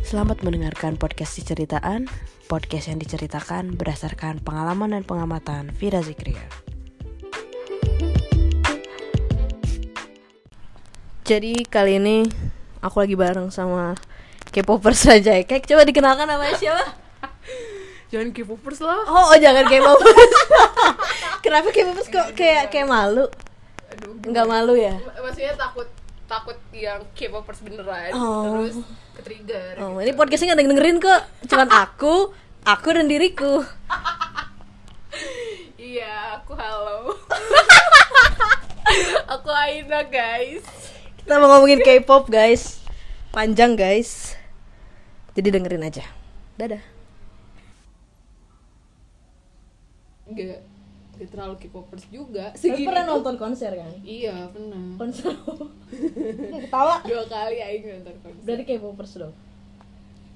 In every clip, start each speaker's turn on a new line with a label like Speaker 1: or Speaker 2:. Speaker 1: Selamat mendengarkan podcast diceritaan, podcast yang diceritakan berdasarkan pengalaman dan pengamatan Vira Zikria. Jadi kali ini aku lagi bareng sama K-popers aja ya. Kek, coba dikenalkan namanya siapa?
Speaker 2: Jangan K-popers lah.
Speaker 1: Oh, oh jangan K-popers. Kenapa K-popers kok kayak kayak malu?
Speaker 2: Aduh, gue-
Speaker 1: Nggak malu ya?
Speaker 2: Maksudnya takut takut yang K-popers beneran
Speaker 1: Oh.
Speaker 2: terus ke trigger.
Speaker 1: Oh, ini podcastnya nggak ada yang dengerin kok. Cuman aku, aku dan diriku.
Speaker 2: Iya, aku halo. aku Aina, guys.
Speaker 1: Kita mau ngomongin K-pop guys Panjang guys Jadi dengerin aja Dadah
Speaker 2: Enggak enggak terlalu K-popers juga.
Speaker 1: Tapi
Speaker 2: Segini
Speaker 1: pernah
Speaker 2: tuh-
Speaker 1: nonton konser kan?
Speaker 2: Iya, pernah.
Speaker 1: Konser Nggak ketawa
Speaker 2: Dua kali Aing nonton konser.
Speaker 1: Berarti K-popers dong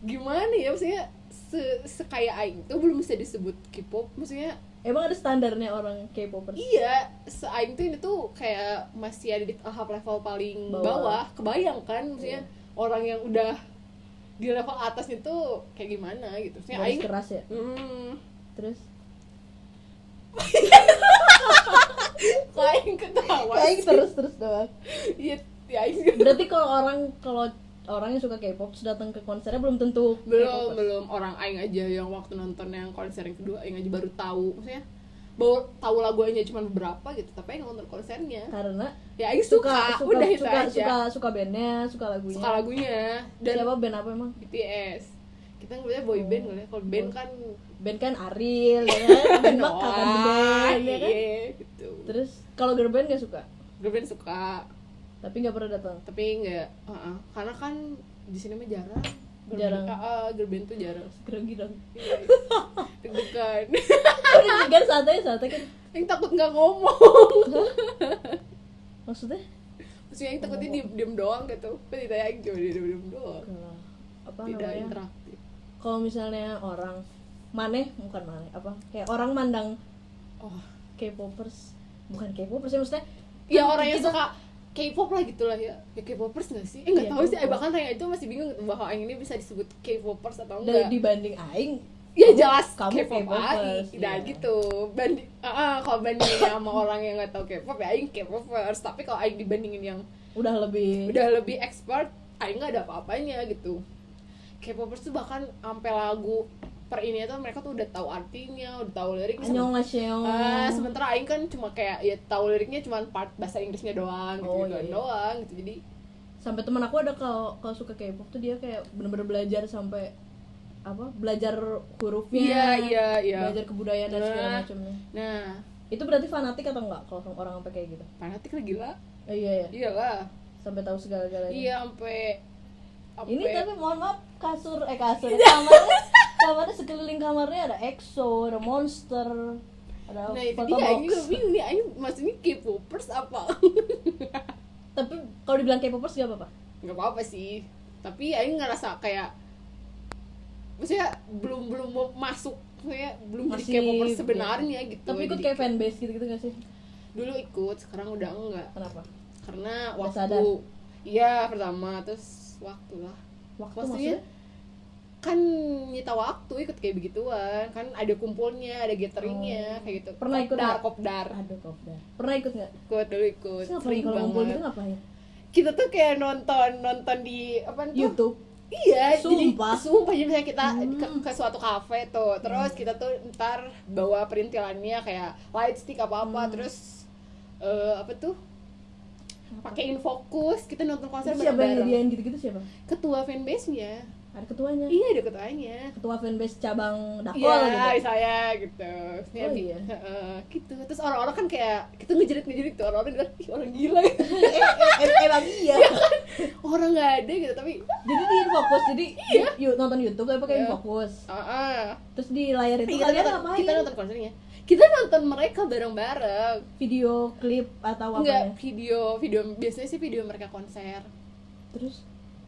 Speaker 2: Gimana ya maksudnya se sekaya Aing tuh belum bisa disebut K-pop. Maksudnya
Speaker 1: Emang ada standarnya orang K-popers?
Speaker 2: Iya, se-aing tuh ini tuh kayak masih ada di tahap level paling
Speaker 1: Bawah.
Speaker 2: bawah. Kebayang kan maksudnya orang yang udah di level atas itu kayak gimana gitu. Maksudnya
Speaker 1: Garis
Speaker 2: aing
Speaker 1: keras ya?
Speaker 2: hmm,
Speaker 1: Terus?
Speaker 2: kok aing ketawa.
Speaker 1: Kayak
Speaker 2: sih?
Speaker 1: terus terus doang
Speaker 2: Iya, ya, aing
Speaker 1: Berarti kalau orang kalau orang yang suka K-pop terus datang ke konsernya belum tentu
Speaker 2: belum
Speaker 1: K-popers.
Speaker 2: belum orang aing aja yang waktu nonton yang konser yang kedua aing aja baru tahu maksudnya baru tahu lagu aja cuma beberapa gitu tapi aing nonton konsernya
Speaker 1: Karena
Speaker 2: ya aing
Speaker 1: suka
Speaker 2: suka, Iya,
Speaker 1: suka
Speaker 2: udah itu
Speaker 1: suka,
Speaker 2: aja
Speaker 1: suka suka bandnya, suka lagunya.
Speaker 2: suka lagunya dan
Speaker 1: Siapa band apa emang?
Speaker 2: BTS kita ngeliatnya boy band ngeliatnya kalau band kan
Speaker 1: Band kan Ariel ya kan? Band mah kakak
Speaker 2: Noah
Speaker 1: band ya kan?
Speaker 2: iya gitu
Speaker 1: Terus kalau girl band gak suka,
Speaker 2: girl band suka
Speaker 1: tapi gak pernah datang.
Speaker 2: tapi nggak uh-uh. karena kan di sini mah jarang girl
Speaker 1: Jarang.
Speaker 2: band, uh, girl band tuh jarang
Speaker 1: Grogi dong.
Speaker 2: deg-degan
Speaker 1: Kan kan santai santai kan.
Speaker 2: yang takut nggak ngomong
Speaker 1: Maksudnya?
Speaker 2: maksudnya yang takutnya diem diem doang gitu tapi ditanya yang cuma diem diem doang
Speaker 1: Enggak lah. Apa
Speaker 2: tidak
Speaker 1: namanya?
Speaker 2: interaktif
Speaker 1: Kalau misalnya orang maneh bukan maneh apa? Kayak orang mandang
Speaker 2: oh
Speaker 1: K-popers bukan K-popers ya maksudnya
Speaker 2: ya
Speaker 1: kan
Speaker 2: orang yang
Speaker 1: kita-
Speaker 2: suka K-pop lah gitu lah ya ya K-popers nggak sih? Eh nggak
Speaker 1: Iya,
Speaker 2: tahu sih, eh,
Speaker 1: K-pop.
Speaker 2: bahkan saya itu masih bingung bahwa Aing ini bisa disebut K-popers atau Oh,
Speaker 1: dari
Speaker 2: enggak
Speaker 1: dibanding aing
Speaker 2: ya
Speaker 1: kamu-
Speaker 2: jelas
Speaker 1: kamu
Speaker 2: K-pop
Speaker 1: K-popers,
Speaker 2: Aing nah
Speaker 1: iya.
Speaker 2: gitu banding ah ah, kalau bandingin sama orang yang nggak tahu K-pop ya Aing K-popers tapi kalau Aing dibandingin yang
Speaker 1: udah lebih
Speaker 2: udah lebih expert Aing nggak ada apa-apanya gitu K-popers tuh bahkan sampai lagu per ini tuh mereka tuh udah tahu artinya udah tahu liriknya
Speaker 1: Anyong Aseo.
Speaker 2: Ah, sementara Aing kan cuma kayak ya tahu liriknya cuma part bahasa Inggrisnya doang gitu,
Speaker 1: Oh,
Speaker 2: gitu
Speaker 1: iya, iya.
Speaker 2: doang gitu jadi
Speaker 1: sampai teman aku ada kalau kalau suka K-pop tuh dia kayak bener-bener belajar sampai apa belajar hurufnya
Speaker 2: iya iya iya
Speaker 1: Nah, belajar kebudayaan dan segala
Speaker 2: Nah.
Speaker 1: macamnya
Speaker 2: nah
Speaker 1: itu berarti fanatik atau enggak kalau orang sampai kayak gitu
Speaker 2: fanatik lah gila
Speaker 1: Eh, iya ya
Speaker 2: iyalah
Speaker 1: sampai tahu segala-galanya
Speaker 2: iya sampai Iya.
Speaker 1: ini kan tapi mohon maaf kasur eh kasur kamarnya kamarnya sekeliling kamarnya ada EXO ada Monster ada
Speaker 2: nah itu
Speaker 1: photo
Speaker 2: dia
Speaker 1: box
Speaker 2: Aing juga bingung nih Aing maksudnya K-popers apa
Speaker 1: tapi kalau dibilang K-popers gak apa-apa
Speaker 2: nggak apa-apa sih tapi Aing ngerasa kayak maksudnya belum belum mau masuk kayak belum
Speaker 1: Masih,
Speaker 2: jadi K-popers
Speaker 1: iya.
Speaker 2: sebenarnya gitu
Speaker 1: tapi ikut
Speaker 2: Jadi
Speaker 1: kayak fanbase gitu-gitu gak sih
Speaker 2: dulu ikut sekarang udah enggak
Speaker 1: kenapa
Speaker 2: karena
Speaker 1: Udah
Speaker 2: waktu
Speaker 1: sadar.
Speaker 2: iya pertama terus waktu lah
Speaker 1: waktu
Speaker 2: maksudnya
Speaker 1: maksudnya
Speaker 2: kan nyita waktu ikut kayak begituan kan ada kumpulnya ada gatheringnya kayak gitu
Speaker 1: Oh. Pernah ikut
Speaker 2: kopdar
Speaker 1: nggak?
Speaker 2: kopdar
Speaker 1: aduh kopdar pernah ikut nggak
Speaker 2: ikut dulu ikut
Speaker 1: Terus ngapain
Speaker 2: sering
Speaker 1: kalau ngumpul
Speaker 2: banget
Speaker 1: gitu ngapain
Speaker 2: kita tuh kayak nonton nonton di apa tuh
Speaker 1: YouTube
Speaker 2: iya
Speaker 1: Sumpah.
Speaker 2: jadi sumpah jadi misalnya kita
Speaker 1: Hmm.
Speaker 2: ke, ke suatu kafe tuh terus kita tuh ntar bawa perintilannya kayak light stick apa apa
Speaker 1: Hmm.
Speaker 2: terus eh, apa tuh pakein fokus kita nonton konser
Speaker 1: Itu siapa yang
Speaker 2: bareng-bareng
Speaker 1: nyediain gitu-gitu siapa
Speaker 2: ketua fanbase nya
Speaker 1: ada ketuanya
Speaker 2: iya ada ketuanya
Speaker 1: ketua fanbase cabang
Speaker 2: Iya,
Speaker 1: dakol gitu
Speaker 2: saya gitu. Maksudnya
Speaker 1: Oh,
Speaker 2: bi-
Speaker 1: iya.
Speaker 2: heeh, gitu. Terus orang-orang kan kayak kita ngejerit-ngejerit tuh orang-orang bilang, "Ih, orang gila." kan?
Speaker 1: Eh, eh, eh, emang iya
Speaker 2: orang nggak ada gitu, tapi
Speaker 1: jadi di fokus jadi yuk nonton YouTube tapi pakai
Speaker 2: Iya.
Speaker 1: fokus
Speaker 2: ah, ah.
Speaker 1: terus di layar itu
Speaker 2: Iya, kita,
Speaker 1: kalian
Speaker 2: nonton,
Speaker 1: ngapain
Speaker 2: kita nonton konsernya. Kita nonton mereka bareng-bareng.
Speaker 1: video klip atau apa
Speaker 2: Enggak
Speaker 1: ya
Speaker 2: video, video biasanya sih video mereka konser.
Speaker 1: terus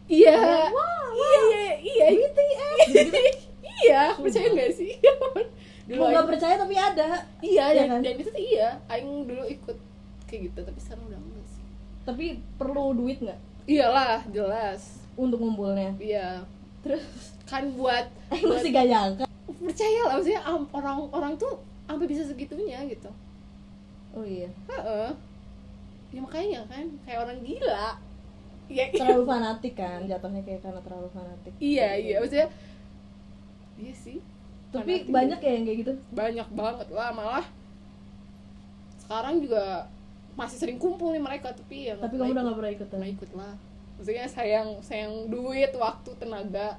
Speaker 2: Iya.
Speaker 1: Kayak,
Speaker 2: Iya, iya, iya. Iya, percaya nggak sih? Dulu
Speaker 1: mau nggak
Speaker 2: Aing-
Speaker 1: percaya tapi ada
Speaker 2: iya,
Speaker 1: Iya
Speaker 2: dan,
Speaker 1: kan?
Speaker 2: dan itu sih iya. Aing dulu ikut kayak gitu, tapi sekarang udah enggak sih.
Speaker 1: tapi perlu duit nggak
Speaker 2: Iyalah, jelas.
Speaker 1: untuk ngumpulnya
Speaker 2: Iya,
Speaker 1: terus
Speaker 2: kan buat buat
Speaker 1: masih gak nyangka
Speaker 2: percaya lah maksudnya am- orang-orang tuh sampai bisa segitunya gitu
Speaker 1: oh iya
Speaker 2: Heeh. ya makanya kan kayak orang gila ya
Speaker 1: terlalu fanatik kan jatuhnya kayak karena terlalu fanatik
Speaker 2: iya iya maksudnya iya sih
Speaker 1: tapi
Speaker 2: Fanatik.
Speaker 1: banyak ya yang kayak gitu
Speaker 2: banyak banget lah malah sekarang juga masih sering kumpul nih mereka tapi ya
Speaker 1: tapi kamu udah gak pernah ikutan
Speaker 2: pernah ikut lah maksudnya sayang sayang duit waktu tenaga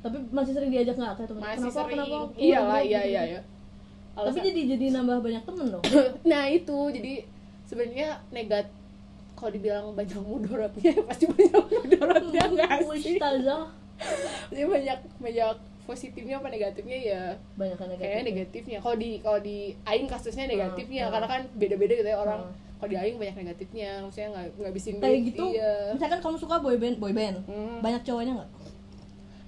Speaker 1: tapi masih sering diajak nggak kayak teman
Speaker 2: masih
Speaker 1: kenapa
Speaker 2: sering
Speaker 1: kenapa
Speaker 2: iyalah
Speaker 1: Kenapa?
Speaker 2: iya iya iya
Speaker 1: tapi
Speaker 2: Alasan-
Speaker 1: jadi jadi nambah banyak temen dong
Speaker 2: nah itu jadi sebenarnya negat kalau dibilang banyak mudaratnya pasti banyak mudaratnya nggak sih
Speaker 1: Ustazah
Speaker 2: jadi banyak banyak positifnya apa negatifnya ya
Speaker 1: banyak kan
Speaker 2: kayaknya
Speaker 1: negatif
Speaker 2: negatifnya kalau di kalau di aing kasusnya negatifnya
Speaker 1: Hmm,
Speaker 2: karena kan beda-beda gitu ya orang
Speaker 1: Hmm.
Speaker 2: kalau di aing banyak negatifnya maksudnya nggak nggak bisa
Speaker 1: kayak gitu
Speaker 2: iya.
Speaker 1: misalkan kamu suka boyband boyband
Speaker 2: Hmm.
Speaker 1: banyak cowoknya nggak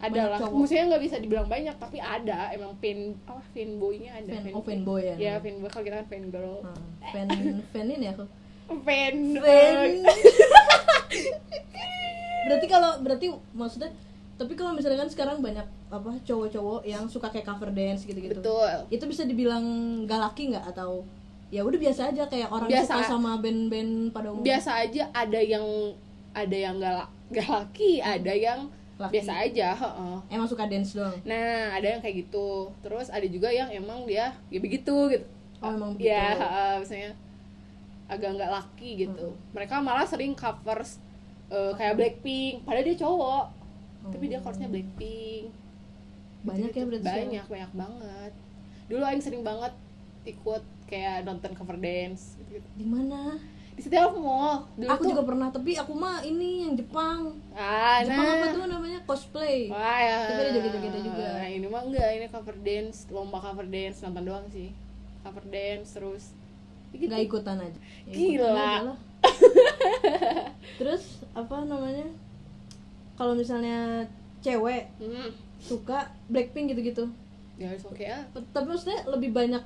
Speaker 2: ada lah
Speaker 1: cowok.
Speaker 2: maksudnya nggak bisa dibilang banyak tapi ada emang fan apa fanboynya ada
Speaker 1: fan oh fanboy ya
Speaker 2: ya fanboy kalau kita kan fan girl
Speaker 1: Hmm. fan fan ini aku
Speaker 2: fan
Speaker 1: Hmm. fan berarti kalau berarti maksudnya tapi kalau misalkan sekarang banyak apa cowok-cowok yang suka kayak cover dance gitu-gitu
Speaker 2: betul
Speaker 1: itu bisa dibilang gak laki nggak atau ya udah biasa aja kayak orang
Speaker 2: Biasa.
Speaker 1: suka sama band-band pada umumnya
Speaker 2: biasa aja ada yang ada yang nggak la- nggak laki ada yang
Speaker 1: Laki.
Speaker 2: biasa aja heeh.
Speaker 1: emang suka dance doang
Speaker 2: nah ada yang kayak gitu terus ada juga yang emang dia ya begitu gitu
Speaker 1: Oh, emang begitu.
Speaker 2: ya heeh, misalnya agak nggak laki
Speaker 1: Hmm.
Speaker 2: gitu mereka malah sering covers eh, kayak Blackpink padahal dia cowok tapi dia coversnya Blackpink
Speaker 1: Oh. banyak ya
Speaker 2: Gitu-gitu.
Speaker 1: berarti
Speaker 2: banyak banyak banget dulu Aing sering banget ikut kayak nonton cover dance gitu,
Speaker 1: di mana
Speaker 2: di setiap mall dulu
Speaker 1: aku
Speaker 2: tuh-
Speaker 1: juga pernah tapi aku mah ini yang Jepang
Speaker 2: ah,
Speaker 1: Jepang
Speaker 2: nah.
Speaker 1: apa tuh namanya cosplay
Speaker 2: Wah, ya.
Speaker 1: Tapi ada joget-jogetnya juga.
Speaker 2: Nah, ini mah enggak, ini cover dance, lomba cover dance nonton doang sih. Cover dance terus. Ya gitu.
Speaker 1: nggak ikutan aja Ya,
Speaker 2: Gila.
Speaker 1: ikutan aja lah. terus apa namanya kalau misalnya cewek
Speaker 2: Hmm.
Speaker 1: suka Blackpink gitu-gitu
Speaker 2: Ya harus oke ah.
Speaker 1: tapi maksudnya lebih banyak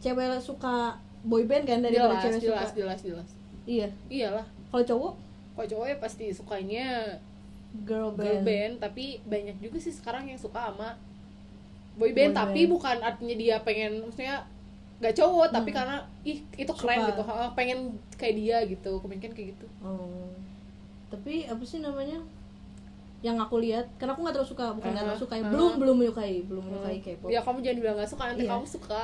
Speaker 1: cewek suka boyband kan daripada
Speaker 2: Jelas,
Speaker 1: cewek
Speaker 2: jelas,
Speaker 1: suka
Speaker 2: jelas, jelas.
Speaker 1: iya
Speaker 2: Iyalah.
Speaker 1: kalau cowok
Speaker 2: Kalau cowok ya pasti sukanya
Speaker 1: girl
Speaker 2: girl
Speaker 1: band,
Speaker 2: band, tapi banyak juga sih sekarang yang suka sama boy band,
Speaker 1: Boy
Speaker 2: tapi
Speaker 1: band.
Speaker 2: bukan artinya dia pengen maksudnya gak cowok, tapi karena ih itu keren
Speaker 1: Hmm. Suka.
Speaker 2: gitu. Ah, pengen kayak dia gitu. Kemungkinan kayak gitu.
Speaker 1: Oh. tapi apa sih namanya yang aku lihat karena aku nggak terlalu suka bukan nggak terlalu
Speaker 2: Uh-huh,
Speaker 1: suka ya,
Speaker 2: uh-huh.
Speaker 1: belum belum menyukai belum menyukai K-pop
Speaker 2: Ya kamu jangan bilang gak suka, nanti
Speaker 1: Iya.
Speaker 2: kamu suka.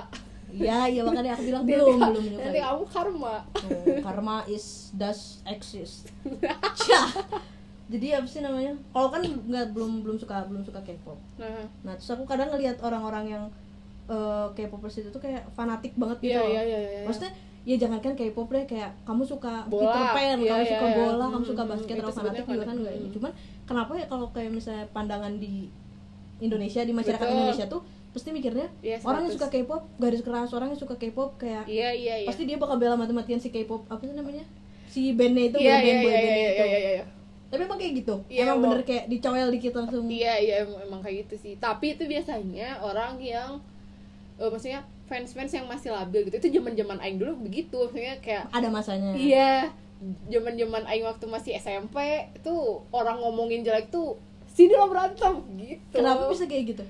Speaker 1: ya ya makanya aku bilang belum belum
Speaker 2: Nanti
Speaker 1: menyukai
Speaker 2: kamu karma.
Speaker 1: Oh, karma is does exist Cah. jadi apa sih namanya kalau kan nggak belum belum suka belum suka K-pop
Speaker 2: Nah,
Speaker 1: nah terus aku kadang ngelihat orang-orang yang eh, K-popers itu tuh kayak fanatik banget gitu
Speaker 2: Iya,
Speaker 1: loh.
Speaker 2: iya, iya, iya.
Speaker 1: maksudnya ya jangankan K-pop deh kayak kamu suka
Speaker 2: Bola.
Speaker 1: Peter Pan,
Speaker 2: Iya,
Speaker 1: kamu
Speaker 2: iya,
Speaker 1: suka
Speaker 2: iya.
Speaker 1: bola, kamu
Speaker 2: Hmm,
Speaker 1: suka
Speaker 2: hmm,
Speaker 1: basket,
Speaker 2: itu
Speaker 1: terlalu
Speaker 2: sebenarnya
Speaker 1: fanatik juga kan
Speaker 2: fanatik.
Speaker 1: nggak ini.
Speaker 2: Hmm.
Speaker 1: Cuman kenapa ya kalau kayak misalnya pandangan di Indonesia di masyarakat
Speaker 2: Betul.
Speaker 1: Indonesia tuh pasti mikirnya
Speaker 2: Iya,
Speaker 1: orang yang
Speaker 2: 100.
Speaker 1: suka K-pop garis keras, orang yang suka K-pop kayak
Speaker 2: iya iya iya.
Speaker 1: pasti dia bakal bela mati-matian si K-pop apa sih namanya si bandnya itu
Speaker 2: iya iya
Speaker 1: boy band, boy
Speaker 2: iya
Speaker 1: bandnya
Speaker 2: iya
Speaker 1: itu.
Speaker 2: iya iya iya.
Speaker 1: tapi emang kayak gitu
Speaker 2: Iya,
Speaker 1: emang
Speaker 2: emang.
Speaker 1: bener kayak dicowel dikit langsung
Speaker 2: Iya iya emang, emang kayak gitu sih. Tapi itu biasanya orang yang eh, maksudnya fans-fans yang masih labil gitu. Itu zaman-zaman aing dulu begitu. Maksudnya kayak
Speaker 1: ada masanya
Speaker 2: iya zaman-zaman aing waktu masih SMP itu orang ngomongin jelek tuh sini lo berantem gitu.
Speaker 1: kenapa bisa kayak gitu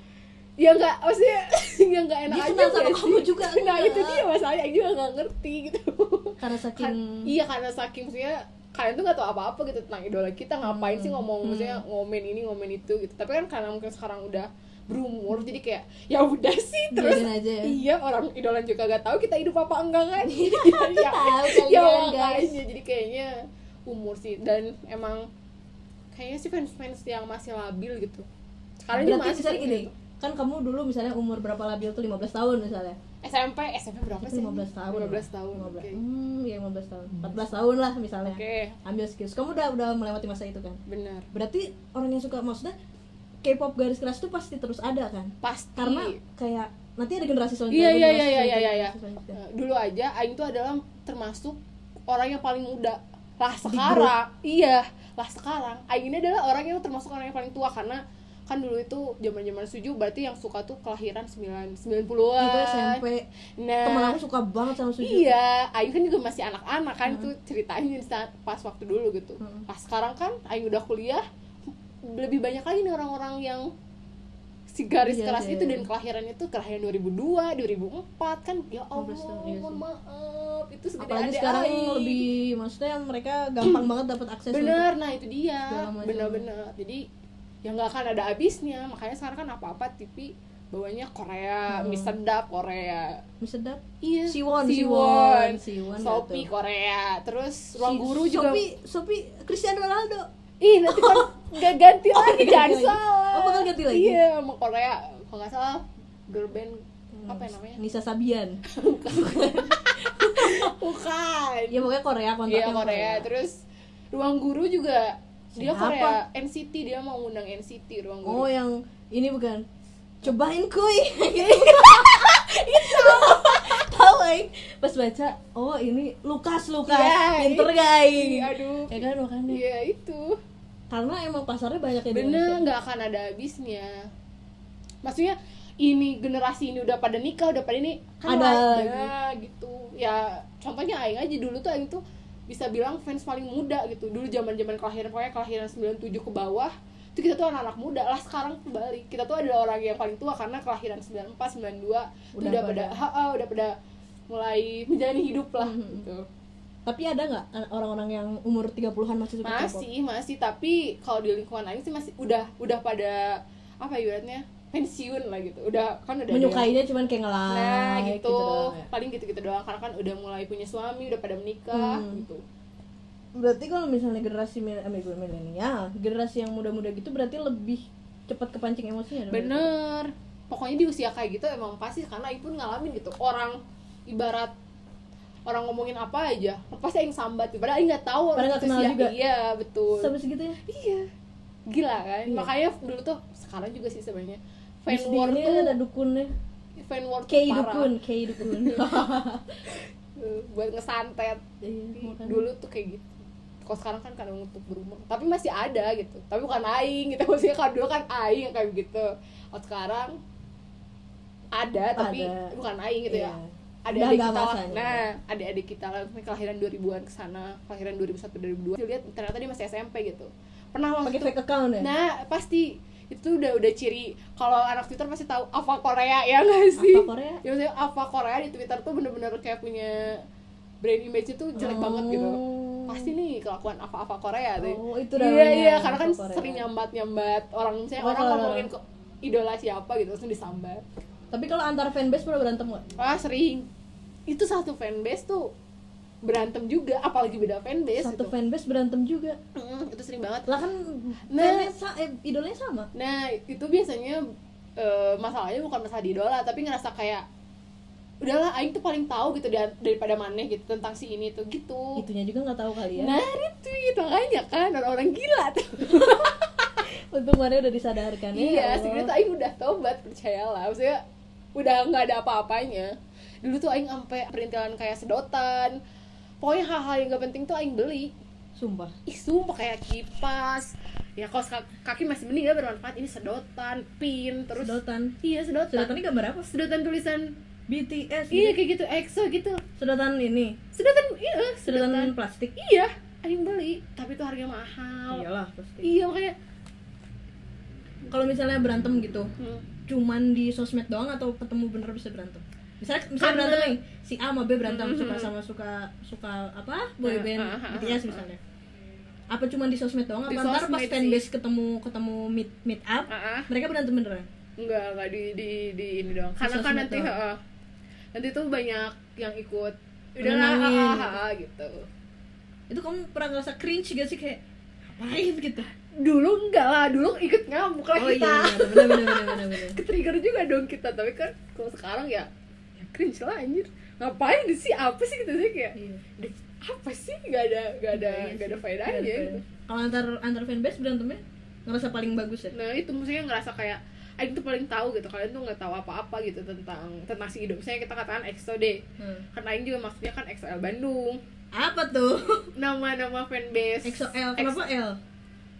Speaker 2: Ya enggak maksudnya ya enggak enak
Speaker 1: Dia
Speaker 2: aja.
Speaker 1: kenal sama
Speaker 2: nggak
Speaker 1: kamu
Speaker 2: sih?
Speaker 1: juga,
Speaker 2: Nah,
Speaker 1: enggak.
Speaker 2: itu dia masalahnya aing juga enggak ngerti gitu.
Speaker 1: karena
Speaker 2: kan
Speaker 1: saking
Speaker 2: iya karena saking maksudnya kalian tuh gak tau apa-apa gitu tentang idola kita ngapain sih ngomong maksudnya ngomen ini ngomen itu gitu tapi kan karena mungkin sekarang udah berumur jadi kayak ya udah sih terus
Speaker 1: Biarin aja ya.
Speaker 2: iya orang idola juga gak tahu kita hidup apa enggak kan Iya, iya
Speaker 1: tahu
Speaker 2: ya
Speaker 1: kalian, guys.
Speaker 2: makanya jadi kayaknya umur sih dan emang kayaknya sih fans-fans yang masih labil gitu sekarang juga
Speaker 1: berarti
Speaker 2: masih
Speaker 1: misalnya
Speaker 2: sering
Speaker 1: gini
Speaker 2: gitu.
Speaker 1: kan kamu dulu misalnya umur berapa labil tuh 15 tahun misalnya
Speaker 2: SMP SMP berapa sih
Speaker 1: Itu 15 tahun
Speaker 2: 15 tahun
Speaker 1: 15
Speaker 2: oke.
Speaker 1: hmm ya 15 tahun 14 tahun lah misalnya
Speaker 2: oke
Speaker 1: ambil skills kamu udah udah melewati masa itu kan
Speaker 2: benar
Speaker 1: berarti orang yang suka maksudnya K-pop garis keras tuh pasti terus ada kan
Speaker 2: pasti
Speaker 1: karena kayak nanti ada generasi
Speaker 2: Iya
Speaker 1: selanjutnya
Speaker 2: iya iya
Speaker 1: generasi
Speaker 2: iya iya
Speaker 1: selanjutnya,
Speaker 2: iya. iya.
Speaker 1: generasi selanjutnya.
Speaker 2: Eh, Dulu aja Aing tuh adalah termasuk orang yang paling muda. Lah
Speaker 1: grup.
Speaker 2: sekarang, iya, lah sekarang Aing ini adalah orang yang termasuk orang yang paling tua karena kan dulu itu zaman-zaman suju berarti yang suka tuh kelahiran 9 90-an.
Speaker 1: itu SMP
Speaker 2: Nah,
Speaker 1: teman aku suka banget sama Suju
Speaker 2: Iya, Aing kan juga masih anak-anak kan tuh ceritanya di saat pas waktu dulu gitu.
Speaker 1: Hmm.
Speaker 2: Pas sekarang kan Aing udah kuliah, lebih banyak lagi nih orang-orang yang si garis
Speaker 1: Iya
Speaker 2: keras
Speaker 1: sih.
Speaker 2: itu dan kelahirannya tuh kelahiran 2002, 2004 kan ya Allah,
Speaker 1: 15 tahun, iya sih.
Speaker 2: mohon maaf itu segede
Speaker 1: apalagi
Speaker 2: ada
Speaker 1: sekarang
Speaker 2: AI.
Speaker 1: lebih maksudnya mereka gampang banget dapat akses
Speaker 2: bener nah itu dia
Speaker 1: segala macam.
Speaker 2: bener-bener jadi ya nggak akan ada habisnya makanya sekarang kan apa-apa TV bawanya Korea
Speaker 1: Hmm.
Speaker 2: mie sedap Korea
Speaker 1: untuk sedap
Speaker 2: iya
Speaker 1: Siwon
Speaker 2: Siwon,
Speaker 1: Siwon
Speaker 2: Shopee
Speaker 1: gitu.
Speaker 2: Korea terus ruang
Speaker 1: Si-
Speaker 2: guru juga
Speaker 1: Shopee Shopee Cristiano Ronaldo
Speaker 2: ih nanti kan nggak ganti
Speaker 1: Oh,
Speaker 2: lagi
Speaker 1: nggak
Speaker 2: jangan
Speaker 1: ganti lagi.
Speaker 2: salah
Speaker 1: Oh, bakal ganti lagi?
Speaker 2: iya sama Korea kalau nggak salah girl band
Speaker 1: Hmm.
Speaker 2: apa ya namanya
Speaker 1: Nisa Sabian
Speaker 2: bukan
Speaker 1: ya pokoknya Korea kontaknya
Speaker 2: Iya Korea. Terus ruang guru juga dia
Speaker 1: Siapa?
Speaker 2: Korea NCT dia mau ngundang NCT ruang guru.
Speaker 1: oh yang ini bukan cobain kuy tahu Aing. pas baca oh ini Lukas Lukas
Speaker 2: Iya,
Speaker 1: pinter
Speaker 2: iya. Ih,
Speaker 1: guys
Speaker 2: aduh.
Speaker 1: ya kan makanya
Speaker 2: Iya itu.
Speaker 1: karena emang pasarnya banyak ya di
Speaker 2: Bener
Speaker 1: Indonesia.
Speaker 2: nggak akan ada habisnya. Maksudnya ini generasi ini udah pada nikah udah pada ini kan
Speaker 1: Ada
Speaker 2: lain. Ya, gitu. Ya contohnya Aing aja dulu tuh Aing tuh bisa bilang fans paling muda gitu dulu zaman zaman kelahiran pokoknya kelahiran 97 ke bawah itu kita tuh anak-anak muda lah sekarang kembali kita tuh adalah orang yang paling tua karena kelahiran 94 92 udah,
Speaker 1: Udah
Speaker 2: udah pada
Speaker 1: pada-
Speaker 2: ha, ha, udah pada mulai menjalani hidup lah
Speaker 1: Mhm.
Speaker 2: gitu
Speaker 1: tapi ada nggak an- orang-orang yang umur 30-an masih suka K-pop?
Speaker 2: masih masih tapi kalau di lingkungan lain sih masih udah udah pada apa ya, ibaratnya pensiun lah gitu udah kan udah ada yang-
Speaker 1: menyukainya cuman Ah, kayak ngelah
Speaker 2: nah gitu,
Speaker 1: doang ya.
Speaker 2: paling gitu gitu doang karena kan udah mulai punya suami udah pada menikah
Speaker 1: Hmm.
Speaker 2: gitu
Speaker 1: berarti kalau misalnya generasi mil- eh, bukan milenial generasi yang muda-muda gitu berarti lebih cepat kepancing emosinya dong? ya?
Speaker 2: bener pokoknya di usia kayak gitu emang pasti karena Aing pun ngalamin gitu orang ibarat orang ngomongin apa aja pasti Aing sambat gitu. padahal Aing nggak tahu
Speaker 1: Padahal nggak
Speaker 2: itu
Speaker 1: kenal
Speaker 2: siapa.
Speaker 1: juga.
Speaker 2: iya betul
Speaker 1: sampai segitu ya
Speaker 2: iya gila kan
Speaker 1: Iya.
Speaker 2: makanya dulu tuh sekarang juga sih sebenarnya fan
Speaker 1: Miss
Speaker 2: war
Speaker 1: Bing ini
Speaker 2: tuh
Speaker 1: ada dukunnya
Speaker 2: fan war tuh
Speaker 1: Kei
Speaker 2: parah.
Speaker 1: dukun Kei dukun
Speaker 2: Eh, buat ngesantet
Speaker 1: Iya, makanya.
Speaker 2: dulu tuh kayak gitu kalau sekarang kan kadang untuk berumur tapi masih ada gitu tapi bukan aing gitu maksudnya kalau dulu kan aing yang kayak gitu kalau sekarang ada tapi
Speaker 1: Ada.
Speaker 2: bukan aing gitu
Speaker 1: Iya.
Speaker 2: ya adik-adik
Speaker 1: Udah
Speaker 2: kita
Speaker 1: nggak
Speaker 2: lah,
Speaker 1: masanya.
Speaker 2: nah adik-adik kita lah misalnya kelahiran 2000-an ke sana kelahiran 2001 2002 Saya lihat ternyata dia masih SMP gitu pernah waktu
Speaker 1: pakai fake account ya
Speaker 2: nah pasti itu udah udah ciri kalau anak Twitter pasti tahu apa Korea ya nggak sih
Speaker 1: apa Korea
Speaker 2: ya maksudnya apa Korea di Twitter tuh bener-bener kayak punya brand image itu jelek banget gitu
Speaker 1: Oh.
Speaker 2: pasti nih kelakuan apa-apa Korea tuh
Speaker 1: Oh, itu
Speaker 2: iya
Speaker 1: namanya
Speaker 2: iya karena kan
Speaker 1: apa Korea.
Speaker 2: sering nyambat nyambat orang misalnya
Speaker 1: Oh,
Speaker 2: orang
Speaker 1: kalau-
Speaker 2: ngomongin ke idola siapa gitu langsung disambat
Speaker 1: tapi kalau antar fanbase pernah berantem nggak
Speaker 2: ah sering itu satu fanbase tuh berantem juga apalagi beda fanbase itu
Speaker 1: satu fanbase berantem juga
Speaker 2: itu sering banget
Speaker 1: lah kan
Speaker 2: Nah.
Speaker 1: fanbase sa- eh, idolanya sama
Speaker 2: Nah, itu biasanya eh, masalahnya bukan masalah di idola, tapi ngerasa kayak udahlah aing tuh paling tahu gitu dar- daripada maneh gitu tentang si ini tuh gitu.
Speaker 1: itunya juga nggak tahu kali ya
Speaker 2: Nah, retweet makanya kan orang-orang gila tuh.
Speaker 1: untung Maria udah disadarkan ya
Speaker 2: iya,
Speaker 1: Allah.
Speaker 2: sebenarnya tuh aing udah tobat, percayalah. Maksudnya udah nggak ada apa-apanya. Dulu tuh aing sampai perintilan kayak sedotan. Pokoknya hal-hal yang gak penting tuh aing beli.
Speaker 1: sumpah
Speaker 2: ih sumpah kayak kipas ya kalau seka- kaki masih mending ya bermanfaat ini sedotan pin terus
Speaker 1: sedotan
Speaker 2: iya sedotan
Speaker 1: sedotan ini gambar apa
Speaker 2: sedotan tulisan
Speaker 1: BTS
Speaker 2: iya
Speaker 1: gitu.
Speaker 2: kayak gitu EXO gitu
Speaker 1: sedotan ini
Speaker 2: sedotan iya
Speaker 1: sedotan plastik
Speaker 2: iya aing beli tapi itu harga mahal
Speaker 1: iyalah pasti
Speaker 2: iya makanya
Speaker 1: kalau misalnya berantem gitu
Speaker 2: hmm.
Speaker 1: cuman di sosmed doang atau ketemu bener bisa berantem misalnya misalnya
Speaker 2: Karena-
Speaker 1: berantem nih si A sama B berantem
Speaker 2: Mhm.
Speaker 1: suka sama suka suka apa boyband
Speaker 2: Ah, ah, ah,
Speaker 1: BTS
Speaker 2: ah,
Speaker 1: misalnya apa cuman di sosmed doang
Speaker 2: Di
Speaker 1: apa ntar pas
Speaker 2: sosmed
Speaker 1: fanbase ketemu ketemu meet meet up
Speaker 2: Ah, ah.
Speaker 1: mereka berantem beneran
Speaker 2: enggak enggak di di di ini doang karena kan
Speaker 1: sosmed
Speaker 2: nanti
Speaker 1: doang.
Speaker 2: ha, ah. nanti tuh banyak yang ikut udah
Speaker 1: Menenangin,
Speaker 2: lah
Speaker 1: gitu.
Speaker 2: ah, ah, gitu
Speaker 1: itu kamu pernah ngerasa cringe gak sih kayak ngapain gitu
Speaker 2: dulu enggak lah dulu ikut ngamuk lah
Speaker 1: oh
Speaker 2: kita
Speaker 1: iya bener bener bener bener bener
Speaker 2: ke trigger juga dong kita tapi kan kalau sekarang ya ya cringe lah anjir ngapain sih apa sih kita sih kayak
Speaker 1: Iya.
Speaker 2: "Deh, apa sih nggak ada nggak ada nggak ada faedahnya
Speaker 1: Nggak Iya ada
Speaker 2: gitu.
Speaker 1: faedahnya. kalau antar antar fanbase berantemnya ngerasa paling bagus ya
Speaker 2: nah itu maksudnya ngerasa kayak Aing tuh paling tahu gitu kalian tuh nggak tahu apa-apa gitu tentang tentang si hidup misalnya kita katakan EXO deh
Speaker 1: Hmm.
Speaker 2: karena Aing juga maksudnya kan XL Bandung
Speaker 1: apa tuh
Speaker 2: nama-nama fanbase Ex-
Speaker 1: XOL eh, kenapa L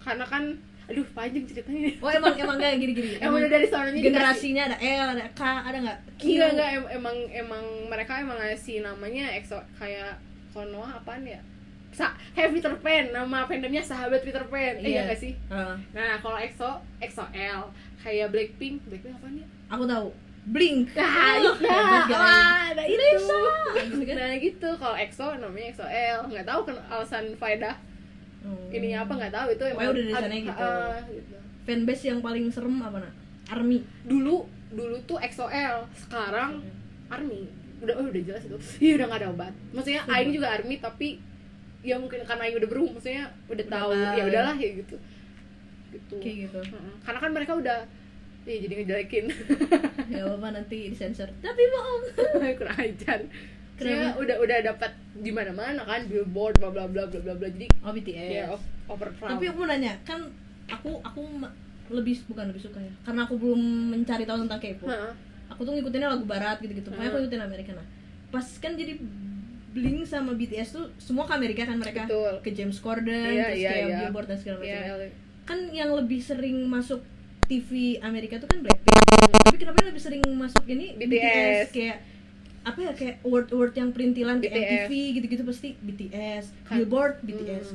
Speaker 2: karena kan aduh panjang ceritanya
Speaker 1: oh emang emang gak gini-gini
Speaker 2: emang udah dari soalnya
Speaker 1: generasinya ada L ada K ada nggak Q
Speaker 2: Enggak, enggak em- emang emang mereka emang ngasih namanya EXO kayak Konoha apaan ya? sa kayak Peter Pan nama fandomnya sahabat Peter Pan eh iya
Speaker 1: Iya.
Speaker 2: nggak sih
Speaker 1: Heeh.
Speaker 2: nah kalau EXO EXO-L kayak Blackpink Blackpink apa nih
Speaker 1: aku tahu blink
Speaker 2: nah
Speaker 1: Oh,
Speaker 2: itu
Speaker 1: hebat, guys.
Speaker 2: wah ada itu
Speaker 1: Gitu kan?
Speaker 2: nah gitu kalau EXO namanya EXO-L nggak tahu ken- alasan faedah
Speaker 1: Hmm.
Speaker 2: ininya apa nggak tahu itu
Speaker 1: Pokoknya udah dari
Speaker 2: ad-
Speaker 1: sana gitu.
Speaker 2: ah, gitu.
Speaker 1: fanbase yang paling serem apa nak army
Speaker 2: dulu dulu tuh EXO-L sekarang army udah oh, udah jelas itu iya udah gak ada obat maksudnya
Speaker 1: Sumpah.
Speaker 2: Aing juga army tapi ya mungkin karena Aing udah berumur maksudnya udah
Speaker 1: Udah
Speaker 2: tahu
Speaker 1: tahu,
Speaker 2: ya
Speaker 1: ya.
Speaker 2: udahlah ya gitu gitu
Speaker 1: kayak gitu
Speaker 2: Heeh. karena kan mereka udah ya jadi ngejelekin
Speaker 1: ya apa nanti disensor tapi bohong
Speaker 2: kurang ajar Maksudnya
Speaker 1: Kenapa?
Speaker 2: udah udah dapat di mana mana kan billboard bla bla bla bla bla bla jadi
Speaker 1: oh BTS
Speaker 2: ya o- overcrowd
Speaker 1: tapi aku mau nanya kan aku aku ma- lebih bukan lebih suka ya karena aku belum mencari tahu tentang K-pop
Speaker 2: Heeh.
Speaker 1: aku tuh ngikutinnya lagu barat gitu-gitu pokoknya aku
Speaker 2: Hmm.
Speaker 1: ngikutin Amerika nah pas kan jadi Blink sama BTS tuh semua ke Amerika kan mereka
Speaker 2: Betul.
Speaker 1: ke James Corden
Speaker 2: Iya,
Speaker 1: terus
Speaker 2: iya,
Speaker 1: kayak
Speaker 2: iya.
Speaker 1: Billboard dan segala macam
Speaker 2: ya
Speaker 1: kan yang lebih sering masuk TV Amerika tuh kan Blackpink tapi kenapa yang lebih sering masuk ini
Speaker 2: BTS.
Speaker 1: kayak apa ya kayak word-word yang perintilan kayak
Speaker 2: BTS.
Speaker 1: MTV gitu-gitu pasti BTS
Speaker 2: Kan-
Speaker 1: Billboard BTS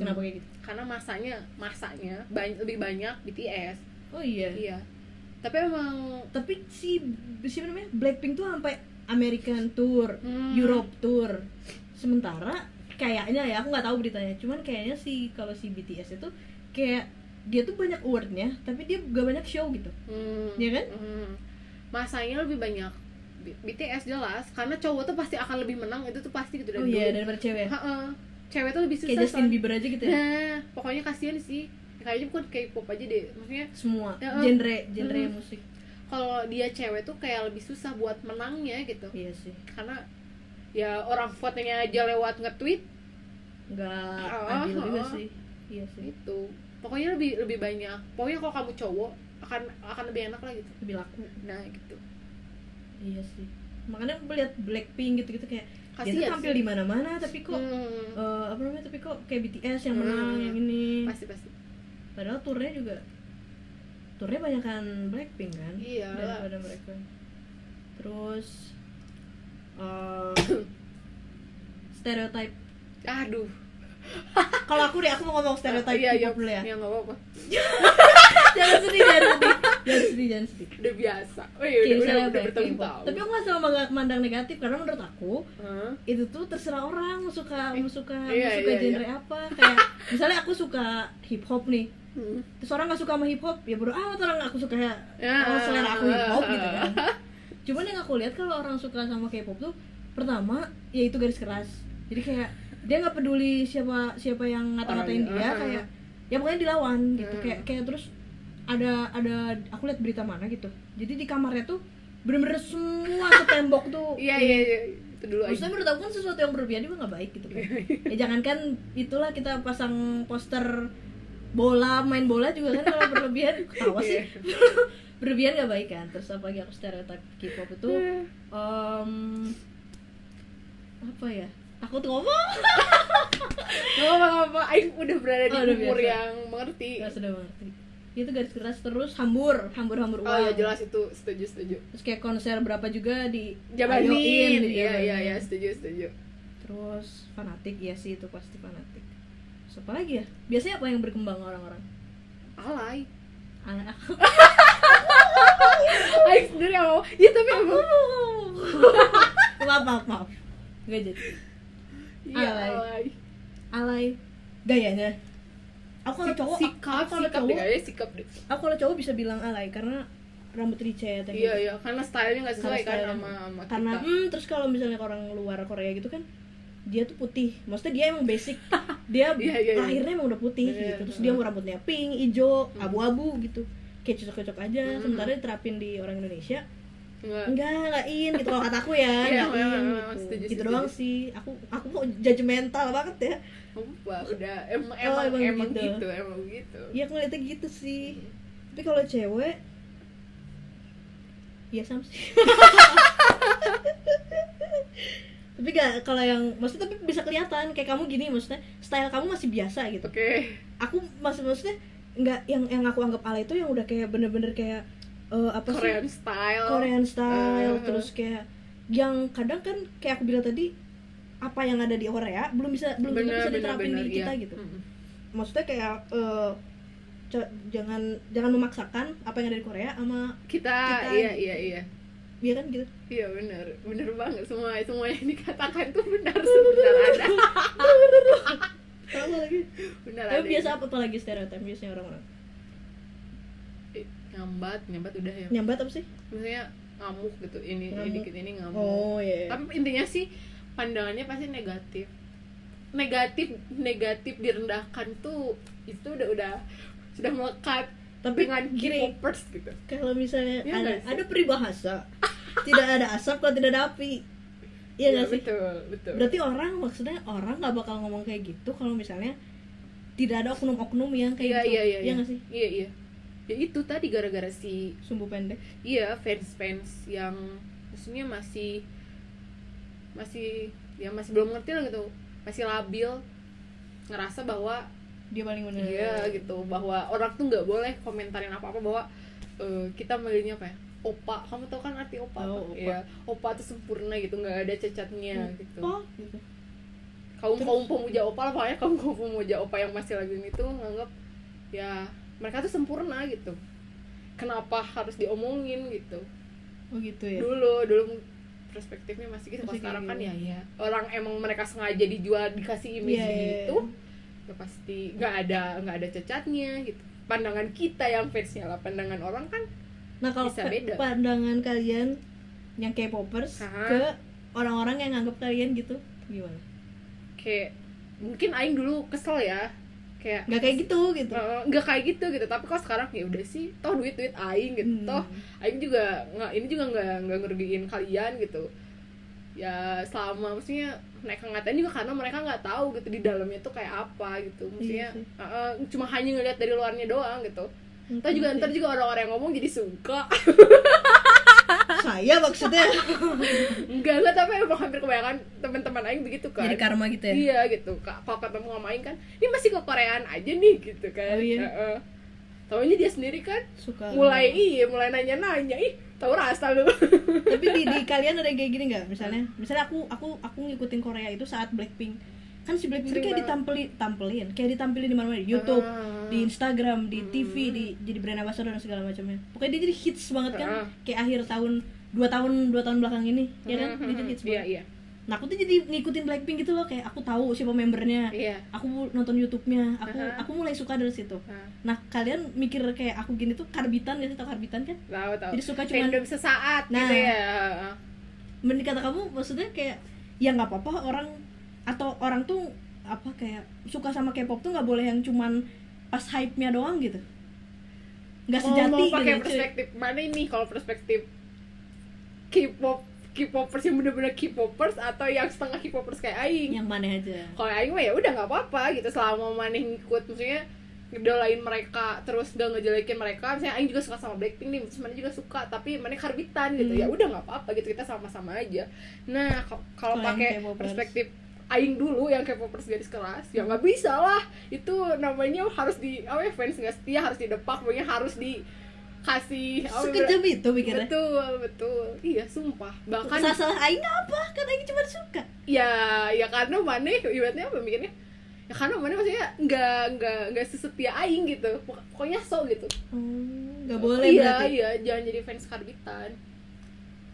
Speaker 2: Hmm.
Speaker 1: kenapa kayak gitu
Speaker 2: karena masanya masanya bany- lebih banyak BTS
Speaker 1: oh iya
Speaker 2: iya tapi emang
Speaker 1: tapi si siapa namanya Blackpink tuh sampai American tour,
Speaker 2: Hmm.
Speaker 1: Europe tour. Sementara kayaknya ya aku nggak tahu beritanya, cuman kayaknya si kalau si BTS itu kayak dia tuh banyak awardnya, tapi dia gak banyak show gitu.
Speaker 2: Hmm.
Speaker 1: Iya kan?
Speaker 2: Hmm. Masanya lebih banyak B- BTS jelas karena cowok tuh pasti akan lebih menang itu tuh pasti gitu
Speaker 1: Oh
Speaker 2: dari
Speaker 1: iya
Speaker 2: dulu.
Speaker 1: daripada cewek.
Speaker 2: Heeh. Cewek tuh lebih susah.
Speaker 1: Kayak Justin
Speaker 2: soalnya.
Speaker 1: Bieber aja gitu ya.
Speaker 2: Nah, pokoknya kasihan sih. Kayaknya bukan K-pop aja deh. Maksudnya
Speaker 1: Semua
Speaker 2: Ya, eh.
Speaker 1: genre genre
Speaker 2: Hmm.
Speaker 1: musik.
Speaker 2: kalau dia cewek tuh kayak lebih susah buat menangnya gitu.
Speaker 1: Iya sih.
Speaker 2: Karena ya orang votingnya aja lewat nge-tweet
Speaker 1: Nggak
Speaker 2: Oh,
Speaker 1: adil
Speaker 2: oh.
Speaker 1: juga sih. Iya sih.
Speaker 2: gitu. Pokoknya lebih lebih banyak. Pokoknya kalau kamu cowok akan akan lebih enak lah gitu.
Speaker 1: Lebih laku.
Speaker 2: Nah, gitu.
Speaker 1: Iya sih. Makanya aku lihat Blackpink gitu-gitu kayak dia tuh
Speaker 2: Kasihan.
Speaker 1: tampil
Speaker 2: sih.
Speaker 1: di mana-mana tapi kok
Speaker 2: Hmm.
Speaker 1: eh apa namanya tapi kok kayak BTS yang menang
Speaker 2: Hmm.
Speaker 1: yang ini
Speaker 2: Pasti pasti.
Speaker 1: padahal turnya juga turnya banyak kan Blackpink kan
Speaker 2: Iya lah.
Speaker 1: daripada mereka terus eh stereotype
Speaker 2: Aduh.
Speaker 1: kalau aku deh aku mau ngomong stereotype
Speaker 2: iya, iya.
Speaker 1: K-pop dulu ya
Speaker 2: Iya, nggak apa-apa.
Speaker 1: jangan sedih jangan sedih jangan sedih jangan sedih
Speaker 2: Udah biasa. Oh iya, udah,
Speaker 1: Kayak
Speaker 2: udah,
Speaker 1: misalnya
Speaker 2: udah
Speaker 1: Blackpink.
Speaker 2: bertahun-tahun.
Speaker 1: tapi aku nggak selalu manga- mandang negatif karena menurut aku
Speaker 2: Hah?
Speaker 1: itu tuh terserah orang mau suka mau suka mau
Speaker 2: Iya,
Speaker 1: suka
Speaker 2: iya,
Speaker 1: genre apa kayak misalnya aku suka hip hop nih
Speaker 2: Hmm.
Speaker 1: terus orang nggak suka sama hip hop ya bodo amat orang aku suka ya
Speaker 2: Ya.
Speaker 1: oh, selera aku hip hop gitu kan cuman yang aku lihat kalau orang suka sama K-pop tuh pertama ya itu garis keras jadi kayak dia nggak peduli siapa siapa yang ngata-ngatain
Speaker 2: Orang-
Speaker 1: dia
Speaker 2: uh-huh.
Speaker 1: kayak ya pokoknya dilawan gitu
Speaker 2: Hmm.
Speaker 1: kayak kayak terus ada ada aku lihat berita mana gitu jadi di kamarnya tuh bener-bener semua ke tembok tuh
Speaker 2: Iya, iya, iya. Itu dulu aja.
Speaker 1: Maksudnya menurut aku kan sesuatu yang berlebihan juga nggak baik gitu kan. ya jangankan itulah kita pasang poster bola main bola juga kan kalau berlebihan ketawa sih
Speaker 2: Iya.
Speaker 1: berlebihan nggak baik kan terus apa lagi aku stereotip K-pop itu em, apa ya aku tuh ngomong
Speaker 2: Nggak apa-apa. Aing udah berada di
Speaker 1: Oh, udah
Speaker 2: umur
Speaker 1: biasa.
Speaker 2: yang mengerti.
Speaker 1: nggak sudah mengerti itu garis keras terus hambur hambur hambur uang
Speaker 2: Oh ya jelas itu setuju setuju.
Speaker 1: terus kayak konser berapa juga di
Speaker 2: Jabanin.
Speaker 1: ayoin,
Speaker 2: Iya,
Speaker 1: di
Speaker 2: iya,
Speaker 1: jabanin.
Speaker 2: iya, setuju setuju.
Speaker 1: terus fanatik ya sih itu pasti fanatik Terus apa lagi ya biasanya apa yang berkembang orang-orang
Speaker 2: Alay.
Speaker 1: anak
Speaker 2: Aing sendiri yang mau. Iya, tapi emang
Speaker 1: maaf maaf maaf nggak jadi
Speaker 2: iya
Speaker 1: Alay.
Speaker 2: alay.
Speaker 1: alay gayanya aku kalau ya, cowok
Speaker 2: sikap,
Speaker 1: aku kalau
Speaker 2: sikap deh
Speaker 1: cowok
Speaker 2: kayaknya sikap deh.
Speaker 1: aku kalau cowok bisa bilang alay karena rambut ricet
Speaker 2: Iya,
Speaker 1: ya gitu.
Speaker 2: iya, karena stylenya nggak
Speaker 1: Karena
Speaker 2: sesuai kan
Speaker 1: style-
Speaker 2: sama sama
Speaker 1: karena
Speaker 2: kita.
Speaker 1: hmm, terus kalau misalnya orang luar Korea gitu kan dia tuh putih maksudnya dia emang basic dia
Speaker 2: Iya, iya, iya.
Speaker 1: lahirnya emang udah putih
Speaker 2: Iya,
Speaker 1: gitu terus
Speaker 2: iya.
Speaker 1: dia mau rambutnya pink hijau
Speaker 2: Hmm.
Speaker 1: abu-abu gitu kayak cocok-cocok aja
Speaker 2: Hmm.
Speaker 1: sementara diterapin di orang Indonesia
Speaker 2: Nggak.
Speaker 1: enggak enggak in gitu kalau kataku ya
Speaker 2: Iya,
Speaker 1: enggak in
Speaker 2: memang,
Speaker 1: gitu,
Speaker 2: memang, setuju,
Speaker 1: gitu
Speaker 2: setuju.
Speaker 1: doang sih aku aku kok judgmental banget ya
Speaker 2: apa udah emang emang,
Speaker 1: emang
Speaker 2: emang
Speaker 1: gitu.
Speaker 2: gitu. emang gitu
Speaker 1: ya aku ngeliatnya gitu sih tapi kalau cewek ya sama sih tapi gak kalau yang maksudnya tapi bisa kelihatan kayak kamu gini maksudnya style kamu masih biasa gitu
Speaker 2: oke
Speaker 1: aku maksud maksudnya nggak yang yang aku anggap ala itu yang udah kayak bener-bener kayak eh, apa sih
Speaker 2: Korean style
Speaker 1: Korean style
Speaker 2: Eh.
Speaker 1: terus kayak yang kadang kan kayak aku bilang tadi apa yang ada di Korea belum bisa belum tentu bisa diterapin di kita gitu
Speaker 2: iya. Mm-mm.
Speaker 1: maksudnya kayak eh, co- jangan jangan memaksakan apa yang ada di Korea sama
Speaker 2: kita,
Speaker 1: Kita- gitu.
Speaker 2: iya iya iya
Speaker 1: dia kan gitu
Speaker 2: iya benar benar banget semua semua yang dikatakan tuh benar benar ada
Speaker 1: Tahu lagi
Speaker 2: benar ada
Speaker 1: tapi biasa apa apalagi stereotip biasanya orang-orang
Speaker 2: Eh, nyambat nyambat udah ya
Speaker 1: nyambat apa sih
Speaker 2: maksudnya ngamuk gitu ini ini
Speaker 1: Iya. Ngamuk.
Speaker 2: dikit ini ngamuk
Speaker 1: oh iya
Speaker 2: tapi intinya sih pandangannya pasti negatif negatif negatif direndahkan tuh itu udah udah sudah melekat
Speaker 1: tapi
Speaker 2: dengan
Speaker 1: gini
Speaker 2: K-popers gitu
Speaker 1: kalau misalnya
Speaker 2: Iya
Speaker 1: ada
Speaker 2: nggak sih?
Speaker 1: ada peribahasa tidak ada asap kalau tidak ada api iya nggak sih
Speaker 2: betul betul
Speaker 1: berarti orang maksudnya orang nggak bakal ngomong kayak gitu kalau misalnya tidak ada oknum-oknum yang
Speaker 2: iya
Speaker 1: kayak gitu
Speaker 2: iya iya
Speaker 1: Iya nggak sih
Speaker 2: iya iya ya itu tadi gara-gara si
Speaker 1: sumbu pendek
Speaker 2: iya fans fans yang maksudnya masih masih ya masih belum ngerti lah gitu masih labil ngerasa bahwa
Speaker 1: dia paling benar
Speaker 2: Iya gitu bahwa orang tuh nggak boleh komentarin apa apa bahwa eh, kita manggilnya apa ya opa kamu tau kan arti opa
Speaker 1: Tahu,
Speaker 2: apa?
Speaker 1: opa.
Speaker 2: Iya, opa tuh sempurna gitu nggak ada cacatnya gitu
Speaker 1: oh gitu
Speaker 2: kaum kaum pemuja opa lah pokoknya kaum kaum pemuja opa yang masih lagi ini tuh nganggap ya mereka tuh sempurna gitu kenapa harus diomongin gitu
Speaker 1: oh gitu ya
Speaker 2: dulu dulu perspektifnya masih gitu kalau
Speaker 1: Masih kayak
Speaker 2: sekarang kan
Speaker 1: gitu.
Speaker 2: ya, ya orang emang mereka sengaja dijual dikasih image
Speaker 1: Iya, iya, iya.
Speaker 2: gitu ya pasti nggak ada nggak ada cacatnya gitu pandangan kita yang fansnya lah pandangan orang kan
Speaker 1: nah kalau
Speaker 2: Bisa beda.
Speaker 1: pa- pandangan kalian yang K-popers
Speaker 2: Hah?
Speaker 1: ke orang-orang yang nganggap kalian gitu gimana
Speaker 2: kayak mungkin Aing dulu kesel ya kayak
Speaker 1: nggak kayak gitu gitu
Speaker 2: eh, nggak kayak gitu gitu tapi kok sekarang ya udah sih toh duit duit Aing gitu
Speaker 1: Hmm.
Speaker 2: toh Aing juga nggak ini juga nggak nggak ngerugiin kalian gitu ya selama maksudnya mereka ngatain juga karena mereka nggak tahu gitu di dalamnya tuh kayak apa gitu maksudnya
Speaker 1: Iya sih.
Speaker 2: eh, eh, cuma hanya ngeliat dari luarnya doang gitu ntar
Speaker 1: Iya
Speaker 2: juga ntar juga orang-orang yang ngomong jadi suka
Speaker 1: saya maksudnya
Speaker 2: enggak enggak tapi emang hampir kebanyakan teman-teman Aing begitu kan
Speaker 1: jadi karma gitu ya
Speaker 2: iya gitu Ka- kalau ketemu sama Aing kan ini masih ke Koreaan aja nih gitu kan
Speaker 1: Oh, iya.
Speaker 2: Heeh. Taunya dia sendiri kan
Speaker 1: suka
Speaker 2: mulai iya mulai nanya-nanya ih tahu rasa lu
Speaker 1: tapi di, di kalian ada yang kayak gini nggak misalnya misalnya aku aku aku ngikutin Korea itu saat Blackpink kan si Blackpink itu
Speaker 2: Sering
Speaker 1: kayak
Speaker 2: banget.
Speaker 1: ditampilin tampilin kayak ditampilin di mana-mana di YouTube
Speaker 2: Ah. Hmm.
Speaker 1: di Instagram di TV di jadi brand ambassador dan segala macamnya pokoknya dia jadi hits banget kan
Speaker 2: Ah.
Speaker 1: kayak akhir tahun dua tahun dua tahun belakang ini ya kan dia jadi hits
Speaker 2: iya
Speaker 1: banget
Speaker 2: iya
Speaker 1: nah aku tuh jadi ngikutin Blackpink gitu loh kayak aku tahu siapa membernya
Speaker 2: iya
Speaker 1: aku nonton YouTube-nya aku
Speaker 2: Ah.
Speaker 1: aku mulai suka dari situ
Speaker 2: Ah,
Speaker 1: nah kalian mikir kayak aku gini tuh karbitan gak sih tau karbitan kan
Speaker 2: tahu tahu
Speaker 1: Jadi suka cuman-
Speaker 2: fandom sesaat
Speaker 1: Nah.
Speaker 2: gitu ya
Speaker 1: mending kata kamu maksudnya kayak ya nggak apa-apa orang atau orang tuh apa kayak suka sama K-pop tuh nggak boleh yang cuman pas hype-nya doang gitu nggak
Speaker 2: Oh, mau,
Speaker 1: sejati
Speaker 2: mau pakai
Speaker 1: gitu cuy.
Speaker 2: perspektif mana ini kalau perspektif K-pop K-popers yang bener-bener K-popers atau yang setengah K-popers kayak Aing
Speaker 1: yang mana aja
Speaker 2: kalau Aing mah ya udah nggak apa-apa gitu selama maneh ngikut maksudnya ngedolain mereka terus gak ngejelekin mereka misalnya Aing juga suka sama Blackpink nih terus Maneh juga suka tapi Maneh karbitan gitu
Speaker 1: Hmm.
Speaker 2: ya udah nggak apa-apa gitu kita sama-sama aja nah ka- kalau
Speaker 1: Kalau yang
Speaker 2: pakai
Speaker 1: K-popers.
Speaker 2: perspektif Aing dulu yang K-popers garis keras ya nggak bisa lah itu namanya harus di apa ya, fans nggak setia harus didepak pokoknya harus dikasih apa ya,
Speaker 1: sekejam itu mikirnya
Speaker 2: betul betul iya sumpah bahkan
Speaker 1: salah salah Aing apa kan Aing cuma suka
Speaker 2: ya ya karena mana ibaratnya apa mikirnya ya karena mana maksudnya nggak nggak nggak sesetia aing gitu Pok- pokoknya so gitu
Speaker 1: nggak boleh
Speaker 2: iya
Speaker 1: berarti
Speaker 2: iya jangan jadi fans karbitan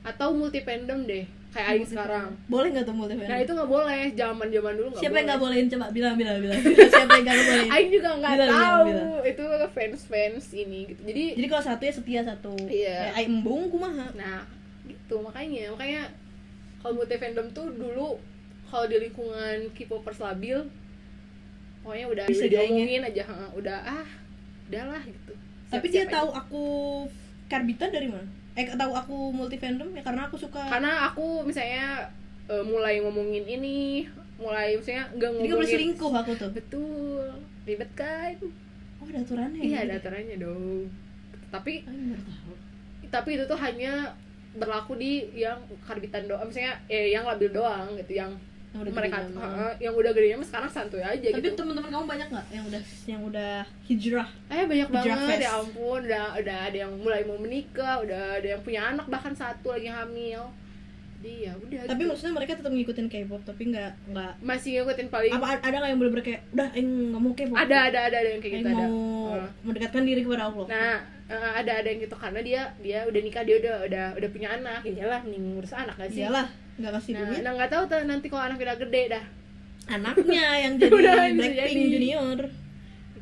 Speaker 2: atau multi fandom deh kayak aing sekarang
Speaker 1: boleh nggak tuh multi fandom?
Speaker 2: nah itu nggak boleh zaman zaman dulu nggak
Speaker 1: siapa yang nggak
Speaker 2: boleh
Speaker 1: bolehin coba bilang bilang bilang siapa yang nggak bolehin
Speaker 2: aing juga nggak
Speaker 1: Bilang, bilang,
Speaker 2: tahu
Speaker 1: bilang.
Speaker 2: itu fans fans ini gitu jadi
Speaker 1: jadi kalau satu ya setia satu
Speaker 2: Iya.
Speaker 1: Eh, Aing embung kumaha
Speaker 2: nah gitu makanya makanya kalau multi fandom tuh dulu kalau di lingkungan K-popers labil pokoknya udah
Speaker 1: Bisa
Speaker 2: udah
Speaker 1: diaingin.
Speaker 2: diomongin aja ha, udah ah udahlah gitu
Speaker 1: tapi
Speaker 2: Siap-siap
Speaker 1: dia
Speaker 2: aja.
Speaker 1: tahu aku karbitan dari mana eh tahu aku multi fandom ya karena aku suka
Speaker 2: karena aku misalnya eh, mulai ngomongin ini mulai misalnya nggak
Speaker 1: jadi gak boleh
Speaker 2: ngomongin
Speaker 1: selingkuh aku tuh
Speaker 2: betul ribet kan
Speaker 1: oh ada aturannya
Speaker 2: iya ada
Speaker 1: ya?
Speaker 2: aturannya dong tapi
Speaker 1: Aing baru tahu.
Speaker 2: tapi itu tuh hanya berlaku di yang karbitan doang misalnya eh, yang labil doang gitu yang
Speaker 1: Yang udah
Speaker 2: mereka
Speaker 1: gede
Speaker 2: ha,
Speaker 1: zaman.
Speaker 2: ha, yang udah gedenya mah sekarang santuy aja
Speaker 1: tapi
Speaker 2: gitu
Speaker 1: teman-teman kamu banyak nggak yang udah yang udah hijrah
Speaker 2: eh banyak
Speaker 1: Hijrah
Speaker 2: banget
Speaker 1: fest.
Speaker 2: ya ampun udah udah ada yang mulai mau menikah udah ada yang punya anak bahkan satu lagi hamil jadi ya udah
Speaker 1: tapi
Speaker 2: gitu.
Speaker 1: maksudnya mereka tetap ngikutin K-pop tapi nggak nggak
Speaker 2: masih ngikutin paling
Speaker 1: apa ada nggak yang bener-bener kayak udah yang nggak mau K-pop
Speaker 2: ada ada ada ada yang kayak
Speaker 1: Aing
Speaker 2: gitu ada
Speaker 1: mau
Speaker 2: Heeh.
Speaker 1: mendekatkan diri kepada Allah
Speaker 2: nah eh, ada ada yang gitu karena dia dia udah nikah dia udah udah udah punya anak ya iyalah mending ngurus anak gak sih
Speaker 1: iyalah nggak kasih
Speaker 2: nah
Speaker 1: duit
Speaker 2: nah nggak tahu tuh nanti kalau anak udah gede dah
Speaker 1: anaknya yang
Speaker 2: Udah,
Speaker 1: jadi
Speaker 2: bisa
Speaker 1: Blackpink
Speaker 2: jadi.
Speaker 1: junior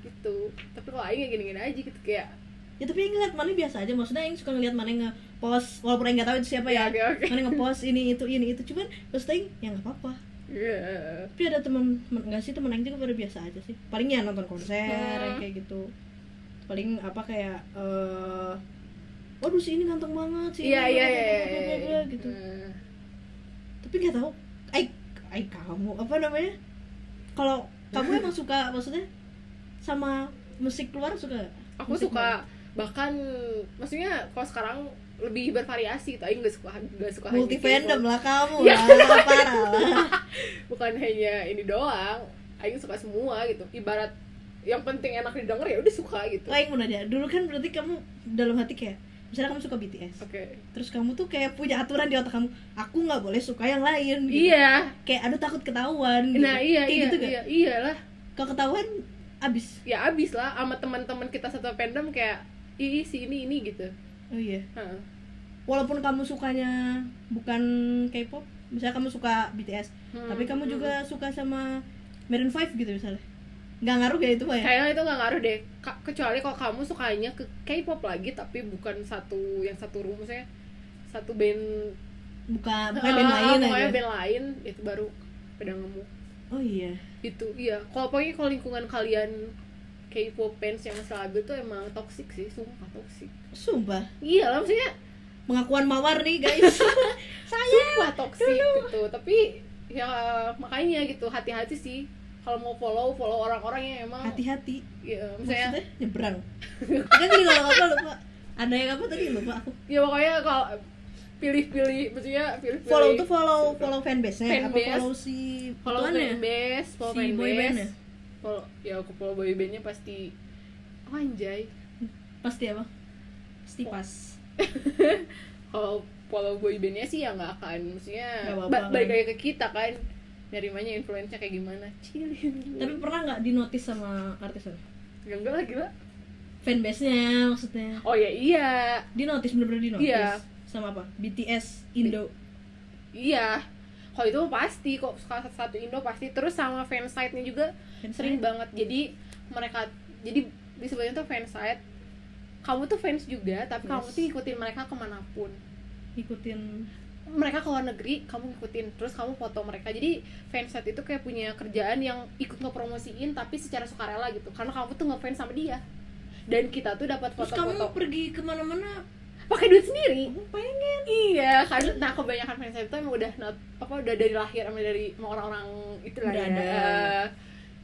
Speaker 2: gitu tapi kalau Aing ya gini-gini aja gitu kayak
Speaker 1: ya tapi yang ngeliat mana biasa aja maksudnya yang suka ngeliat mana nge-post walaupun yang nggak tahu itu siapa ya
Speaker 2: oke Iya, oke
Speaker 1: mana nge-post ini itu ini itu cuman maksudnya Aing, ya nggak apa-apa
Speaker 2: Iya.
Speaker 1: tapi ada teman nggak sih temen Aing juga pada biasa aja sih paling ya nonton konser
Speaker 2: Nah.
Speaker 1: yang kayak gitu paling apa kayak eh waduh si ini ganteng banget sih
Speaker 2: iya iya iya iya, iya.
Speaker 1: gitu
Speaker 2: Nah,
Speaker 1: tapi nggak tahu ai ai kamu apa namanya kalau kamu emang suka maksudnya sama musik luar suka nggak?
Speaker 2: aku
Speaker 1: Musik
Speaker 2: suka bahkan maksudnya kalau sekarang lebih bervariasi gitu Aing gak suka gak suka
Speaker 1: luar?
Speaker 2: hanya
Speaker 1: multi
Speaker 2: K-pop.
Speaker 1: fandom lah kamu
Speaker 2: Iya.
Speaker 1: lah parah lah
Speaker 2: bukan hanya ini doang Aing suka semua gitu ibarat yang penting enak didengar ya udah suka gitu oke
Speaker 1: Aing mau nanya dulu kan berarti kamu dalam hati kayak misalnya kamu suka BTS terus kamu tuh kayak punya aturan di otak kamu aku nggak boleh suka yang lain gitu.
Speaker 2: iya
Speaker 1: kayak aduh takut ketahuan gitu.
Speaker 2: nah iya
Speaker 1: kayak
Speaker 2: iya
Speaker 1: gitu
Speaker 2: iya iyalah
Speaker 1: kalau ketahuan abis
Speaker 2: ya abis lah sama teman-teman kita satu fandom kayak ih si ini ini gitu
Speaker 1: oh iya
Speaker 2: Heeh.
Speaker 1: walaupun kamu sukanya bukan K-pop misalnya kamu suka BTS
Speaker 2: Hmm,
Speaker 1: tapi kamu
Speaker 2: hmm,
Speaker 1: juga suka sama Maroon 5 gitu misalnya nggak ngaruh ya itu Pak, ya
Speaker 2: kayaknya itu nggak ngaruh deh Ka- kecuali kalau kamu sukanya ke K-pop lagi tapi bukan satu yang satu rumusnya satu band
Speaker 1: buka bukan
Speaker 2: Ah,
Speaker 1: band lain
Speaker 2: pokoknya
Speaker 1: aja
Speaker 2: band lain itu baru pada ngemuk
Speaker 1: oh iya
Speaker 2: itu iya kalau pokoknya kalau lingkungan kalian K-pop fans yang stabil tuh emang toxic sih sumpah toxic
Speaker 1: sumpah
Speaker 2: iya lah maksudnya
Speaker 1: pengakuan mawar nih guys
Speaker 2: sumpah toxic gitu tapi ya makanya gitu hati-hati sih kalau mau follow follow orang-orang yang emang
Speaker 1: hati-hati
Speaker 2: ya misalnya
Speaker 1: maksudnya nyebrang kan tadi ngomong apa lupa ada yang apa tadi lupa aku
Speaker 2: ya pokoknya kalau pilih-pilih maksudnya pilih-pilih
Speaker 1: follow tuh follow follow fanbase nya apa
Speaker 2: Fanbase.
Speaker 1: follow si
Speaker 2: follow
Speaker 1: ituannya?
Speaker 2: fanbase follow
Speaker 1: Si boy
Speaker 2: fanbase
Speaker 1: band-nya?
Speaker 2: follow ya aku follow boy bandnya pasti oh, anjay
Speaker 1: pasti apa pasti pas
Speaker 2: kalau follow boy bandnya sih ya nggak akan maksudnya
Speaker 1: Nggak apa-apa
Speaker 2: ba-
Speaker 1: kan.
Speaker 2: balik lagi ke kita kan nerimanya influence-nya kayak gimana cilin
Speaker 1: tapi pernah nggak dinotis sama artisnya
Speaker 2: enggak enggak lah gila
Speaker 1: fanbase nya maksudnya
Speaker 2: oh ya iya
Speaker 1: dinotis bener-bener dinotis
Speaker 2: Iya.
Speaker 1: sama apa BTS Indo
Speaker 2: iya kalau itu pasti kok salah satu Indo pasti terus sama fansite-nya juga
Speaker 1: Fansite?
Speaker 2: sering banget jadi mereka jadi disebutnya tuh fansite kamu tuh fans juga tapi kamu
Speaker 1: Yes.
Speaker 2: tuh ngikutin mereka kemanapun
Speaker 1: ikutin
Speaker 2: mereka ke luar negeri kamu ngikutin terus kamu foto mereka jadi fansite itu kayak punya kerjaan yang ikut ngepromosiin tapi secara sukarela gitu karena kamu tuh ngefans sama dia dan kita tuh dapat
Speaker 1: terus kamu
Speaker 2: foto-foto
Speaker 1: pergi kemana-mana
Speaker 2: pakai duit sendiri
Speaker 1: kamu pengen
Speaker 2: iya kan nah kebanyakan fansite itu emang udah not, apa udah dari lahir sama dari sama orang-orang itu lah
Speaker 1: Udah
Speaker 2: ya.
Speaker 1: ada.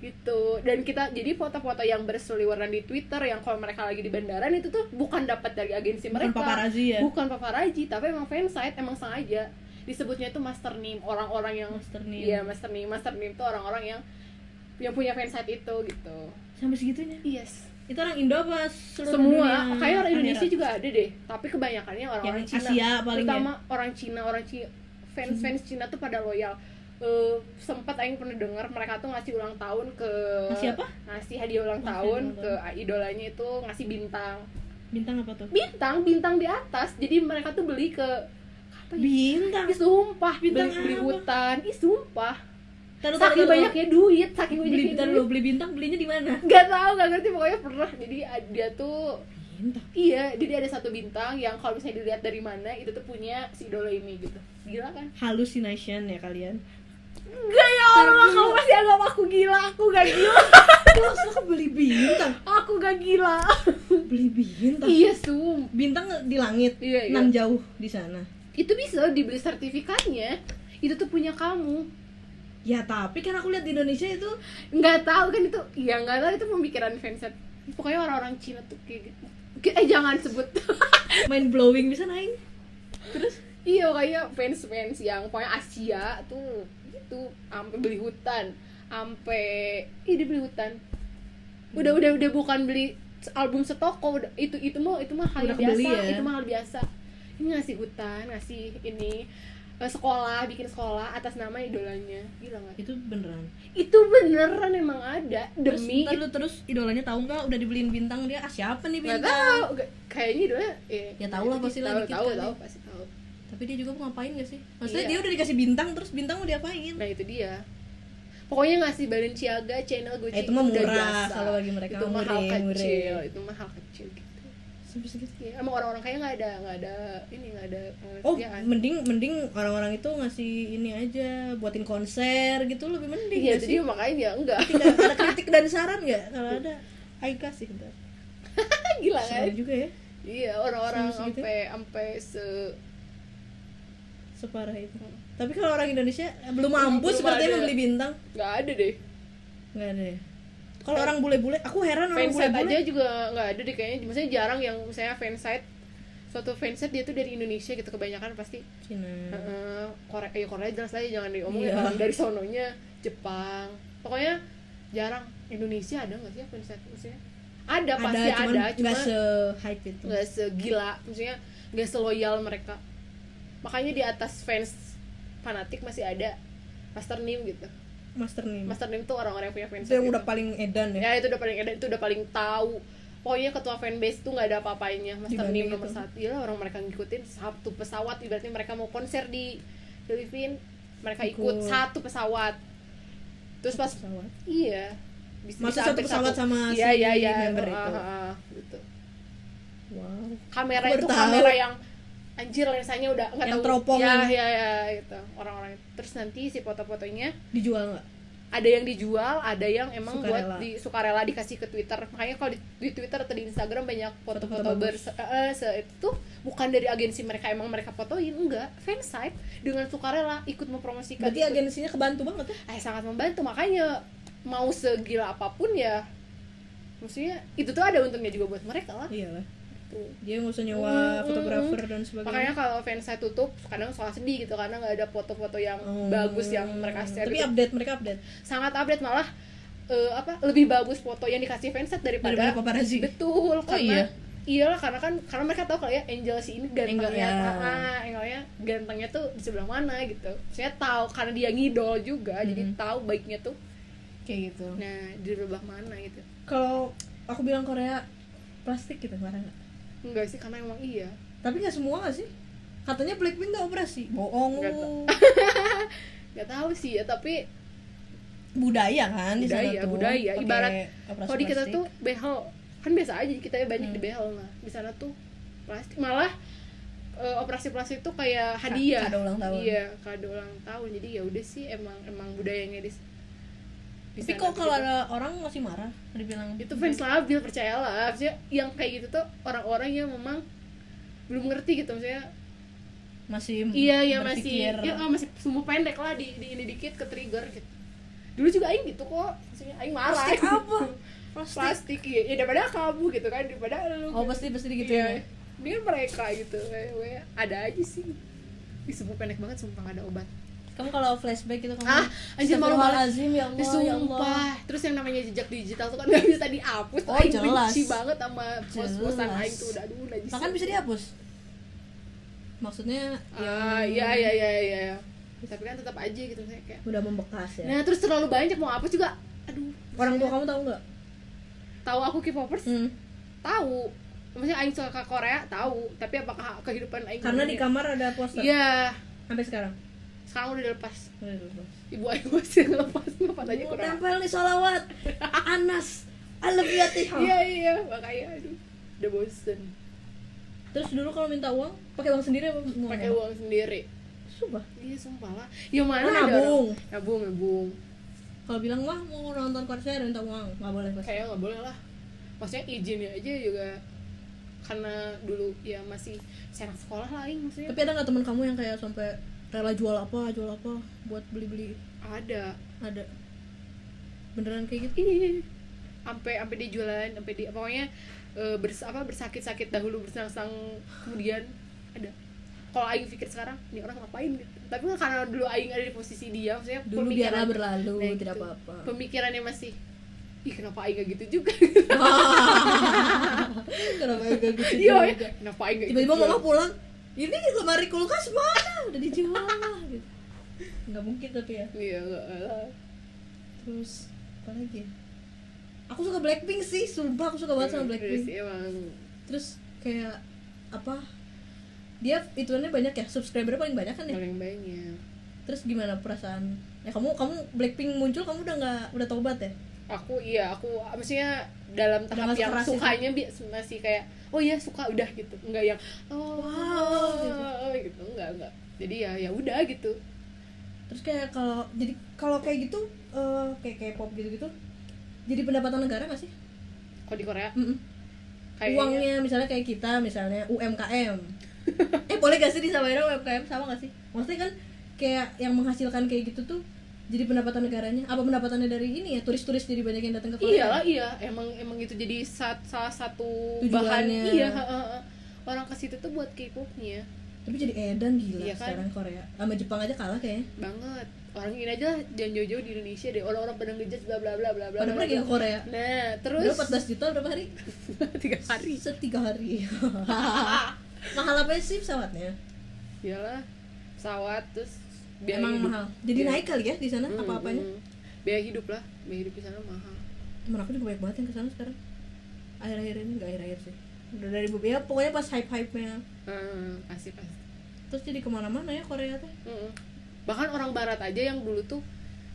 Speaker 2: gitu dan kita jadi foto-foto yang berseliweran di Twitter yang kalau mereka lagi di bandaran itu tuh bukan dapat dari agensi
Speaker 1: bukan
Speaker 2: mereka
Speaker 1: paparazzi ya
Speaker 2: bukan paparaji tapi emang fansite emang sengaja disebutnya itu master name orang-orang yang
Speaker 1: master name
Speaker 2: iya master name master name itu orang-orang yang yang punya fansite itu gitu
Speaker 1: sampai segitunya
Speaker 2: yes
Speaker 1: itu orang Indo apa seluruh
Speaker 2: semua
Speaker 1: dunia?
Speaker 2: kayak orang Indonesia
Speaker 1: Anira.
Speaker 2: juga ada deh tapi kebanyakannya orang-orang
Speaker 1: Yang
Speaker 2: Cina
Speaker 1: Asia paling ya?
Speaker 2: terutama orang Cina orang Cina fans fans Cina tuh pada loyal Eh, sempat Aing pernah dengar mereka tuh ngasih ulang tahun ke
Speaker 1: Ngasih apa?
Speaker 2: ngasih hadiah ulang
Speaker 1: Ngasih
Speaker 2: tahun
Speaker 1: ulang
Speaker 2: ke idolanya itu ngasih bintang
Speaker 1: bintang apa tuh
Speaker 2: bintang bintang di atas jadi mereka tuh beli ke apa
Speaker 1: iya.
Speaker 2: ya?
Speaker 1: bintang
Speaker 2: Ih, sumpah
Speaker 1: Bintang
Speaker 2: beli, beli
Speaker 1: apa?
Speaker 2: hutan Ih, sumpah
Speaker 1: taruh
Speaker 2: saking
Speaker 1: banyak
Speaker 2: banyaknya duit saking
Speaker 1: beli
Speaker 2: banyaknya
Speaker 1: bintang
Speaker 2: duit
Speaker 1: lu beli bintang belinya di mana
Speaker 2: nggak tahu nggak ngerti pokoknya pernah jadi ad- dia tuh
Speaker 1: bintang
Speaker 2: iya jadi ada satu bintang yang kalau misalnya dilihat dari mana itu tuh punya si idola ini gitu gila kan
Speaker 1: hallucination ya kalian
Speaker 2: enggak ya Allah kamu masih anggap aku gila aku gak gila
Speaker 1: langsung beli bintang
Speaker 2: aku gak gila
Speaker 1: beli bintang
Speaker 2: iya sum
Speaker 1: bintang di langit
Speaker 2: Iya, iya.
Speaker 1: nan jauh di sana
Speaker 2: itu bisa dibeli sertifikatnya itu tuh punya kamu
Speaker 1: ya tapi kan aku lihat di Indonesia itu
Speaker 2: nggak tahu kan itu ya nggak tahu itu pemikiran fanset pokoknya orang-orang Cina tuh kayak gitu eh jangan sebut
Speaker 1: mind blowing bisa naik
Speaker 2: iya kayak fans fans yang pokoknya Asia tuh gitu sampai beli hutan sampai ih dia beli hutan udah udah udah bukan beli album setoko udah, itu itu mah itu mah hal
Speaker 1: Udah
Speaker 2: biasa
Speaker 1: kebeli ya.
Speaker 2: itu mah hal biasa ini ngasih hutan ngasih ini eh, sekolah bikin sekolah atas nama idolanya gila nggak
Speaker 1: itu beneran
Speaker 2: itu beneran emang ada
Speaker 1: terus
Speaker 2: demi
Speaker 1: ntar lu terus idolanya tahu nggak udah dibeliin bintang dia ah siapa nih
Speaker 2: nggak
Speaker 1: bintang
Speaker 2: tahu nggak- kayaknya idolanya ya,
Speaker 1: Ya tahu lah pasti kan ya. lah
Speaker 2: tahu
Speaker 1: dikit
Speaker 2: tahu
Speaker 1: kali.
Speaker 2: tahu pasti tahu
Speaker 1: tapi dia juga mau ngapain gak sih maksudnya
Speaker 2: Iya.
Speaker 1: dia udah dikasih bintang terus bintang mau diapain
Speaker 2: nah itu dia pokoknya ngasih Balenciaga channel Gucci
Speaker 1: Eh, itu mah
Speaker 2: udah
Speaker 1: murah.
Speaker 2: jasa.
Speaker 1: Kalau bagi mereka
Speaker 2: itu
Speaker 1: mah
Speaker 2: mahal
Speaker 1: murah,
Speaker 2: kecil
Speaker 1: murah.
Speaker 2: itu mahal kecil gitu
Speaker 1: Sampai segitu.
Speaker 2: ya, emang orang-orang kayaknya nggak ada nggak ada ini nggak ada eh, ya kan?
Speaker 1: oh
Speaker 2: pengertian.
Speaker 1: mending mending orang-orang itu ngasih ini aja buatin konser gitu lebih mending
Speaker 2: Iya,
Speaker 1: gak
Speaker 2: jadi makanya dia enggak.
Speaker 1: Kritik- ada kritik dan saran nggak kalau ada Ayo kasih ntar
Speaker 2: Gila kan?
Speaker 1: Seru juga ya
Speaker 2: Iya, orang-orang
Speaker 1: Serius gitu?
Speaker 2: sampai sampai se
Speaker 1: separah itu tapi kalau orang Indonesia eh, belum mampu
Speaker 2: Belum ada. ya.
Speaker 1: sepertinya membeli bintang
Speaker 2: nggak ada deh.
Speaker 1: nggak ada ya kalau orang bule-bule aku heran orang
Speaker 2: Fansite aja
Speaker 1: bule-bule
Speaker 2: juga nggak ada deh kayaknya. Maksudnya jarang yang misalnya fansite suatu fansite dia tuh dari Indonesia gitu kebanyakan pasti
Speaker 1: Cina
Speaker 2: Heeh, Korea ya Korea jelas aja jangan diomongin
Speaker 1: Iya.
Speaker 2: orang dari sononya Jepang pokoknya jarang Indonesia ada nggak sih fansite maksudnya ada Iya, pasti ada,
Speaker 1: cuman
Speaker 2: cuma
Speaker 1: nggak se hype itu
Speaker 2: nggak segila maksudnya nggak seloyal mereka makanya di atas fans fanatik masih ada master name gitu
Speaker 1: master nih
Speaker 2: master name tuh orang-orang yang punya fans gitu.
Speaker 1: itu yang udah paling edan ya
Speaker 2: ya itu udah paling edan itu udah paling tahu pokoknya ketua fanbase tuh nggak ada apa-apanya master
Speaker 1: Dibanding
Speaker 2: name nomor
Speaker 1: itu.
Speaker 2: satu ya orang mereka ngikutin satu pesawat ibaratnya mereka mau konser di Filipina mereka ikut
Speaker 1: Ikut.
Speaker 2: satu pesawat terus pas
Speaker 1: pesawat
Speaker 2: iya bisa,
Speaker 1: Maksud
Speaker 2: bisa
Speaker 1: satu
Speaker 2: sampai
Speaker 1: pesawat sama
Speaker 2: iya,
Speaker 1: si
Speaker 2: iya, iya,
Speaker 1: member
Speaker 2: heeh,
Speaker 1: itu.
Speaker 2: heeh, gitu
Speaker 1: wow
Speaker 2: kamera
Speaker 1: Baru
Speaker 2: itu
Speaker 1: tahu.
Speaker 2: kamera yang anjir lensanya udah nggak
Speaker 1: Yang
Speaker 2: tahu
Speaker 1: teropong.
Speaker 2: ya ya ya gitu orang-orang itu. terus nanti si foto-fotonya
Speaker 1: dijual nggak
Speaker 2: ada yang dijual ada yang emang buat
Speaker 1: Sukarela.
Speaker 2: di sukarela dikasih ke twitter makanya kalau di, di twitter atau di instagram banyak foto-foto
Speaker 1: Foto-foto bagus.
Speaker 2: berse eh, se- itu tuh bukan dari agensi mereka emang mereka fotoin enggak fansite dengan sukarela ikut mempromosikan
Speaker 1: berarti
Speaker 2: ikut-
Speaker 1: agensinya kebantu banget ya
Speaker 2: eh sangat membantu makanya mau segila apapun ya maksudnya itu tuh ada untungnya juga buat mereka lah
Speaker 1: iyalah
Speaker 2: Tuh.
Speaker 1: dia nggak usah
Speaker 2: Mm, mm,
Speaker 1: nyewa
Speaker 2: mm.
Speaker 1: fotografer dan sebagainya
Speaker 2: makanya kalau fans saya tutup kadang suka sedih gitu karena nggak ada foto-foto yang
Speaker 1: Oh.
Speaker 2: bagus yang mereka share
Speaker 1: tapi
Speaker 2: gitu.
Speaker 1: update mereka update
Speaker 2: sangat update malah eh, apa lebih bagus foto yang dikasih fansite daripada
Speaker 1: daripada paparazi
Speaker 2: betul
Speaker 1: iya?
Speaker 2: karena iyalah karena kan karena mereka tahu kalau ya Angel si ini gantengnya
Speaker 1: Angle, ya.
Speaker 2: ah, angle-nya gantengnya tuh di sebelah mana gitu saya tahu karena dia ngidol juga jadi
Speaker 1: Mhm.
Speaker 2: tahu baiknya tuh
Speaker 1: kayak gitu
Speaker 2: nah di sebelah mana gitu
Speaker 1: kalau aku bilang Korea plastik gitu marah nggak
Speaker 2: enggak sih karena emang iya
Speaker 1: tapi nggak semua nggak sih katanya Blackpink nggak operasi bohong
Speaker 2: Nggak
Speaker 1: lu.
Speaker 2: nggak tahu sih ya tapi
Speaker 1: budaya kan di sana
Speaker 2: Budaya,
Speaker 1: tuh
Speaker 2: budaya.
Speaker 1: pakai
Speaker 2: Ibarat
Speaker 1: operasi
Speaker 2: kalau di kita
Speaker 1: plastik.
Speaker 2: tuh behel kan biasa aja kita banyak
Speaker 1: Hmm.
Speaker 2: di behel lah di sana tuh plastik malah eh, operasi plastik tuh kayak hadiah
Speaker 1: kado ulang tahun.
Speaker 2: iya kado ulang tahun jadi ya udah sih emang emang budayanya di, di
Speaker 1: tapi
Speaker 2: sana
Speaker 1: kok
Speaker 2: tuh
Speaker 1: kalau
Speaker 2: gitu.
Speaker 1: ada orang masih marah gitu. dibilang
Speaker 2: itu fans labil percayalah maksudnya yang kayak gitu tuh orang-orang yang memang belum ngerti gitu maksudnya
Speaker 1: masih
Speaker 2: iya iya masih
Speaker 1: berpikir
Speaker 2: ya, masih sumbu pendek lah di, di ini dikit ke trigger gitu dulu juga aing gitu kok maksudnya aing marah gitu.
Speaker 1: plastik apa plastik,
Speaker 2: plastik ya, ya daripada kamu gitu kan daripada lu
Speaker 1: oh pasti pasti gitu
Speaker 2: Iya.
Speaker 1: ya
Speaker 2: Mendingan mereka gitu we- we- ada aja sih Ih, sumpah pendek banget sumpah nggak ada obat
Speaker 1: kamu kalau flashback gitu kamu
Speaker 2: Ah, anjir, malu banget.
Speaker 1: Astagfirullahalazim, ya Allah ya Allah
Speaker 2: sumpah terus yang namanya jejak digital tuh kan nggak bisa dihapus
Speaker 1: Oh,
Speaker 2: Aing
Speaker 1: jelas.
Speaker 2: benci banget sama pos-posan
Speaker 1: Jelas.
Speaker 2: aing tuh udah aduh najis
Speaker 1: bahkan bisa dihapus maksudnya
Speaker 2: ah iya iya iya iya tapi kan tetap aja gitu saya kayak
Speaker 1: udah membekas ya
Speaker 2: nah terus terlalu banyak mau hapus juga aduh
Speaker 1: orang tua kamu tahu nggak
Speaker 2: tahu aku K-popers
Speaker 1: hmm.
Speaker 2: tahu maksudnya aing suka ke Korea tahu tapi apakah kehidupan aing
Speaker 1: karena di kamar ada poster
Speaker 2: iya
Speaker 1: sampai sekarang
Speaker 2: sekarang udah dilepas
Speaker 1: Udah dilepas.
Speaker 2: ibu aing masih ngelepas ngelepas aja
Speaker 1: Mau
Speaker 2: kurang
Speaker 1: tempel nih solawat Anas Alebiyatiha
Speaker 2: iya iya makanya aduh udah bosen
Speaker 1: Terus dulu kalau minta uang pakai uang sendiri apa uang
Speaker 2: pakai
Speaker 1: mama?
Speaker 2: uang sendiri
Speaker 1: Sumpah
Speaker 2: iya sumpah lah ya mana
Speaker 1: Oh,
Speaker 2: ada
Speaker 1: nabung.
Speaker 2: orang- nabung nabung
Speaker 1: Kalau bilang wah mau nonton konser minta uang nggak boleh pasti
Speaker 2: kayaknya nggak boleh lah maksudnya izinnya aja juga karena dulu ya masih senang sekolah lah Aing, maksudnya
Speaker 1: Tapi ada nggak teman kamu yang kayak sampai rela jual apa jual apa buat beli beli
Speaker 2: ada
Speaker 1: ada beneran kayak gitu?
Speaker 2: ini sampai sampai dia jualan sampai di pokoknya eh, bers- apa bersakit-sakit dahulu bersenang-senang kemudian ada kalau Aing pikir sekarang ini orang ngapain gitu tapi kan karena dulu Aing ada di posisi dia maksudnya
Speaker 1: Dulu biarlah berlalu
Speaker 2: Nah,
Speaker 1: tidak
Speaker 2: gitu.
Speaker 1: apa-apa.
Speaker 2: pemikirannya masih ih kenapa Aing gak gitu juga
Speaker 1: Kenapa agak gitu?
Speaker 2: iya
Speaker 1: juga?
Speaker 2: iya. kenapa Aing gak
Speaker 1: gitu Tiba-tiba mama pulang ini lemari kulkas mana udah dijual lah gitu nggak mungkin tapi ya
Speaker 2: iya nggak lah
Speaker 1: terus apa lagi ya? aku suka Blackpink sih sumpah aku suka banget sama
Speaker 2: Terus
Speaker 1: Blackpink
Speaker 2: emang
Speaker 1: terus kayak apa dia ituannya banyak ya subscriber paling banyak kan ya
Speaker 2: paling banyak
Speaker 1: terus gimana perasaan ya kamu kamu Blackpink muncul kamu udah nggak udah tobat ya
Speaker 2: aku iya aku maksudnya dalam tahap
Speaker 1: Dengan
Speaker 2: yang
Speaker 1: sekeras itu.
Speaker 2: sukanya bi- masih kayak oh iya suka udah gitu nggak yang oh
Speaker 1: Wow,
Speaker 2: gitu, gitu. nggak nggak jadi ya ya udah gitu
Speaker 1: terus kayak kalau jadi kalau kayak gitu eh, kayak kayak pop gitu gitu jadi pendapatan negara nggak sih
Speaker 2: kalau di Korea
Speaker 1: Mm-mm.
Speaker 2: kayaknya
Speaker 1: uangnya misalnya kayak kita misalnya UMKM eh boleh gak sih disamain sama UMKM sama gak sih maksudnya kan kayak yang menghasilkan kayak gitu tuh jadi pendapatan negaranya apa pendapatannya dari ini ya turis-turis jadi banyak yang datang ke Korea
Speaker 2: iyalah iya emang emang itu jadi sa- salah satu bahan
Speaker 1: Tujuannya.
Speaker 2: iya ha, ha, ha. orang ke situ tuh buat K-popnya
Speaker 1: tapi jadi edan gila
Speaker 2: Iya kan?
Speaker 1: sekarang Korea sama Jepang aja kalah kayaknya
Speaker 2: banget orang ini aja lah, jangan jauh-jauh di Indonesia deh orang-orang pada ngejudge bla bla bla bla bla
Speaker 1: pada
Speaker 2: bla,
Speaker 1: pergi
Speaker 2: bla.
Speaker 1: ke Korea
Speaker 2: nah terus
Speaker 1: berapa 14 juta berapa hari
Speaker 2: tiga hari
Speaker 1: setiga hari mahal apa sih pesawatnya
Speaker 2: iyalah pesawat terus biaya
Speaker 1: emang
Speaker 2: hidup. Iya.
Speaker 1: mahal jadi
Speaker 2: Biaya-
Speaker 1: naik kali ya di sana
Speaker 2: Hmm,
Speaker 1: apa apanya
Speaker 2: hmm. biaya hidup lah biaya hidup di sana mahal
Speaker 1: temen aku juga banyak banget yang kesana sekarang akhir-akhir ini nggak akhir-akhir sih udah dari ya pokoknya pas hype-hype nya
Speaker 2: hmm, pasti pasti
Speaker 1: terus jadi kemana-mana ya Korea teh
Speaker 2: Mm-mm. bahkan orang barat aja yang dulu tuh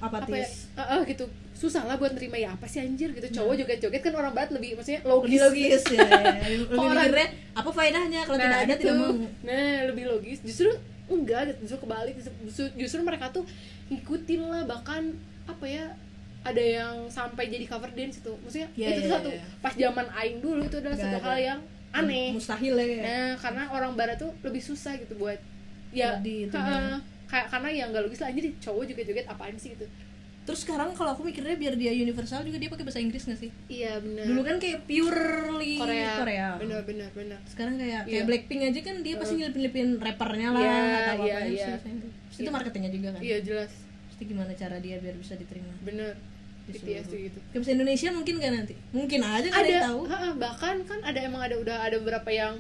Speaker 2: apa ya
Speaker 1: apatis
Speaker 2: eh, eh, gitu susah lah buat nerima ya apa sih anjir gitu cowok joget-joget kan orang barat lebih maksudnya
Speaker 1: logis
Speaker 2: logis
Speaker 1: logis ya lebih
Speaker 2: Kalau orang-
Speaker 1: mikirnya apa faedahnya kalau tidak ada
Speaker 2: gitu.
Speaker 1: tidak mau
Speaker 2: nah lebih logis justru enggak gitu. justru kebalik justru, justru mereka tuh ngikutin lah bahkan apa ya ada yang sampai jadi cover dance itu maksudnya
Speaker 1: Iya,
Speaker 2: itu tuh
Speaker 1: iya,
Speaker 2: satu
Speaker 1: iya.
Speaker 2: pas zaman aing dulu itu adalah
Speaker 1: Nggak
Speaker 2: satu
Speaker 1: ada.
Speaker 2: hal yang aneh
Speaker 1: mustahil ya kayak.
Speaker 2: Nah, karena orang barat tuh lebih susah gitu buat ya
Speaker 1: Jadi itu
Speaker 2: ka-
Speaker 1: ya.
Speaker 2: ka- karena yang nggak logis lah anjir cowok joget-joget apaan sih gitu.
Speaker 1: terus sekarang kalau aku mikirnya biar dia universal juga dia pakai bahasa Inggris nggak sih
Speaker 2: Iya benar.
Speaker 1: dulu kan kayak purely
Speaker 2: Korea.
Speaker 1: Korea,
Speaker 2: Benar benar benar.
Speaker 1: sekarang kayak kayak
Speaker 2: Iya.
Speaker 1: Blackpink aja kan dia pasti nyelipin-nyelipin rappernya lah
Speaker 2: Iya,
Speaker 1: atau
Speaker 2: iya,
Speaker 1: apa
Speaker 2: iya.
Speaker 1: itu marketingnya juga kan
Speaker 2: Iya jelas.
Speaker 1: Pasti gimana cara dia biar bisa diterima
Speaker 2: Benar.
Speaker 1: di
Speaker 2: BTS tuh
Speaker 1: seluruh-
Speaker 2: gitu.
Speaker 1: ke bahasa Indonesia mungkin kan nanti mungkin aja kan
Speaker 2: Ada
Speaker 1: ada tahu
Speaker 2: ha-ha, bahkan kan ada emang ada udah ada beberapa yang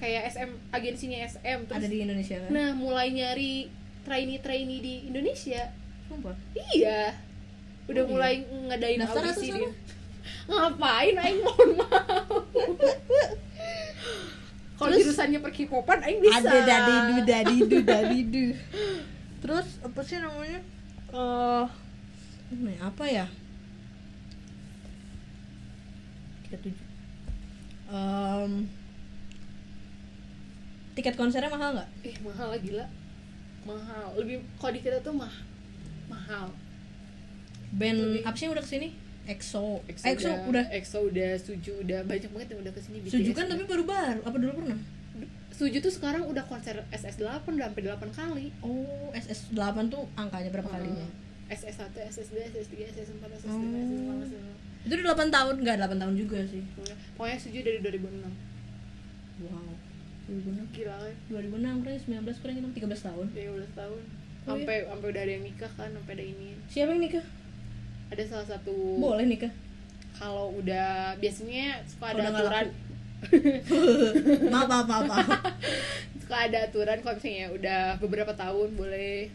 Speaker 2: kayak SM agensinya SM terus
Speaker 1: ada di Indonesia kan
Speaker 2: nah mulai nyari trainee-trainee di Indonesia.
Speaker 1: Sumpah.
Speaker 2: Iya. Udah mulai ngadain
Speaker 1: Oh, Daftar
Speaker 2: audisi
Speaker 1: atau
Speaker 2: di
Speaker 1: sana?
Speaker 2: Ngapain aing mohon maaf. Kalau jurusannya perkipopan aing bisa.
Speaker 1: ada dadidu dadidu dadidu terus apa sih namanya eh ini apa ya tiket tujuh Em, tiket konsernya mahal nggak
Speaker 2: Eh, mahal lah gila. Mahal. Lebih kalau di kita tuh mah mahal.
Speaker 1: band
Speaker 2: Lebih.
Speaker 1: apa sih yang udah kesini EXO EXO udah
Speaker 2: EXO udah, Eh, Suju udah, banyak banget yang udah kesini BTS.
Speaker 1: Suju kan tapi baru baru apa dulu pernah
Speaker 2: Suju tuh sekarang udah konser SS8 udah sampai 8 kali. Oh,
Speaker 1: oh SS 8 tuh angkanya berapa kalinya
Speaker 2: SS1, SS2, SS3, SS4, SS5,
Speaker 1: Hmm.
Speaker 2: SS6, SS7.
Speaker 1: itu udah 8 tahun nggak 8 tahun juga sih
Speaker 2: Pokoknya Suju dari 2006.
Speaker 1: wow 2006
Speaker 2: Gila kan?
Speaker 1: 2006 kurang 19 kurang enam, 13 tahun
Speaker 2: 15 tahun
Speaker 1: Oh,
Speaker 2: Iya, sampai sampai udah ada yang nikah kan sampai ada ini
Speaker 1: siapa yang nikah
Speaker 2: ada salah satu
Speaker 1: boleh nikah
Speaker 2: kalau udah biasanya suka ada
Speaker 1: Udah nggak
Speaker 2: aturan
Speaker 1: maaf maaf maaf, maaf.
Speaker 2: suka ada aturan kalau misalnya udah beberapa tahun boleh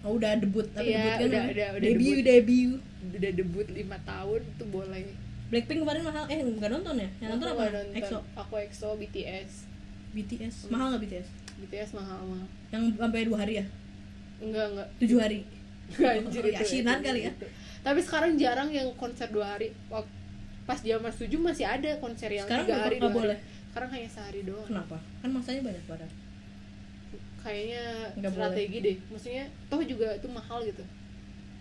Speaker 1: Oh, udah debut tapi
Speaker 2: Iya,
Speaker 1: debut kan
Speaker 2: udah-
Speaker 1: namanya?
Speaker 2: udah- udah
Speaker 1: debut
Speaker 2: debut.
Speaker 1: debut
Speaker 2: udah debut lima tahun tuh boleh
Speaker 1: Blackpink kemarin mahal eh bukan nonton ya yang nonton
Speaker 2: Aku
Speaker 1: apa
Speaker 2: nggak nonton. Hmm.
Speaker 1: EXO
Speaker 2: aku EXO BTS
Speaker 1: BTS mahal nggak BTS
Speaker 2: BTS mahal mahal
Speaker 1: yang sampai dua hari ya
Speaker 2: enggak enggak
Speaker 1: tujuh hari
Speaker 2: Anjir, itu- itu-
Speaker 1: Yasinan Oh, kali ya.
Speaker 2: itu. tapi sekarang jarang yang konser dua hari Wak- pas zaman setuju masih ada konser yang
Speaker 1: Sekarang
Speaker 2: tiga
Speaker 1: nggak-
Speaker 2: hari
Speaker 1: nggak
Speaker 2: dua hari.
Speaker 1: boleh.
Speaker 2: sekarang hanya sehari doang
Speaker 1: kenapa kan masanya banyak padahal
Speaker 2: kayaknya
Speaker 1: Nggak
Speaker 2: strategi deh maksudnya toh juga itu mahal gitu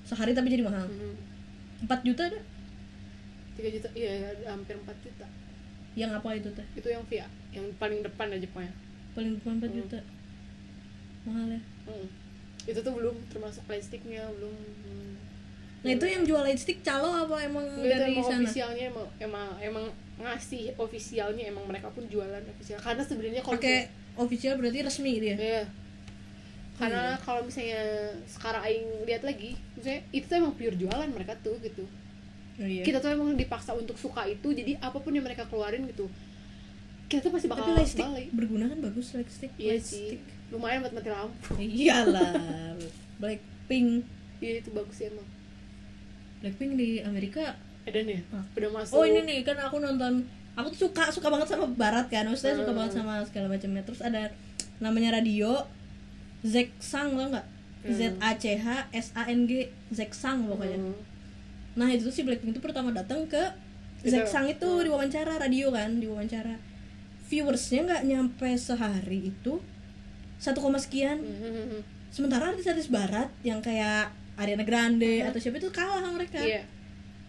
Speaker 1: sehari tapi jadi mahal
Speaker 2: Mhm.
Speaker 1: 4 juta ada
Speaker 2: tiga juta iya ya, hampir 4 juta
Speaker 1: yang apa itu teh
Speaker 2: itu yang via yang paling depan aja pokoknya
Speaker 1: paling depan 4
Speaker 2: Hmm.
Speaker 1: juta mahal ya
Speaker 2: Mhm. itu tuh belum termasuk plastiknya belum hmm.
Speaker 1: nah itu yang jual lightstick calo apa emang
Speaker 2: Nggak, itu
Speaker 1: dari
Speaker 2: emang
Speaker 1: sana
Speaker 2: ofisialnya emang, emang emang ngasih ofisialnya emang mereka pun jualan ofisial karena sebenarnya kalau
Speaker 1: pakai official berarti resmi dia
Speaker 2: Iya. Karena
Speaker 1: Iya.
Speaker 2: kalau misalnya sekarang aing lihat lagi, misalnya itu tuh emang pure jualan mereka tuh gitu.
Speaker 1: Oh, iya.
Speaker 2: Kita tuh emang dipaksa untuk suka itu, jadi apapun yang mereka keluarin gitu. kita tuh pasti bakal
Speaker 1: tapi lightstick
Speaker 2: balik
Speaker 1: berguna kan bagus lightstick
Speaker 2: iya sih
Speaker 1: lightstick
Speaker 2: lumayan buat mati lampu
Speaker 1: iyalah Blackpink
Speaker 2: iya itu bagus sih emang
Speaker 1: Blackpink di Amerika
Speaker 2: ada nih ya?
Speaker 1: Hah.
Speaker 2: udah masuk
Speaker 1: oh ini nih kan aku nonton aku tuh suka suka banget sama barat kan maksudnya suka
Speaker 2: Hmm.
Speaker 1: banget sama segala macamnya terus ada namanya radio Zack Sang tau nggak
Speaker 2: Hmm.
Speaker 1: Z A C H S A N G Zack Sang pokoknya
Speaker 2: Hmm.
Speaker 1: nah itu tuh si Blackpink itu pertama datang ke
Speaker 2: Gitu.
Speaker 1: Zack Sang itu diwawancara radio kan diwawancara viewersnya nggak nyampe sehari itu satu koma sekian
Speaker 2: Hmm.
Speaker 1: sementara artis-artis barat yang kayak Ariana Grande atau siapa itu kalah sama mereka
Speaker 2: Hmm. iya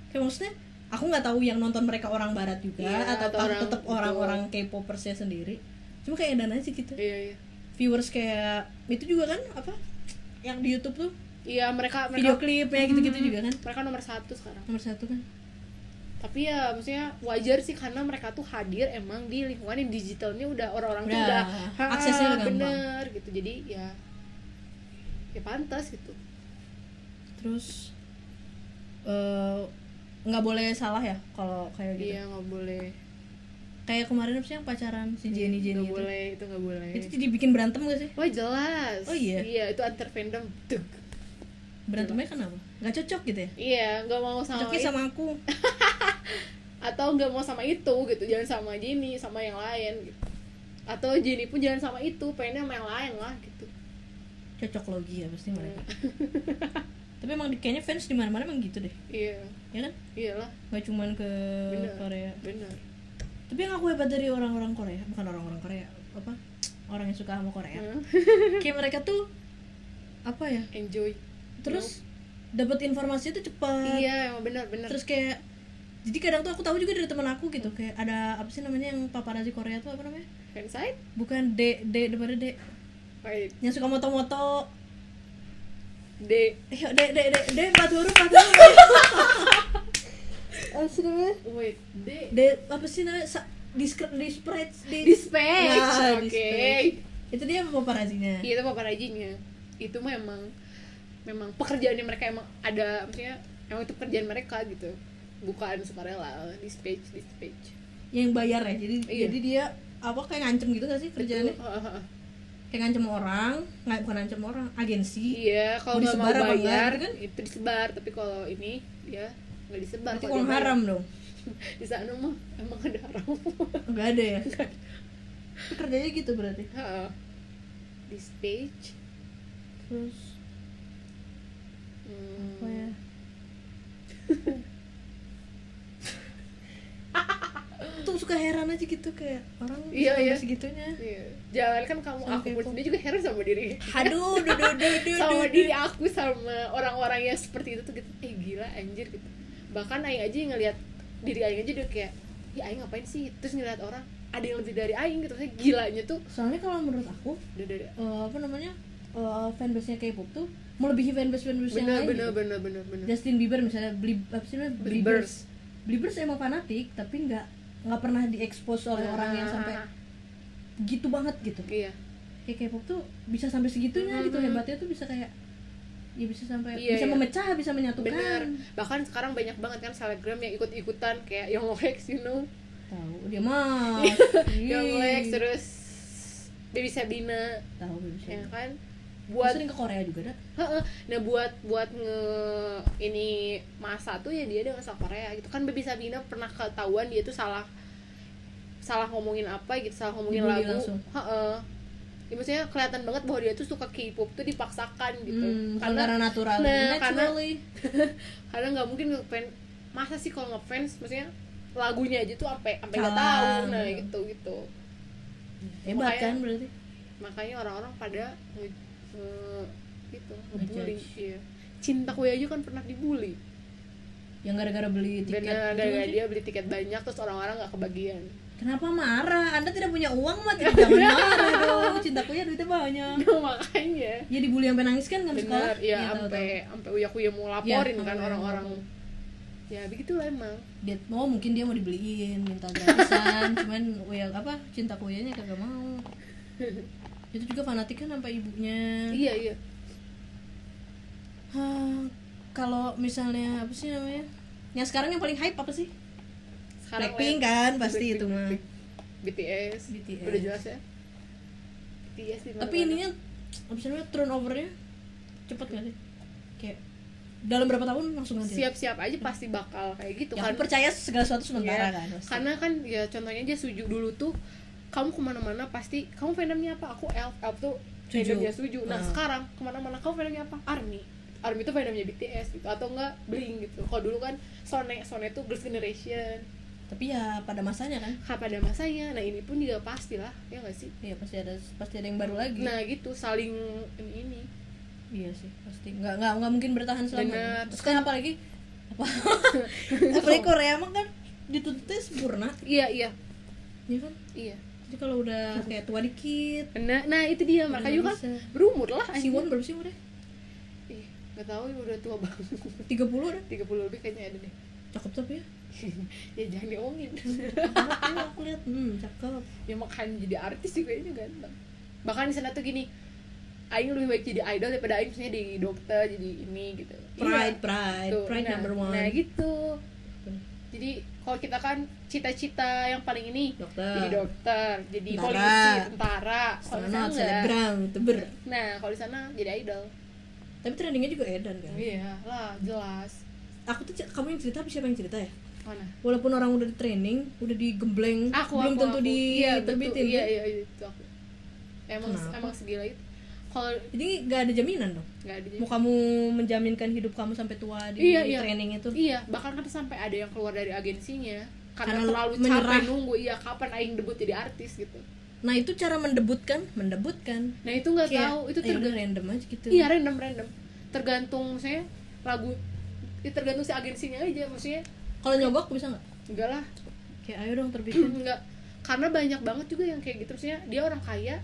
Speaker 1: kayak maksudnya aku nggak tahu yang nonton mereka orang barat juga
Speaker 2: Iya,
Speaker 1: atau,
Speaker 2: atau orang-
Speaker 1: tetap orang-orang K-popersnya sendiri cuma kayak edan aja gitu
Speaker 2: iya iya
Speaker 1: viewers kayak itu juga kan apa yang di YouTube tuh
Speaker 2: iya mereka Hmm. mereka
Speaker 1: video klipnya gitu-gitu juga kan
Speaker 2: mereka nomor satu sekarang
Speaker 1: nomor satu kan
Speaker 2: tapi ya maksudnya wajar sih karena mereka tuh hadir emang di lingkungan yang digitalnya udah orang-orang tuh
Speaker 1: Udah,
Speaker 2: udah "Ha,
Speaker 1: aksesnya udah gampang."
Speaker 2: bener gitu jadi ya ya pantas gitu
Speaker 1: terus eh, nggak boleh salah ya kalau kayak gitu
Speaker 2: iya nggak boleh
Speaker 1: kayak kemarin apa sih yang pacaran si Jenny Jenny
Speaker 2: nggak
Speaker 1: itu
Speaker 2: boleh itu nggak boleh
Speaker 1: gitu. itu jadi bikin berantem gak sih
Speaker 2: Wah jelas.
Speaker 1: Oh, iya?
Speaker 2: Iya itu antar fandom. Tuk.
Speaker 1: berantemnya kenapa nggak cocok gitu ya
Speaker 2: Iya nggak mau sama,
Speaker 1: cocoknya
Speaker 2: itu.
Speaker 1: sama aku
Speaker 2: atau nggak mau sama itu gitu jangan sama Jenny sama yang lain gitu. Atau Jenny pun jangan sama itu pengennya sama yang lain lah gitu.
Speaker 1: cocok logi ya
Speaker 2: Iya.
Speaker 1: pasti mereka tapi emang di- kayaknya fans di mana mana emang gitu deh
Speaker 2: Iya
Speaker 1: ya kan
Speaker 2: iyalah
Speaker 1: nggak cuman ke
Speaker 2: Bener.
Speaker 1: Eh, Korea
Speaker 2: benar.
Speaker 1: tapi yang aku hebat dari orang-orang Korea bukan orang-orang Korea apa orang yang suka sama Korea
Speaker 2: Hah? Iya.
Speaker 1: kayak mereka tuh apa ya
Speaker 2: Enjoy.
Speaker 1: terus dapat informasi tuh cepat
Speaker 2: Iya emang benar benar.
Speaker 1: Eh. terus kayak jadi kadang tuh aku tahu juga dari teman aku gitu kayak ada apa sih namanya yang paparazi Korea tuh apa namanya
Speaker 2: Fansite?
Speaker 1: bukan D D depannya D
Speaker 2: Wait,
Speaker 1: yang suka moto-moto
Speaker 2: D.
Speaker 1: Ayo, D D D D empat huruf empat huruf
Speaker 3: Apa sih namanya?
Speaker 2: Wait, D.
Speaker 1: D apa sih namanya Sa- diskre- disprate di
Speaker 2: Dispatch.
Speaker 1: Nah,
Speaker 2: Oke.
Speaker 1: dispatch. itu dia paparazinya
Speaker 2: Iya itu paparajinya itu memang memang pekerjaannya mereka emang ada maksudnya emang itu pekerjaan mereka gitu bukan sukarela dispatch dispatch
Speaker 1: yang bayar ya jadi
Speaker 2: Iya.
Speaker 1: jadi dia apa kayak ngancem gitu gak sih kerjaannya
Speaker 2: Betul.
Speaker 1: kayak ngancem orang nggak bukan ngancem orang agensi
Speaker 2: iya kalau
Speaker 1: Mau
Speaker 2: nggak mau
Speaker 1: disebar apa
Speaker 2: bayar
Speaker 1: enggak, gitu kan?
Speaker 2: itu disebar tapi kalau ini dia nggak disebar
Speaker 1: berarti
Speaker 2: Kalau
Speaker 1: uang
Speaker 2: dia bayar.
Speaker 1: haram dong
Speaker 2: di sana mah emang ada haram
Speaker 1: nggak ada ya Itu kerjanya gitu berarti
Speaker 2: Heeh. dispatch
Speaker 1: terus
Speaker 2: hmm.
Speaker 1: apa ya tuh suka heran aja gitu kayak orang
Speaker 2: Iya,
Speaker 1: sampai
Speaker 2: iya.
Speaker 1: segitunya
Speaker 2: Iya. jangan kan kamu
Speaker 1: Sama
Speaker 2: aku
Speaker 1: kayak
Speaker 2: pun
Speaker 1: aku.
Speaker 2: sendiri juga heran sama diri
Speaker 1: aduh duh duh duh duh
Speaker 2: sama
Speaker 1: duh,
Speaker 2: diri aku sama orang-orang yang seperti itu tuh gitu eh gila anjir gitu bahkan Aing aja yang ngeliat diri Aing aja udah kayak ya Aing ngapain sih terus ngeliat orang ada yang lebih dari Aing gitu kayak gilanya tuh
Speaker 1: soalnya kalau menurut aku
Speaker 2: udah dari
Speaker 1: eh, apa namanya eh, fanbase nya K-pop tuh melebihi fanbase fanbase yang
Speaker 2: bener
Speaker 1: lain
Speaker 2: bener
Speaker 1: gitu.
Speaker 2: bener bener bener
Speaker 1: Justin Bieber misalnya beli apa sih namanya
Speaker 2: Beliebers.
Speaker 1: Beliebers Beliebers emang fanatik tapi nggak nggak pernah diekspos oleh orang yang sampai
Speaker 2: Ah,
Speaker 1: gitu banget gitu
Speaker 2: iya
Speaker 1: kayak K-pop tuh bisa sampai segitunya gitu
Speaker 2: Mhm.
Speaker 1: hebatnya tuh bisa kayak ya bisa sampai
Speaker 2: Iya,
Speaker 1: bisa
Speaker 2: iya.
Speaker 1: memecah bisa menyatukan
Speaker 2: bener bahkan sekarang banyak banget kan selebgram yang ikut-ikutan kayak Young Lex you know
Speaker 1: tahu dia mah Iya.
Speaker 2: Young Lex terus Baby Sabina
Speaker 1: tahu
Speaker 2: ya
Speaker 1: bisa
Speaker 2: kan
Speaker 1: buat
Speaker 2: buat
Speaker 1: sering ke Korea juga dah
Speaker 2: Heeh. Nah buat buat nge ini masa tuh ya dia dengan asal Korea gitu kan Baby Sabina pernah ketahuan dia tuh salah salah ngomongin apa gitu salah ngomongin
Speaker 1: Dibully
Speaker 2: lagu.
Speaker 1: langsung.
Speaker 2: Heeh. Ya, maksudnya kelihatan banget bahwa dia tuh suka K-pop tuh dipaksakan gitu.
Speaker 1: Hmm, bukan
Speaker 2: karena
Speaker 1: karena natural
Speaker 2: nah, karena
Speaker 1: naturally
Speaker 2: karena nggak mungkin ngefans masa sih kalau ngefans maksudnya lagunya aja tuh sampai sampai nggak
Speaker 1: Salah.
Speaker 2: tahu nah gitu gitu
Speaker 1: hebat
Speaker 2: makanya-
Speaker 1: kan berarti
Speaker 2: makanya orang-orang pada nge, nge- gitu
Speaker 1: Ngejudge.
Speaker 2: ngebully iya. cinta kue aja kan pernah dibully
Speaker 1: yang gara-gara beli tiket
Speaker 2: Bener,
Speaker 1: gitu
Speaker 2: gara
Speaker 1: kan sih?
Speaker 2: dia beli tiket banyak terus orang-orang nggak kebagian.
Speaker 1: Kenapa marah? Anda tidak punya uang mah tidak jangan marah dong. Cintaku ya duitnya banyak.
Speaker 2: Makanya.
Speaker 1: Ya dibully sampai nangis kan nggak sekolah?
Speaker 2: Bener, ya
Speaker 1: tahu,
Speaker 2: sampai sampai uya kuya mau
Speaker 1: Ya,
Speaker 2: laporin kan
Speaker 1: sampai
Speaker 2: orang-orang.
Speaker 1: lapor.
Speaker 2: Ya begitulah emang.
Speaker 1: tahu. Dia oh mungkin dia mau dibeliin minta gratisan, cuman ya apa cinta kuyanya kagak mau. Itu juga fanatik kan sampai ibunya.
Speaker 2: Iya iya.
Speaker 1: Hah, kalau misalnya apa sih namanya? Yang sekarang yang paling hype apa sih?
Speaker 2: Sekarang
Speaker 1: Blackpink kan pasti
Speaker 2: Blackpink,
Speaker 1: itu mah.
Speaker 2: Blackpink. BTS,
Speaker 1: BTS.
Speaker 2: udah jelas ya BTS di mana-mana.
Speaker 1: tapi ininya apa sih namanya turnovernya cepet gak sih kayak dalam berapa tahun langsung ganti
Speaker 2: siap-siap aja pasti bakal kayak gitu
Speaker 1: ya,
Speaker 2: kan
Speaker 1: aku percaya segala sesuatu
Speaker 2: Iya,
Speaker 1: sementara kan pasti.
Speaker 2: karena kan ya contohnya aja suju dulu tuh kamu kemana-mana pasti kamu fandomnya apa aku elf elf tuh
Speaker 1: Suju.
Speaker 2: fandomnya suju nah
Speaker 1: Ah.
Speaker 2: sekarang kemana-mana kamu fandomnya apa army army tuh fandomnya BTS gitu atau enggak bling gitu kalau dulu kan sone sone tuh girls generation
Speaker 1: tapi ya pada masanya kan
Speaker 2: Kan pada masanya nah ini pun juga pastilah ya nggak sih
Speaker 1: iya pasti ada pasti ada yang baru lagi
Speaker 2: nah gitu saling ini ini
Speaker 1: iya sih pasti nggak nggak nggak mungkin bertahan
Speaker 2: Benar.
Speaker 1: selama terus kan apalagi apa apalagi Korea mah kan dituntutnya sempurna
Speaker 2: iya iya
Speaker 1: ya kan
Speaker 2: iya
Speaker 1: jadi kalau udah kayak tua dikit
Speaker 2: nah, nah itu dia
Speaker 1: Udah
Speaker 2: makanya juga
Speaker 1: bisa.
Speaker 2: kan berumur lah
Speaker 1: Siwon berapa sih umurnya
Speaker 2: Ih, nggak tahu udah tua banget
Speaker 1: 30 udah
Speaker 2: 30 lebih kayaknya ada deh
Speaker 1: cakep tapi ya
Speaker 2: ya jangan diomongin
Speaker 1: Iya, aku lihat hmm cakep
Speaker 2: ya makanya jadi artis juga ini ganteng bahkan di sana tuh gini Aing lebih baik jadi idol daripada Aing misalnya di dokter jadi ini gitu Iya.
Speaker 1: pride pride
Speaker 2: Tuh,
Speaker 1: pride
Speaker 2: nah,
Speaker 1: number one
Speaker 2: nah gitu jadi kalau kita kan cita-cita yang paling ini
Speaker 1: Dokter.
Speaker 2: jadi dokter jadi
Speaker 1: Iya. Tentara.
Speaker 2: polisi tentara kalau di sana
Speaker 1: astronot
Speaker 2: enggak.
Speaker 1: selebgram youtuber
Speaker 2: nah kalau di sana jadi idol
Speaker 1: tapi trendingnya juga edan kan
Speaker 2: iya lah jelas
Speaker 1: aku tuh c- kamu yang cerita apa siapa yang cerita ya
Speaker 2: mana
Speaker 1: walaupun orang udah di training udah digembleng
Speaker 2: aku
Speaker 1: belum
Speaker 2: aku,
Speaker 1: tentu
Speaker 2: aku. iya, betul.
Speaker 1: diterbitin
Speaker 2: iya
Speaker 1: kan?
Speaker 2: iya itu aku emang
Speaker 1: Kenapa?
Speaker 2: emang segila itu kalau
Speaker 1: jadi nggak ada jaminan dong
Speaker 2: nggak ada
Speaker 1: mau kamu menjaminkan hidup kamu sampai tua di
Speaker 2: Iya, iya.
Speaker 1: training itu
Speaker 2: Iya, bahkan kan sampai ada yang keluar dari agensinya karena,
Speaker 1: Karena
Speaker 2: terlalu
Speaker 1: menyerah.
Speaker 2: capek nunggu iya kapan aing debut jadi artis gitu.
Speaker 1: nah itu cara mendebutkan mendebutkan
Speaker 2: Nah, itu nggak
Speaker 1: Kayak,
Speaker 2: tahu, itu
Speaker 1: ya udah,
Speaker 2: tergantung
Speaker 1: random aja gitu
Speaker 2: iya random random. Tergantung saya lagu ya, tergantung si agensinya aja maksudnya
Speaker 1: kalau nyogok bisa nggak
Speaker 2: enggak lah
Speaker 1: kayak ayo dong terbitin
Speaker 2: enggak karena banyak banget juga yang kayak gitu maksudnya dia orang kaya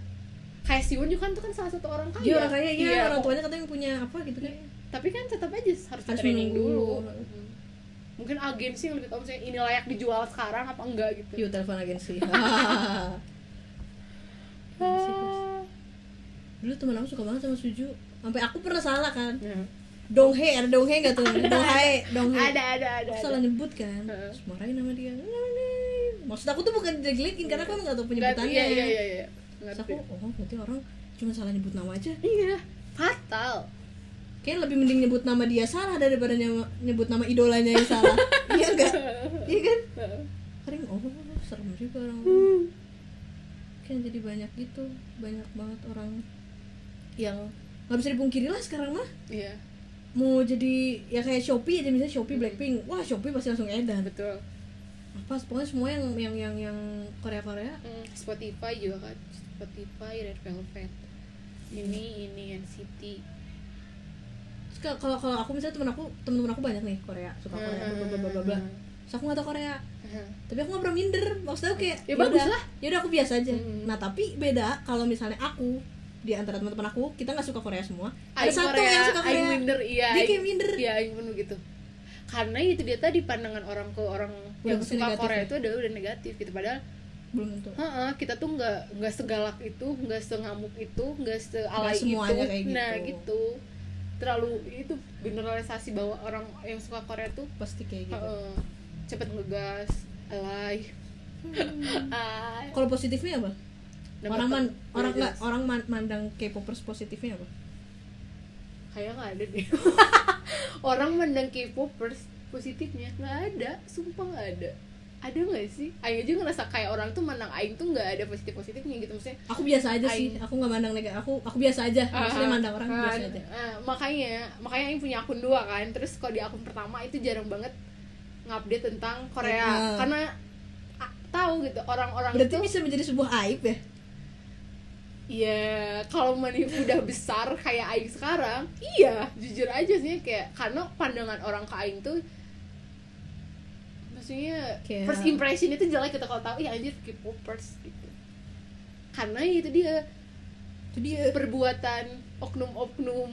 Speaker 2: kayak Siwon juga kan tuh kan salah satu orang kaya
Speaker 1: dia orang kaya iya orang
Speaker 2: kok-
Speaker 1: tuanya katanya punya apa gitu kan
Speaker 2: iya. tapi kan tetap aja harus,
Speaker 1: Harus
Speaker 2: training
Speaker 1: menunggu.
Speaker 2: dulu Mm. mungkin agensi yang lebih tahu misalnya ini layak dijual sekarang apa enggak gitu
Speaker 1: yuk telepon agensi
Speaker 2: Ah.
Speaker 1: dulu teman aku suka banget sama Suju sampai aku pernah salah kan
Speaker 2: Ya.
Speaker 1: Donghae ada Donghae nggak tuh Donghae Donghae
Speaker 2: Ada ada ada.
Speaker 1: Iya. aku
Speaker 2: ada.
Speaker 1: salah nyebut kan
Speaker 2: Heeh.
Speaker 1: terus marahin sama dia maksud aku tuh bukan jelekin karena aku emang nggak tahu
Speaker 2: Nggak-
Speaker 1: penyebutannya
Speaker 2: Iya iya iya iya.
Speaker 1: terus
Speaker 2: Ngerti.
Speaker 1: aku oh berarti orang cuma salah nyebut nama aja
Speaker 2: Iya. Fatal.
Speaker 1: kayak lebih mending nyebut nama dia salah daripada nyama- nyebut nama idolanya yang salah iya enggak iya kan
Speaker 2: Heeh.
Speaker 1: kering oh serem juga orang kan jadi banyak gitu banyak banget orang yang nggak bisa dipungkiri lah sekarang mah
Speaker 2: Iya.
Speaker 1: mau jadi ya kayak Shopee aja misalnya Shopee Blackpink wah Shopee pasti langsung edan
Speaker 2: Betul.
Speaker 1: apa pokoknya semua yang yang yang yang Korea Korea
Speaker 2: Hmm, Spotify juga kan. Spotify Red Velvet. Ini ini NCT.
Speaker 1: Terus kalau- kalau kalau aku misalnya temen aku temen-temen aku banyak nih Korea suka Korea ya,
Speaker 2: Hmm.
Speaker 1: bla bla bla bla bla Terus aku nggak tau Korea
Speaker 2: Heeh.
Speaker 1: tapi aku nggak pernah minder maksudnya aku kayak
Speaker 2: Ya, bagus
Speaker 1: yaudah,
Speaker 2: lah.
Speaker 1: yaudah aku biasa aja
Speaker 2: Hmm.
Speaker 1: nah tapi beda kalau misalnya aku di antara teman-teman aku kita nggak suka Korea semua
Speaker 2: Aing
Speaker 1: ada satu
Speaker 2: Korea,
Speaker 1: yang suka Korea
Speaker 2: Aing minder, iya.
Speaker 1: Dia
Speaker 2: Aing-
Speaker 1: kayak minder.
Speaker 2: Iya, Aing pun begitu. Karena itu dia tadi pandangan orang ke orang yang
Speaker 1: Yang
Speaker 2: suka
Speaker 1: negatif
Speaker 2: Korea
Speaker 1: ya.
Speaker 2: itu adalah udah negatif gitu padahal
Speaker 1: belum tentu
Speaker 2: Heeh, kita tuh nggak nggak segalak itu, nggak sengamuk itu, nggak sealai
Speaker 1: Nggak semuanya
Speaker 2: itu.
Speaker 1: kayak gitu.
Speaker 2: Nah gitu, terlalu itu generalisasi bahwa orang yang suka Korea tuh
Speaker 1: pasti kayak gitu
Speaker 2: heeh, cepet ngegas, alay, alay.
Speaker 1: kalau positifnya apa
Speaker 2: Nah,
Speaker 1: Hmm. orang man,
Speaker 2: betul.
Speaker 1: orang
Speaker 2: Iya,
Speaker 1: nggak
Speaker 2: jelas.
Speaker 1: orang man- mandang K-popers positifnya apa
Speaker 2: kayak nggak ada deh. orang mandang K-popers positifnya nggak ada, sumpah nggak ada. Ada nggak sih? Aing aja ngerasa kayak orang tuh mandang Aing tuh nggak ada positif positifnya gitu maksudnya
Speaker 1: aku biasa aja sih
Speaker 2: Aing.
Speaker 1: aku nggak mandang negatif aku aku biasa aja maksudnya
Speaker 2: Ah,
Speaker 1: mandang orang
Speaker 2: ah,
Speaker 1: biasa aja
Speaker 2: ah, makanya makanya yang punya akun dua kan terus kalau di akun pertama itu jarang banget ngupdate tentang Korea
Speaker 1: Ah.
Speaker 2: karena ah, tahu gitu orang-orang
Speaker 1: berarti
Speaker 2: itu
Speaker 1: bisa menjadi sebuah aib ya
Speaker 2: ya kalau menipu udah besar kayak Aing sekarang iya jujur aja sih kayak karena pandangan orang ke Aing tuh maksudnya
Speaker 1: Kayak-
Speaker 2: first impression itu jelek kita kalau tahu ya anjir K-popers gitu karena itu dia
Speaker 1: itu dia
Speaker 2: perbuatan oknum-oknum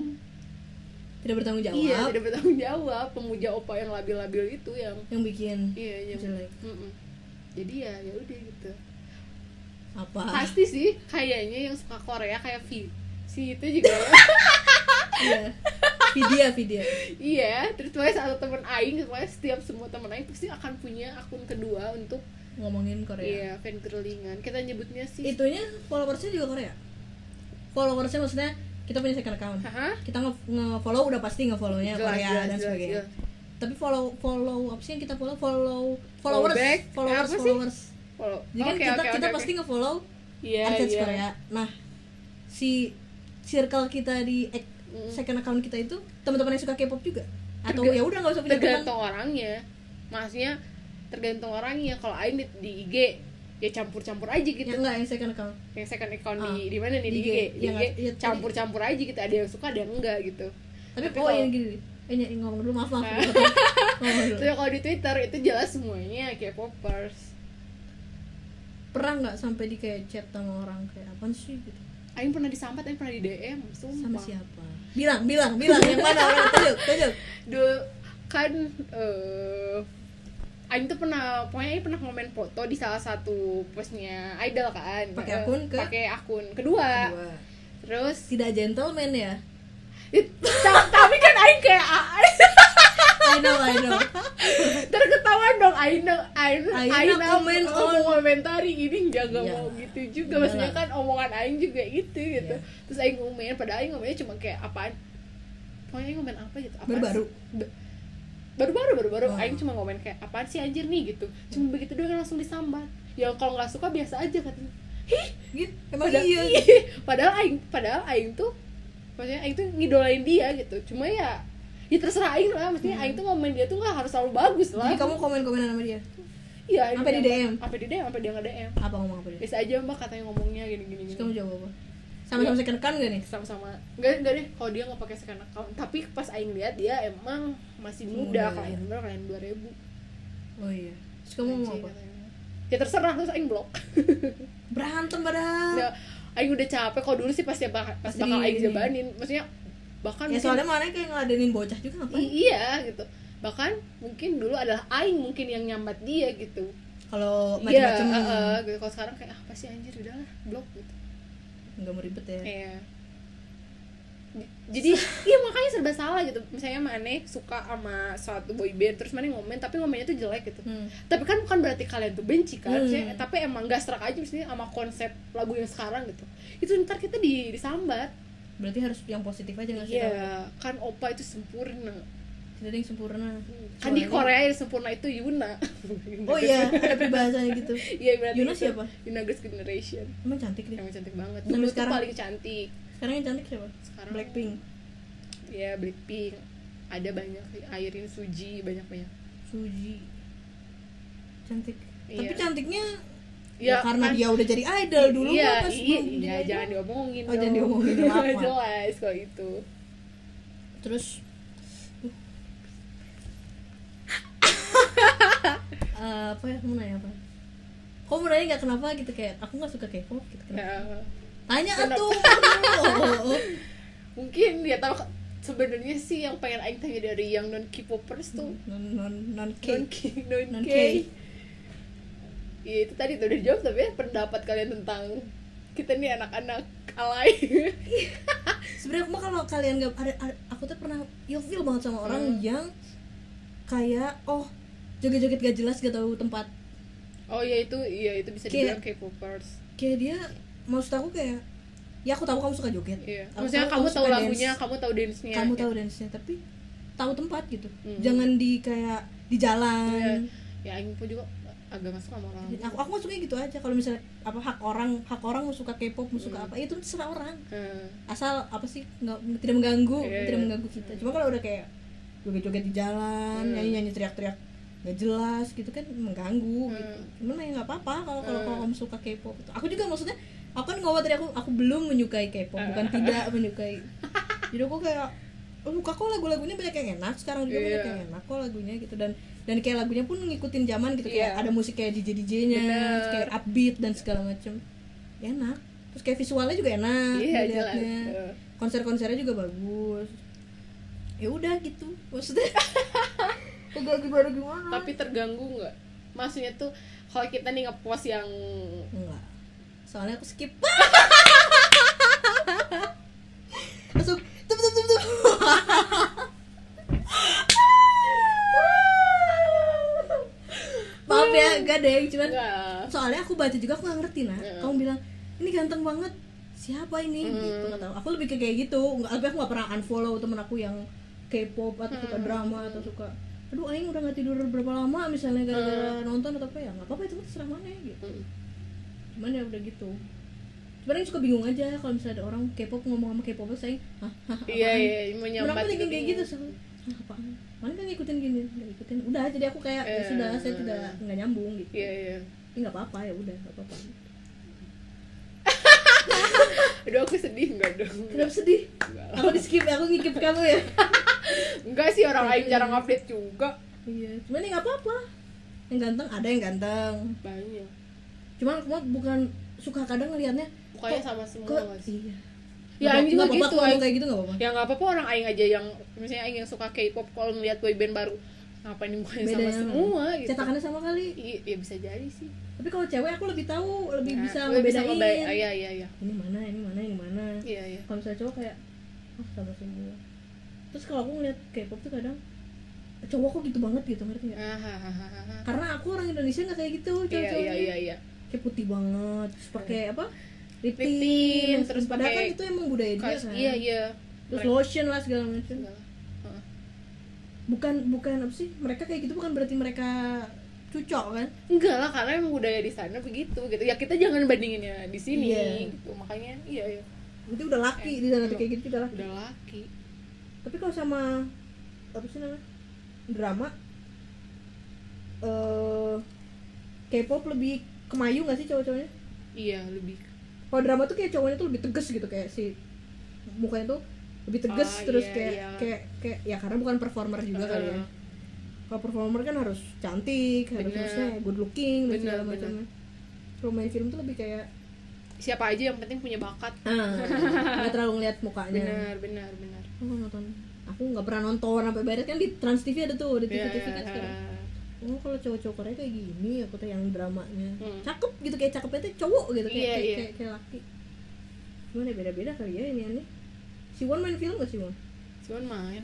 Speaker 1: tidak bertanggung jawab
Speaker 2: Iya, tidak bertanggung jawab. Pemuja opa yang labil-labil itu yang
Speaker 1: yang bikin
Speaker 2: iya yang
Speaker 1: Jelek.
Speaker 2: Mm-mm. Jadi ya ya udah gitu.
Speaker 1: apa
Speaker 2: Pasti sih kayaknya yang suka Korea kayak V si itu juga ya.
Speaker 1: iya video video
Speaker 2: iya terus pokoknya satu temen Aing pokoknya setiap semua temen Aing pasti akan punya akun kedua untuk
Speaker 1: ngomongin Korea.
Speaker 2: Iya, fan girlingan. Kita nyebutnya sih
Speaker 1: Itunya followersnya juga Korea. Followersnya maksudnya kita punya second account.
Speaker 2: Hah?
Speaker 1: Kita nge- nge-follow udah pasti nge-follownya
Speaker 2: Jelas,
Speaker 1: Korea
Speaker 2: jelas,
Speaker 1: dan
Speaker 2: jelas,
Speaker 1: sebagainya.
Speaker 2: jelas.
Speaker 1: Tapi follow follow apa sih yang kita follow? Follow followers,
Speaker 2: back?
Speaker 1: followers,
Speaker 2: Apa sih?
Speaker 1: followers.
Speaker 2: Follow.
Speaker 1: Jadi kan
Speaker 2: Oke,
Speaker 1: kita
Speaker 2: oke,
Speaker 1: kita
Speaker 2: oke,
Speaker 1: pasti
Speaker 2: oke.
Speaker 1: nge-follow
Speaker 2: Iya,
Speaker 1: artis
Speaker 2: iya.
Speaker 1: Korea. Nah, si circle kita di ek- second account kita itu teman-teman yang suka K-pop juga. Atau
Speaker 2: Hmm. Terga-
Speaker 1: ya udah nggak usah punya teman.
Speaker 2: tergantung orangnya maksudnya tergantung orangnya kalau Ain di, di IG ya campur-campur aja gitu
Speaker 1: Ya enggak yang second account.
Speaker 2: yang second account
Speaker 1: Ah,
Speaker 2: di di mana nih di
Speaker 1: di
Speaker 2: IG, di
Speaker 1: IG. Ya
Speaker 2: IG
Speaker 1: nggak- ya, tadi-
Speaker 2: campur-campur aja gitu ada yang suka ada yang enggak gitu
Speaker 1: Tapi,
Speaker 2: Tapi
Speaker 1: oh
Speaker 2: kalau-
Speaker 1: yang gini. Eh ny- ngomong dulu maaf maaf.
Speaker 2: Ah.
Speaker 1: ngomong dulu.
Speaker 2: tapi kalau di Twitter itu jelas semuanya kayak popers
Speaker 1: Pernah nggak sampai di kayak chat sama orang kayak apaan sih gitu?
Speaker 2: Ain pernah disambat Ain pernah di DM
Speaker 1: Sama
Speaker 2: sumpah
Speaker 1: siapa? Bilang, bilang, bilang yang mana? Yang tunjuk, tunjuk.
Speaker 2: dulu kan eh Ain tuh pernah pokoknya Ain pernah komen foto di salah satu postnya idol kan
Speaker 1: Pakai
Speaker 2: Eh,
Speaker 1: akun ke-
Speaker 2: pakai akun kedua
Speaker 1: Dua.
Speaker 2: terus
Speaker 1: Tidak gentleman ya?
Speaker 2: It- ta- tapi kan Aing kayak Aing
Speaker 1: I know, I know.
Speaker 2: Ntar ketahuan dong Aing Aing
Speaker 1: Aing
Speaker 2: Aing
Speaker 1: komen
Speaker 2: mau
Speaker 1: on.
Speaker 2: komentari ini nggak nggak
Speaker 1: Iya.
Speaker 2: mau gitu juga
Speaker 1: Iya
Speaker 2: maksudnya
Speaker 1: lah.
Speaker 2: kan omongan Aing juga gitu gitu
Speaker 1: Iya.
Speaker 2: terus Aing ngomelin padahal Aing ngomelnya cuma kayak apaan pokoknya Aing ngomen apa gitu apaan
Speaker 1: Baru-baru.
Speaker 2: sih? Ba- baru-baru baru-baru
Speaker 1: Oh.
Speaker 2: Aing cuma ngomen kayak apaan sih anjir nih gitu cuma begitu doang langsung disambat ya kalau nggak suka biasa aja katanya
Speaker 1: Gitu. Emang
Speaker 2: padahal,
Speaker 1: iya.
Speaker 2: padahal aing padahal aing tuh maksudnya aing tuh ngidolain dia gitu cuma ya ya terserah aing lah maksudnya aing tuh ngomen dia tuh nggak harus selalu bagus lah
Speaker 1: Hmm. Jadi kamu komen-komenan sama dia?
Speaker 2: iya Aing
Speaker 1: sampai di
Speaker 2: bilang,
Speaker 1: DM?
Speaker 2: sampai di DM sampai dia nggak DM
Speaker 1: Apa ngomong apa dia?
Speaker 2: biasa aja mbak katanya ngomongnya gini gini,
Speaker 1: Terus
Speaker 2: gini.
Speaker 1: kamu jawab apa?
Speaker 2: Iya.
Speaker 1: Sama-sama second account gak nih?
Speaker 2: sama-sama enggak enggak deh kalau dia nggak pakai second account tapi pas aing lihat dia emang masih muda
Speaker 1: Muda.
Speaker 2: kalian berapa kalian dua ribu
Speaker 1: Oh iya. Terus kamu ngomong apa?
Speaker 2: ya terserah terus aing blok
Speaker 1: Berantem padahal.
Speaker 2: Ya, aing udah capek kalau dulu sih pasti bakal, pas
Speaker 1: Pasti
Speaker 2: bakal aing
Speaker 1: di-
Speaker 2: jabanin maksudnya bahkan
Speaker 1: Ya
Speaker 2: mungkin-
Speaker 1: soalnya mana kayak ngeladenin bocah juga
Speaker 2: I-
Speaker 1: ngapain?
Speaker 2: iya gitu bahkan mungkin dulu adalah aing mungkin yang nyambat dia gitu
Speaker 1: Kalau
Speaker 2: iya
Speaker 1: macam-macam
Speaker 2: eh, eh, gitu. kalau sekarang kayak ah, apa sih anjir udahlah blok
Speaker 1: Iya.
Speaker 2: gitu
Speaker 1: nggak mau ribet ya.
Speaker 2: iya J- jadi iya makanya serba salah gitu misalnya Mane suka sama suatu boyband terus Mane ngomen tapi ngomennya tuh jelek gitu
Speaker 1: Hmm.
Speaker 2: tapi kan bukan berarti kalian tuh benci kan
Speaker 1: Hmm.
Speaker 2: Maksudnya, tapi emang gak serak aja misalnya sama konsep lagu yang sekarang gitu itu ntar kita di- disambat
Speaker 1: Berarti harus yang positif aja nggak sih?
Speaker 2: iya kan opa itu sempurna
Speaker 1: Tidak ada yang sempurna.
Speaker 2: kan di
Speaker 1: Soalnya-
Speaker 2: Korea yang sempurna itu Yuna
Speaker 1: Oh iya, ada peribahasanya gitu.
Speaker 2: Iya berarti
Speaker 1: Yuna
Speaker 2: itu
Speaker 1: siapa?
Speaker 2: Yuna Girls Generation
Speaker 1: Emang cantik dia.
Speaker 2: Emang cantik banget
Speaker 1: Sampai
Speaker 2: Dulu tuh
Speaker 1: sekarang?
Speaker 2: paling cantik
Speaker 1: Sekarang yang cantik siapa?
Speaker 2: Sekarang
Speaker 1: Blackpink,
Speaker 2: Ya Blackpink Ada banyak Airin, Suji, banyak-banyak
Speaker 1: Suji. Cantik. Tapi
Speaker 2: Iya.
Speaker 1: cantiknya
Speaker 2: Ya,
Speaker 1: ya, karena
Speaker 2: kan-
Speaker 1: dia udah jadi idol dulu
Speaker 2: Iya, iya,
Speaker 1: apa sebelum
Speaker 2: iya,
Speaker 1: jadi
Speaker 2: jangan
Speaker 1: idol?
Speaker 2: diomongin
Speaker 1: Oh, jangan
Speaker 2: dong.
Speaker 1: diomongin, maaf, maaf.
Speaker 2: Jelas kalau itu
Speaker 1: Terus uh. Eh, apa ya kamu nanya apa? Kok mau nanya nggak kenapa gitu kayak aku nggak suka K-pop gitu kenapa?
Speaker 2: Nah,
Speaker 1: Tanya
Speaker 2: Kenapa?
Speaker 1: atuh. Oh,
Speaker 2: Mungkin ya tahu sebenarnya sih yang pengen Aing tanya dari yang non K-popers tuh
Speaker 1: non non non
Speaker 2: Non
Speaker 1: K.
Speaker 2: K, non
Speaker 1: Non
Speaker 2: K.
Speaker 1: K.
Speaker 2: Iya itu tadi tuh udah dijawab tapi ya pendapat kalian tentang kita nih anak-anak alay.
Speaker 1: sebenarnya aku mah kalau kalian nggak ada, ada- aku tuh pernah ilfil banget sama orang
Speaker 2: Hmm.
Speaker 1: yang kayak oh joget-joget gak jelas gak tahu tempat
Speaker 2: oh iya itu iya itu bisa
Speaker 1: Kayak-
Speaker 2: dibilang K-popers.
Speaker 1: kayak dia maksud aku kayak ya aku tahu kamu suka joget
Speaker 2: Iya.
Speaker 1: Aku
Speaker 2: Maksudnya
Speaker 1: tahu
Speaker 2: kamu tahu
Speaker 1: suka
Speaker 2: lagunya,
Speaker 1: dance.
Speaker 2: kamu tahu dance-nya.
Speaker 1: kamu tahu dance-nya tapi tahu tempat gitu
Speaker 2: Hmm.
Speaker 1: jangan di kayak di
Speaker 2: Iya.
Speaker 1: jalan
Speaker 2: Ya aing pun juga agak nggak suka sama orang.
Speaker 1: aku aku masuknya gitu aja kalau misalnya apa hak orang hak orang mau suka K-pop mau suka
Speaker 2: Hmm.
Speaker 1: apa ya itu terserah orang
Speaker 2: Eh,
Speaker 1: asal apa sih nggak tidak mengganggu
Speaker 2: Iya,
Speaker 1: tidak
Speaker 2: iya.
Speaker 1: mengganggu kita cuma kalau udah kayak joget-joget di jalan
Speaker 2: Hmm.
Speaker 1: nyanyi nyanyi teriak-teriak nggak jelas gitu kan mengganggu
Speaker 2: Hmm.
Speaker 1: gitu cuman ya nggak apa-apa kalau kalau
Speaker 2: Hmm.
Speaker 1: kalau kamu suka K-pop gitu. aku juga maksudnya aku kan ngomong tadi aku aku belum menyukai K-pop bukan tidak menyukai jadi aku kayak "Oh, suka kok lagu-lagunya banyak yang enak sekarang juga banyak
Speaker 2: Iya.
Speaker 1: yang enak kok lagunya gitu dan dan kayak lagunya pun ngikutin zaman gitu
Speaker 2: Iya.
Speaker 1: kayak ada musik kayak DJ DJ-nya
Speaker 2: Bener.
Speaker 1: kayak upbeat dan segala macem enak terus kayak visualnya juga enak
Speaker 2: Iya jelas.
Speaker 1: dilihatnya
Speaker 2: Eh,
Speaker 1: konser-konsernya juga bagus ya udah gitu maksudnya agak gimana gimana
Speaker 2: Tapi terganggu nggak? Maksudnya tuh kalau kita nih ngepost yang
Speaker 1: enggak soalnya aku skip langsung tup tup tup tup maaf ya kan deng cuman
Speaker 2: Enggak.
Speaker 1: soalnya aku baca juga aku nggak ngerti nah
Speaker 2: Iya.
Speaker 1: kamu bilang ini ganteng banget siapa ini
Speaker 2: Hmm.
Speaker 1: gitu nggak tahu aku lebih ke kayak gitu nggak tapi aku nggak pernah unfollow temen aku yang K-pop atau suka drama atau suka aduh aing udah nggak tidur berapa lama misalnya gara-gara
Speaker 2: Mm.
Speaker 1: nonton atau apa ya nggak apa-apa itu mah terserah mana gitu
Speaker 2: Hmm.
Speaker 1: cuman ya udah gitu sebenarnya suka bingung aja kalau misalnya ada orang K-pop ngomong sama K-pop saya hah hah
Speaker 2: Iya, iya, mau
Speaker 1: Kenapa
Speaker 2: nyambat
Speaker 1: thinking kayak
Speaker 2: gitu.
Speaker 1: gitu soalnya "Hah, apaan mana kan ngikutin gini nggak ngikutin udah jadi aku kayak ya
Speaker 2: Eh.
Speaker 1: sudah saya tidak nggak nyambung gitu
Speaker 2: Iya, iya.
Speaker 1: tapi nggak apa-apa ya udah nggak apa-apa
Speaker 2: Aduh, aku sedih enggak dong.
Speaker 1: kenapa sedih aku di skip aku ngikip kamu ya
Speaker 2: Enggak sih orang lain jarang update juga.
Speaker 1: iya cuman ya nggak apa-apa yang ganteng ada yang ganteng
Speaker 2: Banyak.
Speaker 1: cuman aku mah bukan suka kadang ngelihatnya
Speaker 2: Mukanya sama
Speaker 1: kok
Speaker 2: semua gak sih?
Speaker 1: iya
Speaker 2: Oh, Ya,
Speaker 1: Nggak
Speaker 2: Aing juga
Speaker 1: apa-apa,
Speaker 2: gitu,
Speaker 1: aku ngomong
Speaker 2: Aing.
Speaker 1: kayak gitu nggak apa-apa
Speaker 2: Ya nggak apa-apa orang aing aja yang misalnya aing yang suka K-pop kalau ngeliat boyband baru ngapain ini mukanya sama
Speaker 1: Bedanya.
Speaker 2: semua gitu.
Speaker 1: cetakannya sama kali
Speaker 2: I- ya bisa jadi sih.
Speaker 1: tapi kalau cewek aku lebih tahu lebih
Speaker 2: Nah,
Speaker 1: bisa
Speaker 2: gue
Speaker 1: membedain
Speaker 2: ngeba- ah, Iya, iya, iya.
Speaker 1: ini mana ini mana ini mana
Speaker 2: Iya, iya.
Speaker 1: kalau misalnya cowok kayak ah sama semua terus kalau aku ngeliat K-pop tuh kadang cowok kok gitu banget gitu ngerti nggak
Speaker 2: Ah, ah, ah, ah, ah.
Speaker 1: karena aku orang Indonesia nggak kayak gitu
Speaker 2: Iya,
Speaker 1: cowok-cowoknya
Speaker 2: iya, iya, iya.
Speaker 1: kayak putih banget terus pakai apa
Speaker 2: Lip
Speaker 1: lipin,
Speaker 2: tint, Iya. terus
Speaker 1: padahal
Speaker 2: pakai
Speaker 1: kan itu emang budaya dia
Speaker 2: Kas-
Speaker 1: kan
Speaker 2: Iya, iya.
Speaker 1: terus
Speaker 2: Mereka-
Speaker 1: lotion lah segala macam
Speaker 2: Enggak. Heeh.
Speaker 1: bukan bukan apa sih mereka kayak gitu bukan berarti mereka cocok kan
Speaker 2: Enggak lah, karena emang budaya di sana begitu gitu. Ya kita jangan bandinginnya di sini
Speaker 1: Iya.
Speaker 2: gitu. Makanya iya iya.
Speaker 1: berarti udah laki di sana tuh kayak gitu udah laki
Speaker 2: Udah laki.
Speaker 1: tapi kalau sama apa sih namanya drama eh K-pop lebih kemayu nggak sih cowok-cowoknya
Speaker 2: Iya, lebih.
Speaker 1: kalau drama tuh kayak cowoknya tuh lebih tegas gitu kayak si mukanya tuh lebih tegas
Speaker 2: Ah,
Speaker 1: terus
Speaker 2: iya,
Speaker 1: kayak
Speaker 2: iya.
Speaker 1: kayak kayak ya karena bukan performer juga kali ya
Speaker 2: Heeh.
Speaker 1: kalau performer kan harus cantik harus
Speaker 2: Bener.
Speaker 1: harusnya good looking dan
Speaker 2: Bener,
Speaker 1: segala
Speaker 2: bener.
Speaker 1: macamnya kalau main film tuh lebih kayak
Speaker 2: Siapa aja yang penting punya bakat.
Speaker 1: ah, nggak terlalu ngeliat mukanya
Speaker 2: Benar, benar, benar.
Speaker 1: aku nggak nonton aku nggak pernah nonton sampai barat kan di trans tv ada tuh di tv tv kan
Speaker 2: Ya.
Speaker 1: sekarang oh kalau cowok-cowok Korea kayak gini aku tuh yang dramanya
Speaker 2: Hmm.
Speaker 1: cakep gitu kayak cakepnya tuh cowok gitu kayak
Speaker 2: Iya,
Speaker 1: kayak,
Speaker 2: iya.
Speaker 1: kayak, kayak laki gimana ya, beda-beda kali ya ini aneh si Won main film gak si Won
Speaker 2: Cuman main.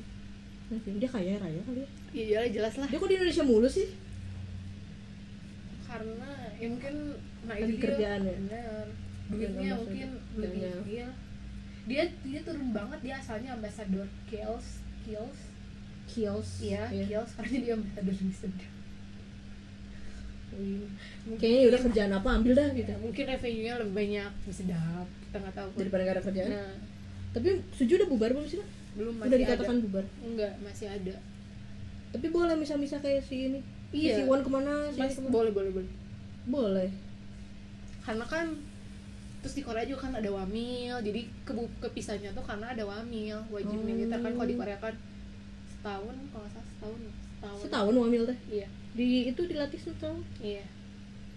Speaker 1: main film dia kaya raya kali ya
Speaker 2: Ya iyalah, jelas lah.
Speaker 1: dia kok di Indonesia mulu sih
Speaker 2: Karena ya mungkin nah
Speaker 1: Lagi
Speaker 2: dia-
Speaker 1: kerjaan ya?
Speaker 2: Benar.
Speaker 1: Mungkin
Speaker 2: Duitnya
Speaker 1: nggak
Speaker 2: mungkin
Speaker 1: masuk.
Speaker 2: lebih
Speaker 1: Iya.
Speaker 2: iya. Dia dia turun banget dia asalnya ambassador Kills Kills.
Speaker 1: kios
Speaker 2: Iya, Kills karena dia ambassador di sana.
Speaker 1: Oh, iya. kayaknya udah kerjaan apa ambil dah gitu
Speaker 2: Ya, mungkin revenue-nya lebih banyak sedap kita nggak tahu
Speaker 1: daripada gak ada kerjaan
Speaker 2: nah
Speaker 1: tapi Suju udah bubar belum sih Nak?
Speaker 2: belum masih
Speaker 1: udah dikatakan
Speaker 2: ada.
Speaker 1: bubar
Speaker 2: enggak masih ada
Speaker 1: tapi boleh misah-misah kayak si ini
Speaker 2: Iya.
Speaker 1: si Won kemana si ini
Speaker 2: Mas,
Speaker 1: kemana
Speaker 2: boleh boleh boleh
Speaker 1: boleh
Speaker 2: karena kan terus di Korea juga kan ada wamil jadi kebu kepisahnya tuh karena ada wamil wajib
Speaker 1: Oh.
Speaker 2: militer kan kalau di Korea kan setahun kalau nggak salah setahun ya, setahun
Speaker 1: setahun wamil teh
Speaker 2: iya
Speaker 1: di itu dilatih setahun
Speaker 2: iya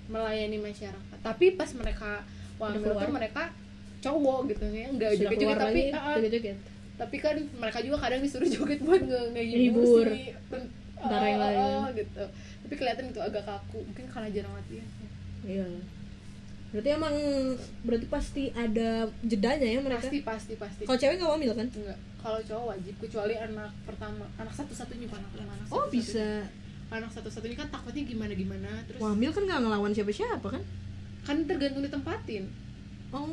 Speaker 2: melayani masyarakat tapi pas mereka wamil
Speaker 1: keluar.
Speaker 2: tuh mereka cowok gitu ya enggak
Speaker 1: Sudah
Speaker 2: joget-joget
Speaker 1: keluar
Speaker 2: tapi
Speaker 1: lagi
Speaker 2: ah, ah,
Speaker 1: joget-joget
Speaker 2: tapi kan mereka juga kadang disuruh joget buat nge
Speaker 1: Hibur.
Speaker 2: ngehibur si pen-
Speaker 1: Antara
Speaker 2: ah,
Speaker 1: yang
Speaker 2: ah,
Speaker 1: lain.
Speaker 2: ah, gitu tapi kelihatan itu agak kaku mungkin karena jarang latihan
Speaker 1: Iya. Berarti emang berarti pasti ada jedanya ya mereka.
Speaker 2: pasti pasti pasti
Speaker 1: Kalau cewek nggak wamil kan?
Speaker 2: enggak kalau cowok wajib kecuali anak pertama anak satu satunya anak pertama anak
Speaker 1: Oh
Speaker 2: satu-satunya.
Speaker 1: bisa.
Speaker 2: anak satu satunya kan takutnya gimana gimana terus
Speaker 1: Wamil kan nggak ngelawan siapa-siapa kan?
Speaker 2: kan tergantung ditempatin
Speaker 1: Oh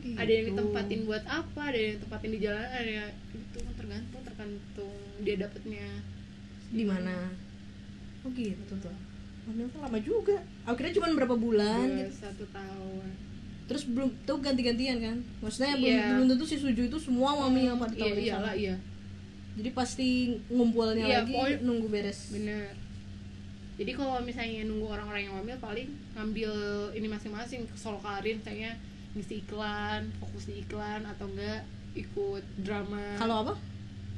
Speaker 1: gitu.
Speaker 2: ada yang ditempatin buat apa ada yang ditempatin di jalan ada yang itu kan tergantung tergantung dia dapetnya
Speaker 1: di mana? Oh gitu tuh. Wamil kan lama juga. Akhirnya cuma berapa bulan
Speaker 2: Dua-
Speaker 1: gitu.
Speaker 2: satu tahun
Speaker 1: Terus belum tuh ganti-gantian kan? Maksudnya belum
Speaker 2: Iya.
Speaker 1: belum tentu si Suju itu semua wamil pada
Speaker 2: iya
Speaker 1: tahun Oh, yang
Speaker 2: iyalah
Speaker 1: sama.
Speaker 2: iya
Speaker 1: Jadi pasti ngumpulnya
Speaker 2: Iya,
Speaker 1: lagi
Speaker 2: pokoknya-
Speaker 1: nunggu beres.
Speaker 2: Bener. Jadi kalau misalnya nunggu orang-orang yang wamil paling ngambil ini masing-masing solo karir misalnya ngisi iklan, fokus di iklan atau enggak ikut drama.
Speaker 1: Kalau apa?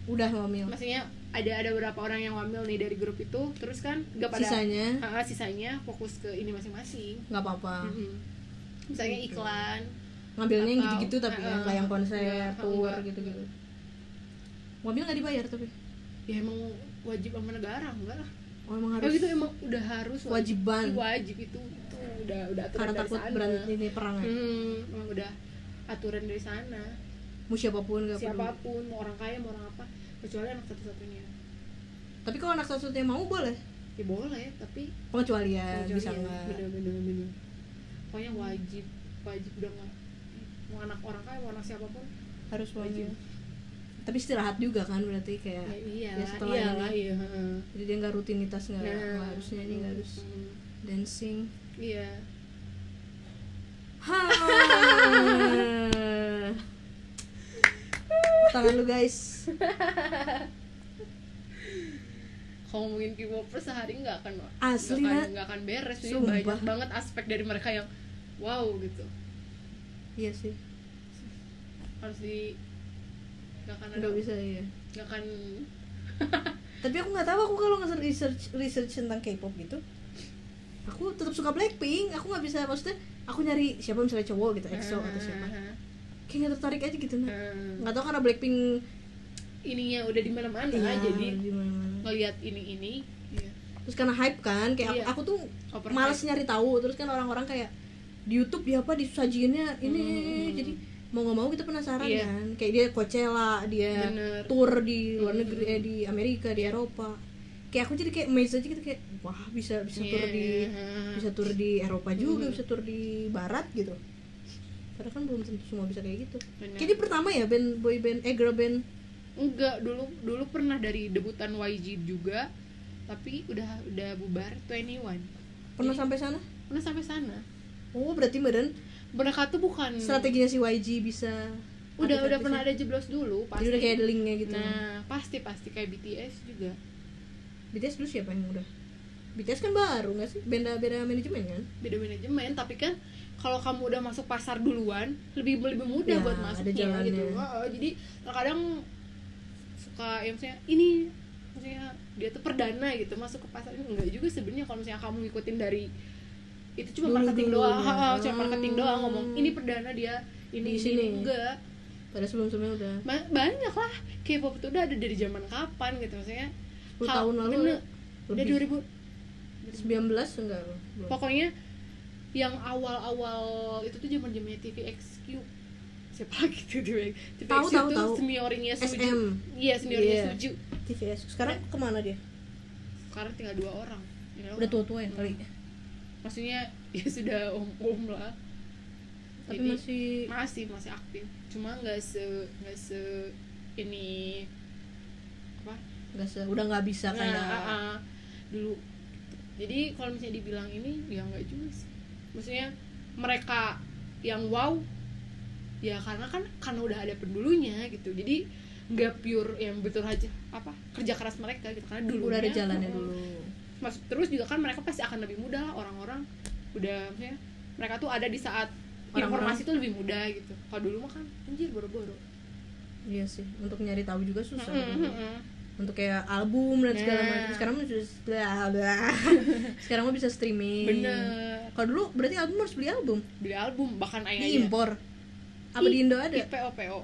Speaker 1: Udah wamil.
Speaker 2: maksudnya ada ada beberapa orang yang wamil nih dari grup itu, terus kan enggak pada
Speaker 1: Sisanya
Speaker 2: Ah, ah, sisanya fokus ke ini masing-masing.
Speaker 1: nggak apa-apa.
Speaker 2: Mhm. Misalnya
Speaker 1: Gitu.
Speaker 2: iklan,
Speaker 1: ngambilnya yang
Speaker 2: Atau,
Speaker 1: gitu-gitu tapi
Speaker 2: eh,
Speaker 1: yang kayak yang konser
Speaker 2: iya,
Speaker 1: tour
Speaker 2: enggak.
Speaker 1: gitu-gitu mobil nggak dibayar tapi
Speaker 2: ya emang wajib sama negara enggak lah.
Speaker 1: oh, emang harus
Speaker 2: Kalau gitu emang udah harus
Speaker 1: Wajiban.
Speaker 2: Wajib itu, itu udah udah aturan
Speaker 1: karena
Speaker 2: dari
Speaker 1: takut
Speaker 2: sana.
Speaker 1: berantem ini perang ya
Speaker 2: iya. Hmm, emang udah aturan dari sana.
Speaker 1: mau siapapun nggak peduli
Speaker 2: Siapapun, mau orang kaya, mau orang apa, kecuali anak satu-satunya.
Speaker 1: tapi kalau anak satu-satunya mau boleh
Speaker 2: ya boleh tapi
Speaker 1: pengecualian bisa
Speaker 2: kecuali ya,
Speaker 1: nggak
Speaker 2: bener bener bener pokoknya wajib wajib udah nggak mau anak orang kaya mau anak siapapun
Speaker 1: harus wajib
Speaker 2: Wajib.
Speaker 1: tapi istirahat juga kan berarti kayak
Speaker 2: ya iya
Speaker 1: ya setelah
Speaker 2: iya
Speaker 1: ini.
Speaker 2: lah iya heeh. Nah,
Speaker 1: jadi dia nggak rutinitas nggak nggak harus nyanyi nggak harus
Speaker 2: Hmm,
Speaker 1: dancing
Speaker 2: iya
Speaker 1: ha tangan lu guys
Speaker 2: kalau ngomongin K-popers sehari nggak akan nggak
Speaker 1: Asli,
Speaker 2: akan-
Speaker 1: Nat.
Speaker 2: nggak akan beres jadi
Speaker 1: Sumpah.
Speaker 2: banyak banget aspek dari mereka yang wow gitu
Speaker 1: iya sih
Speaker 2: harus di nggak akan ada
Speaker 1: nggak bisa ya
Speaker 2: nggak akan
Speaker 1: tapi aku nggak tahu aku kalau nge research research tentang K-pop gitu aku tetap suka Blackpink aku nggak bisa maksudnya aku nyari siapa misalnya cowok gitu EXO atau siapa
Speaker 2: Heeh,
Speaker 1: kayak nggak tertarik aja gitu nah
Speaker 2: heeh.
Speaker 1: nggak tahu karena Blackpink
Speaker 2: ininya udah di mana-mana
Speaker 1: ya,
Speaker 2: Iya, jadi
Speaker 1: di mana-mana.
Speaker 2: ngelihat ini ini iya.
Speaker 1: terus karena hype kan kayak aku-
Speaker 2: Iya.
Speaker 1: aku, tuh
Speaker 2: Overhype.
Speaker 1: males nyari tahu terus kan orang-orang kayak di YouTube ya apa disajiinnya ini
Speaker 2: Hmm, hmm, hmm.
Speaker 1: jadi mau nggak mau kita penasaran
Speaker 2: Iya.
Speaker 1: kan kayak dia Coachella dia
Speaker 2: Bener.
Speaker 1: tour di luar
Speaker 2: Hmm.
Speaker 1: negeri eh, di Amerika di Eropa kayak aku jadi kayak amazed aja gitu kayak wah bisa bisa tour
Speaker 2: Iya,
Speaker 1: di
Speaker 2: heeh.
Speaker 1: bisa tour di Eropa juga
Speaker 2: Hmm.
Speaker 1: bisa tour di Barat gitu padahal kan belum tentu semua bisa kayak gitu
Speaker 2: Bener.
Speaker 1: kayaknya pertama ya band boy band eh girl band
Speaker 2: enggak dulu dulu pernah dari debutan YG juga tapi udah udah bubar 21
Speaker 1: pernah
Speaker 2: Iya.
Speaker 1: sampai sana
Speaker 2: pernah sampai sana
Speaker 1: oh berarti badan
Speaker 2: Hmm. mereka tuh bukan
Speaker 1: strateginya si YG bisa
Speaker 2: udah
Speaker 1: habis-habisan.
Speaker 2: udah pernah ada jeblos dulu
Speaker 1: jadi
Speaker 2: pasti
Speaker 1: udah kayak ada linknya gitu
Speaker 2: nah pasti pasti kayak BTS juga
Speaker 1: BTS dulu siapa yang udah BTS kan baru nggak sih beda beda manajemen kan
Speaker 2: beda manajemen tapi kan kalau kamu udah masuk pasar duluan lebih lebih mudah
Speaker 1: Ya,
Speaker 2: buat
Speaker 1: ada
Speaker 2: masuknya
Speaker 1: jalannya.
Speaker 2: gitu Heeh, jadi terkadang suka ya maksudnya ini maksudnya dia tuh perdana gitu masuk ke pasar ini enggak juga sebenarnya kalau misalnya kamu ngikutin dari itu cuma
Speaker 1: Dulu-dulu
Speaker 2: marketing doang
Speaker 1: ya. Hmm.
Speaker 2: Heeh, cuma marketing doang ngomong ini perdana dia
Speaker 1: Di
Speaker 2: ini ini,
Speaker 1: sini.
Speaker 2: ini enggak
Speaker 1: pada sebelum sebelumnya udah
Speaker 2: Ba- banyak lah K-pop itu udah ada dari zaman kapan gitu maksudnya
Speaker 1: 10
Speaker 2: Hal-
Speaker 1: tahun lalu
Speaker 2: bener, udah
Speaker 1: lebih
Speaker 2: 2000
Speaker 1: 19 enggak loh belum.
Speaker 2: pokoknya yang awal-awal itu tuh zaman zamannya TVXQ siapa lagi tuh TV TVXQ
Speaker 1: Tahu, tahu,
Speaker 2: tuh
Speaker 1: tahu.
Speaker 2: seniornya Suju
Speaker 1: SM.
Speaker 2: iya seniornya
Speaker 1: Iya.
Speaker 2: Suju
Speaker 1: TVS sekarang kemana dia
Speaker 2: sekarang tinggal dua orang Tinggal
Speaker 1: udah
Speaker 2: orang.
Speaker 1: tua tua ya kali
Speaker 2: maksudnya ya sudah om-om lah
Speaker 1: tapi
Speaker 2: Jadi,
Speaker 1: masih
Speaker 2: masih masih aktif cuma nggak se nggak se ini apa
Speaker 1: nggak se udah nggak bisa
Speaker 2: nah,
Speaker 1: kayak
Speaker 2: ah, ah, dulu jadi kalau misalnya dibilang ini ya nggak juga sih maksudnya mereka yang wow ya karena kan karena udah ada pendulunya gitu jadi nggak pure yang betul aja apa kerja keras mereka gitu karena dulu
Speaker 1: udah ada jalannya dulu
Speaker 2: maksud terus juga kan mereka pasti akan lebih mudah lah orang-orang udah maksudnya mereka tuh ada di saat
Speaker 1: Orang-orang-
Speaker 2: informasi tuh lebih mudah gitu kalau dulu mah kan anjir boro-boro
Speaker 1: iya sih untuk nyari tahu juga susah
Speaker 2: Mm, mm, mm.
Speaker 1: untuk kayak album dan segala
Speaker 2: Nah.
Speaker 1: macam sekarang mah sudah sekarang mah bisa streaming
Speaker 2: bener
Speaker 1: kalau dulu berarti album harus beli album
Speaker 2: beli album bahkan ayahnya
Speaker 1: diimpor apa di Indo ada
Speaker 2: IPO PO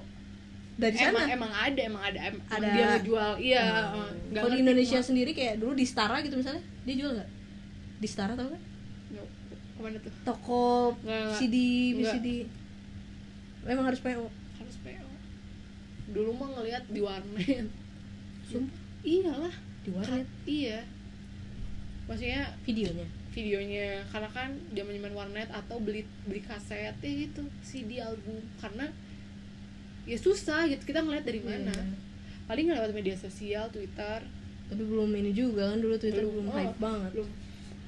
Speaker 1: dari
Speaker 2: emang
Speaker 1: sana
Speaker 2: emang ada emang ada emang
Speaker 1: Ada.
Speaker 2: dia ngejual iya
Speaker 1: Oh.
Speaker 2: eh, nggak
Speaker 1: kalau di
Speaker 2: ngerti
Speaker 1: Indonesia
Speaker 2: cuma-
Speaker 1: sendiri kayak dulu di Stara gitu misalnya dia jual nggak di Stara tau kan
Speaker 2: Nggak, kemana tuh
Speaker 1: toko
Speaker 2: Nggak, nggak.
Speaker 1: CD
Speaker 2: Nggak.
Speaker 1: VCD memang harus PO
Speaker 2: harus PO dulu mah ngelihat di warnet
Speaker 1: Sumpah.
Speaker 2: iyalah
Speaker 1: di warnet
Speaker 2: iya maksudnya
Speaker 1: videonya
Speaker 2: videonya karena kan dia menyimpan warnet atau beli beli kaset ya gitu CD album karena ya susah gitu kita ngeliat dari mana
Speaker 1: Iya.
Speaker 2: paling lewat media sosial Twitter
Speaker 1: tapi belum ini juga kan dulu Twitter belum,
Speaker 2: oh,
Speaker 1: hype banget
Speaker 2: belum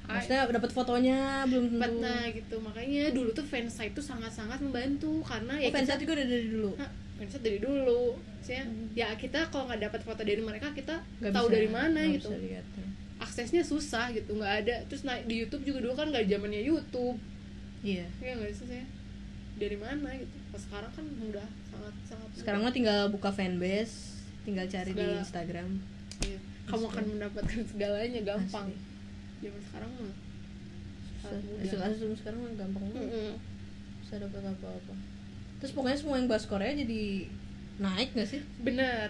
Speaker 1: maksudnya dapat fotonya belum
Speaker 2: Tempat,
Speaker 1: tentu
Speaker 2: nah gitu makanya dulu tuh fansite itu sangat-sangat membantu karena ya
Speaker 1: oh, fansite juga udah dari dulu
Speaker 2: Nah, mindset dari dulu Maksudnya, ya kita kalau nggak dapat foto dari mereka kita
Speaker 1: Hmm. Nggak
Speaker 2: tahu
Speaker 1: bisa- ya?
Speaker 2: dari mana
Speaker 1: nggak
Speaker 2: gitu
Speaker 1: bisa iya. lihatnya.
Speaker 2: aksesnya susah gitu nggak ada terus naik di YouTube juga dulu kan nggak zamannya YouTube
Speaker 1: iya
Speaker 2: ya nggak sih saya dari mana gitu pas sekarang kan udah sangat sangat mudah.
Speaker 1: sekarang mah tinggal buka fanbase tinggal cari di
Speaker 2: Segala.
Speaker 1: Instagram
Speaker 2: Iya. kamu akan mendapatkan segalanya gampang
Speaker 1: Asli.
Speaker 2: zaman sekarang mah
Speaker 1: Susah.
Speaker 2: Sangat mudah.
Speaker 1: Eh, sekarang sekarang mah gampang banget
Speaker 2: Mm-mm.
Speaker 1: bisa dapat apa-apa terus pokoknya semua yang bahas Korea jadi naik gak sih
Speaker 2: benar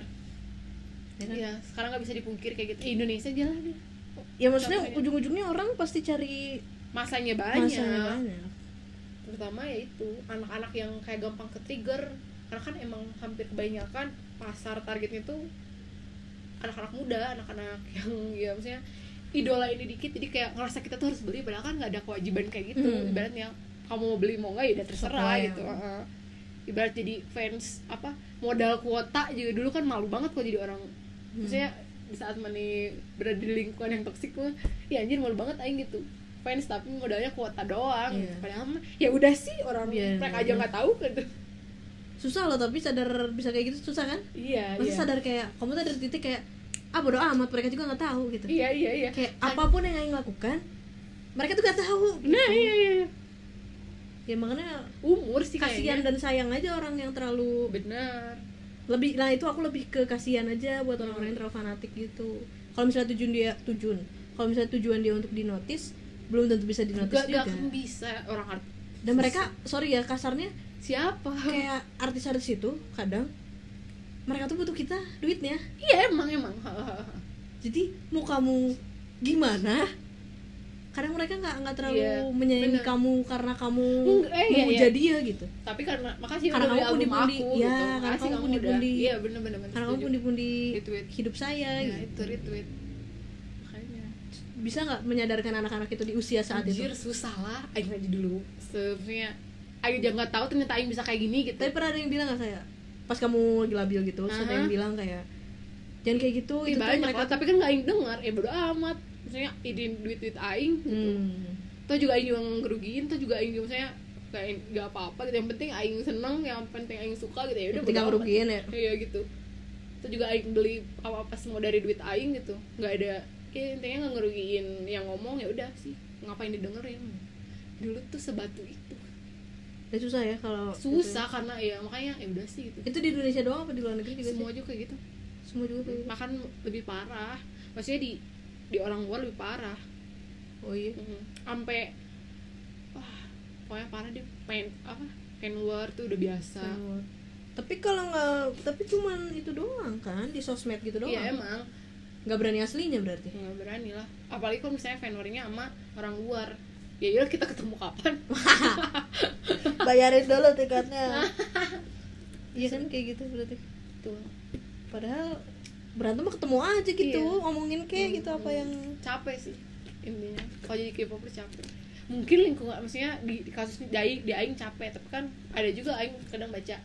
Speaker 1: ya, kan?
Speaker 2: Iya, sekarang nggak bisa dipungkir kayak gitu Eh, Indonesia aja lah deh.
Speaker 1: ya maksudnya
Speaker 2: Contohnya.
Speaker 1: ujung-ujungnya orang pasti cari
Speaker 2: masanya banyak
Speaker 1: masanya banyak
Speaker 2: terutama ya itu anak-anak yang kayak gampang ke trigger karena kan emang hampir kebanyakan pasar targetnya tuh anak-anak muda anak-anak yang ya maksudnya idola ini dikit jadi kayak ngerasa kita tuh harus beli padahal kan nggak ada kewajiban kayak gitu
Speaker 1: Hmm.
Speaker 2: ibaratnya kamu mau beli mau nggak ya udah terserah
Speaker 1: Terserah, ya.
Speaker 2: gitu heeh. ibarat jadi fans apa modal kuota juga dulu kan malu banget kok jadi orang maksudnya di saat mani berada di lingkungan yang toksik tuh ya anjir malu banget aing gitu fans tapi modalnya kuota doang
Speaker 1: Iya.
Speaker 2: padahal mah, ya udah sih orang
Speaker 1: Biarin
Speaker 2: mereka
Speaker 1: aja.
Speaker 2: aja nggak tahu gitu
Speaker 1: susah loh tapi sadar bisa kayak gitu susah kan
Speaker 2: iya
Speaker 1: masa
Speaker 2: iya.
Speaker 1: sadar kayak kamu tuh ada di titik kayak ah bodo amat mereka juga nggak tahu gitu
Speaker 2: iya iya iya
Speaker 1: kayak apapun yang Aing lakukan mereka tuh gak tahu
Speaker 2: nah iya iya iya.
Speaker 1: ya makanya
Speaker 2: umur sih kayaknya
Speaker 1: kasihan
Speaker 2: Oh,
Speaker 1: dan sayang aja orang yang terlalu
Speaker 2: benar
Speaker 1: lebih nah itu aku lebih ke kasihan aja buat orang-orang yang terlalu fanatik gitu kalau misalnya tujuan dia tujuan kalau misalnya tujuan dia untuk dinotis belum tentu bisa dinotis
Speaker 2: gak,
Speaker 1: juga
Speaker 2: gak akan bisa orang art
Speaker 1: dan mereka sorry ya kasarnya
Speaker 2: siapa
Speaker 1: kayak artis-artis itu kadang mereka tuh butuh kita duitnya
Speaker 2: iya emang emang
Speaker 1: jadi mau kamu gimana kadang mereka nggak nggak terlalu
Speaker 2: Iya,
Speaker 1: menyayangi
Speaker 2: bener.
Speaker 1: kamu karena kamu
Speaker 2: Enggak, eh, iya,
Speaker 1: memuja
Speaker 2: iya.
Speaker 1: dia gitu
Speaker 2: tapi karena makasih
Speaker 1: Karena
Speaker 2: udah beli
Speaker 1: kamu
Speaker 2: album
Speaker 1: pundi-pundi.
Speaker 2: aku
Speaker 1: Iya,
Speaker 2: gitu
Speaker 1: karena
Speaker 2: makasih
Speaker 1: kamu
Speaker 2: kamu, udah
Speaker 1: pundi-pundi.
Speaker 2: iya bener bener bener,
Speaker 1: karena kamu
Speaker 2: setuju.
Speaker 1: pundi-pundi
Speaker 2: Retweet.
Speaker 1: hidup saya
Speaker 2: nah
Speaker 1: gitu.
Speaker 2: itu retweet makanya
Speaker 1: bisa nggak menyadarkan anak-anak itu di usia saat
Speaker 2: Anjir,
Speaker 1: itu
Speaker 2: susah lah Aing aja dulu sebenarnya Aing aja nggak tahu ternyata Aing bisa kayak gini gitu
Speaker 1: tapi pernah ada yang bilang nggak saya pas kamu lagi labil gitu terus ada
Speaker 2: Aha.
Speaker 1: yang bilang kayak jangan kayak gitu
Speaker 2: Ih,
Speaker 1: itu tuh
Speaker 2: banyak
Speaker 1: mereka
Speaker 2: lah, tapi kan nggak Aing dengar ya bodo amat maksudnya idin duit duit Aing gitu.
Speaker 1: hmm.
Speaker 2: toh juga Aing juga ngerugiin toh juga Aing juga misalnya kayak nggak apa apa gitu yang penting Aing seneng yang penting Aing suka gitu ya udah
Speaker 1: Yang penting
Speaker 2: bodo
Speaker 1: nggak
Speaker 2: amat.
Speaker 1: ngerugiin ya
Speaker 2: iya gitu itu juga aing beli apa apa semua dari duit aing gitu nggak ada ya intinya nggak ngerugiin yang ngomong ya udah sih ngapain didengerin dulu tuh sebatu itu
Speaker 1: Ya, susah ya kalau gitu.
Speaker 2: susah karena ya makanya ya udah sih gitu
Speaker 1: itu di Indonesia doang apa di luar negeri juga
Speaker 2: semua
Speaker 1: sih?
Speaker 2: juga kayak gitu
Speaker 1: semua juga kayak gitu.
Speaker 2: makan lebih parah maksudnya di di orang luar lebih parah
Speaker 1: oh iya
Speaker 2: Mm. sampai wah pokoknya parah deh main apa main luar tuh udah biasa
Speaker 1: Sama. tapi kalau nggak tapi cuman itu doang kan di sosmed gitu doang
Speaker 2: iya emang
Speaker 1: nggak berani aslinya berarti
Speaker 2: nggak berani lah apalagi kalau misalnya fanwarnya sama orang luar ya yaudah kita ketemu kapan
Speaker 1: bayarin dulu tiketnya iya kan kayak gitu berarti
Speaker 2: tuh
Speaker 1: padahal berantem mah ketemu aja gitu
Speaker 2: Iya. Hmm.
Speaker 1: ngomongin kayak gitu apa yang
Speaker 2: capek sih intinya kalau jadi K-pop capek mungkin lingkungan maksudnya di, di kasus ini, di Aing, di Aing capek tapi kan ada juga Aing kadang baca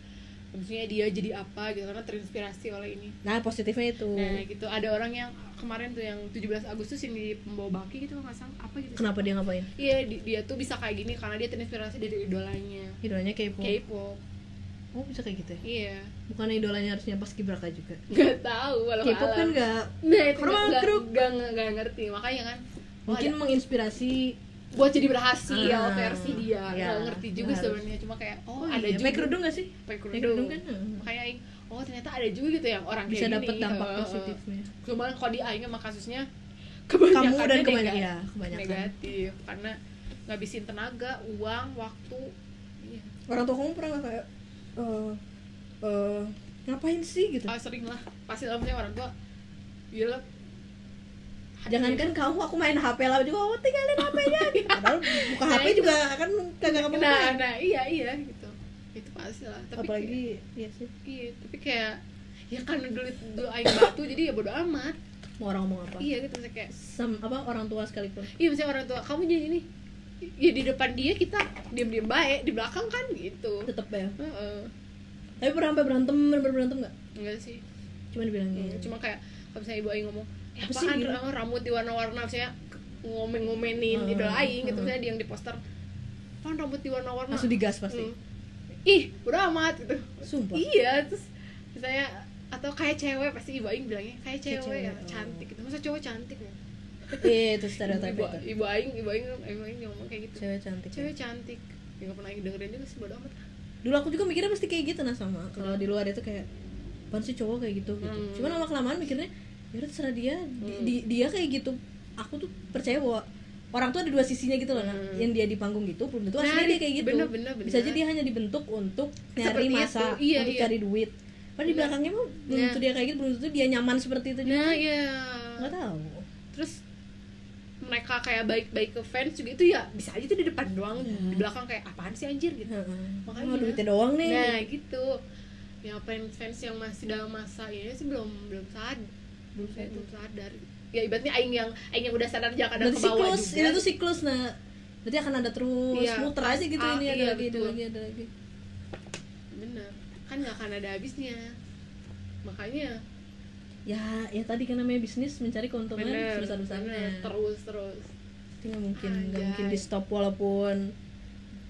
Speaker 2: maksudnya dia jadi apa gitu karena terinspirasi oleh ini
Speaker 1: nah positifnya itu
Speaker 2: nah gitu ada orang yang kemarin tuh yang 17 Agustus yang di pembawa baki gitu nggak salah apa gitu
Speaker 1: kenapa dia ngapain
Speaker 2: iya di- dia tuh bisa kayak gini karena dia terinspirasi dari idolanya
Speaker 1: idolanya K-pop
Speaker 2: K-pop
Speaker 1: oh bisa kayak gitu ya
Speaker 2: iya
Speaker 1: bukan idolanya harusnya pas kibraka juga
Speaker 2: nggak tahu walau
Speaker 1: K-pop kan nggak
Speaker 2: Nah, itu
Speaker 1: Keruk,
Speaker 2: nggak-
Speaker 1: keruk.
Speaker 2: nggak nggak- nggak ngerti makanya kan wah,
Speaker 1: mungkin
Speaker 2: ada-
Speaker 1: menginspirasi
Speaker 2: buat jadi berhasil
Speaker 1: Ah,
Speaker 2: versi dia
Speaker 1: ya,
Speaker 2: nggak ngerti juga
Speaker 1: harus.
Speaker 2: sebenarnya cuma kayak oh, ada
Speaker 1: iya.
Speaker 2: juga
Speaker 1: pakai kerudung nggak sih
Speaker 2: pakai
Speaker 1: Pakai
Speaker 2: kerudung.
Speaker 1: kan eh,
Speaker 2: makanya Aing oh ternyata ada eh, juga gitu yang orang
Speaker 1: bisa
Speaker 2: kayak
Speaker 1: dapet
Speaker 2: gini.
Speaker 1: dampak
Speaker 2: Heeh.
Speaker 1: positifnya
Speaker 2: cuman kalau di Aing emang kasusnya
Speaker 1: kamu
Speaker 2: kebanyakannya
Speaker 1: dan kebanyakan
Speaker 2: negatif,
Speaker 1: ya kebanyakan
Speaker 2: negatif karena ngabisin tenaga uang waktu Iya.
Speaker 1: orang tua kamu pernah nggak kayak eh eh, ngapain sih gitu
Speaker 2: ah sering lah pasti lah maksudnya orang tua "Iya gila
Speaker 1: jangankan kamu aku main HP lah juga oh tinggalin HP-nya padahal buka
Speaker 2: Nah,
Speaker 1: HP
Speaker 2: itu.
Speaker 1: juga kan kagak apa
Speaker 2: nah nah iya iya gitu itu pasti lah tapi kayak-
Speaker 1: apalagi iya sih
Speaker 2: Iya, tapi kayak ya karena dulu dulu aing batu jadi ya bodo amat.
Speaker 1: mau orang ngomong apa
Speaker 2: Iya gitu maksudnya kayak
Speaker 1: Sem, apa orang tua sekalipun
Speaker 2: iya misalnya orang tua kamu jadi ini ya di depan dia kita diam-diam baik, di belakang kan gitu.
Speaker 1: tetep ya
Speaker 2: Heeh.
Speaker 1: tapi pernah sampai berantem bener berantem nggak
Speaker 2: Enggak sih.
Speaker 1: cuma dibilangin
Speaker 2: Hmm, Cuma kayak kalau misalnya ibu aing ngomong, "Eh,
Speaker 1: Apa sih
Speaker 2: apaan
Speaker 1: gitu?"
Speaker 2: ra- rambut diwarna-warna?" misalnya ngomen-ngomenin
Speaker 1: Hmm,
Speaker 2: idola aing gitu
Speaker 1: hmm.
Speaker 2: misalnya dia yang di poster kan rambut diwarna-warna
Speaker 1: langsung digas pasti
Speaker 2: Hmm. ih bodo amat gitu
Speaker 1: sumpah
Speaker 2: iya terus misalnya atau kayak cewek pasti ibu aing bilangnya kayak cewek,
Speaker 1: Kayak cewek,
Speaker 2: ya,
Speaker 1: oh.
Speaker 2: cantik gitu masa cowok cantik ya
Speaker 1: iya itu stereotip
Speaker 2: ibu,
Speaker 1: itu
Speaker 2: ibu aing ibu aing ibu aing ngomong kayak gitu
Speaker 1: cewek cantik
Speaker 2: cewek cantik ya nggak pernah aing dengerin juga sih bodo amat
Speaker 1: dulu aku juga mikirnya pasti kayak gitu nah sama kalau di luar itu kayak apaan sih cowok kayak gitu gitu
Speaker 2: Hmm.
Speaker 1: cuman lama kelamaan mikirnya ya udah terserah dia di-
Speaker 2: Hmm.
Speaker 1: di- dia kayak gitu aku tuh percaya bahwa orang tuh ada dua sisinya gitu loh nah.
Speaker 2: Hmm.
Speaker 1: yang dia di panggung gitu belum tentu
Speaker 2: Nah,
Speaker 1: aslinya dia kayak gitu
Speaker 2: bener, bener, bener.
Speaker 1: bisa aja dia hanya dibentuk untuk nyari
Speaker 2: Seperti itu,
Speaker 1: masa
Speaker 2: iya,
Speaker 1: untuk
Speaker 2: iya.
Speaker 1: cari duit padahal di
Speaker 2: Bener.
Speaker 1: belakangnya mah belum
Speaker 2: Nah.
Speaker 1: tentu dia kayak gitu belum tentu dia nyaman seperti itu juga
Speaker 2: nah ya
Speaker 1: nggak tahu
Speaker 2: terus mereka kayak baik-baik ke fans juga itu ya bisa aja tuh di depan doang
Speaker 1: Hmm.
Speaker 2: di belakang kayak apaan sih anjir gitu
Speaker 1: makanya
Speaker 2: Makanya.
Speaker 1: mau duitnya doang nih
Speaker 2: nah gitu ya fans fans yang masih dalam masa ini sih belum belum sadar belum, belum sadar gitu. ya ibaratnya aing yang aing yang udah sadar jangan ada
Speaker 1: berarti
Speaker 2: ke bawah
Speaker 1: siklus
Speaker 2: juga
Speaker 1: ini tuh siklus nah berarti akan ada terus
Speaker 2: Iya.
Speaker 1: muter aja gitu
Speaker 2: Ah,
Speaker 1: ini ada
Speaker 2: iya,
Speaker 1: lagi ada
Speaker 2: betul.
Speaker 1: lagi ada lagi
Speaker 2: bener kan nggak akan ada habisnya makanya
Speaker 1: ya ya tadi kan namanya bisnis mencari keuntungan
Speaker 2: bener
Speaker 1: sebesar
Speaker 2: bener,
Speaker 1: besarnya
Speaker 2: terus terus
Speaker 1: itu nggak mungkin nggak
Speaker 2: Anjay.
Speaker 1: mungkin di stop walaupun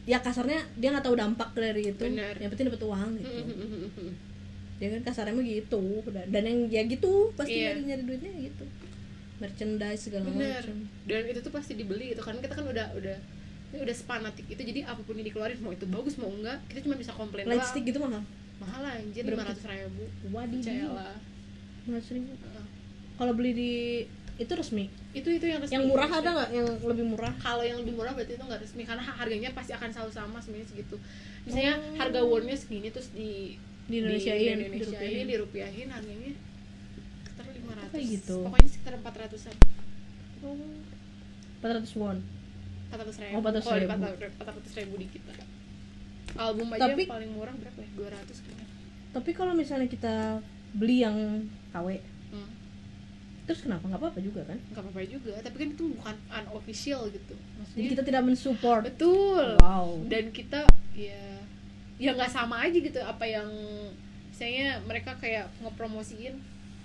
Speaker 1: ya kasarnya dia nggak tahu dampak dari itu
Speaker 2: Bener.
Speaker 1: yang penting dapat uang gitu dia kan kasarnya mah gitu dan, dan yang ya gitu pasti
Speaker 2: Iya.
Speaker 1: nyari nyari duitnya ya gitu merchandise segala
Speaker 2: bener
Speaker 1: macam
Speaker 2: dan itu tuh pasti dibeli gitu kan kita kan udah udah ini udah sepanatik itu jadi apapun yang dikeluarin mau itu bagus mau enggak kita cuma bisa komplain
Speaker 1: light
Speaker 2: doang.
Speaker 1: stick gitu mahal
Speaker 2: mahal anjir lima
Speaker 1: Berapa?
Speaker 2: ratus ribu
Speaker 1: wadih
Speaker 2: Percayalah.
Speaker 1: lima ribu
Speaker 2: Heeh.
Speaker 1: kalau beli di itu resmi
Speaker 2: itu itu yang resmi
Speaker 1: yang murah ada nggak yang lebih murah
Speaker 2: kalau yang lebih murah berarti itu nggak resmi karena ha- harganya pasti akan selalu sama sebenarnya segitu misalnya harga wonnya segini terus di
Speaker 1: di Indonesia ini
Speaker 2: di Indonesiain, dirupiahin harganya sekitar lima ratus
Speaker 1: Kayak gitu.
Speaker 2: pokoknya sekitar empat ratusan
Speaker 1: empat ratus won
Speaker 2: empat ratus ribu
Speaker 1: Oh, 400.000.
Speaker 2: empat ratus ribu di kita album aja
Speaker 1: Tapi-
Speaker 2: yang paling murah berapa ya dua ratus kayaknya
Speaker 1: tapi kalau misalnya kita beli yang KW
Speaker 2: hmm.
Speaker 1: terus kenapa nggak apa-apa juga kan
Speaker 2: nggak apa-apa juga tapi kan itu bukan unofficial gitu
Speaker 1: jadi
Speaker 2: maksudnya
Speaker 1: kita tidak mensupport
Speaker 2: betul
Speaker 1: wow
Speaker 2: dan kita ya ya nggak sama aja gitu apa yang misalnya mereka kayak ngepromosiin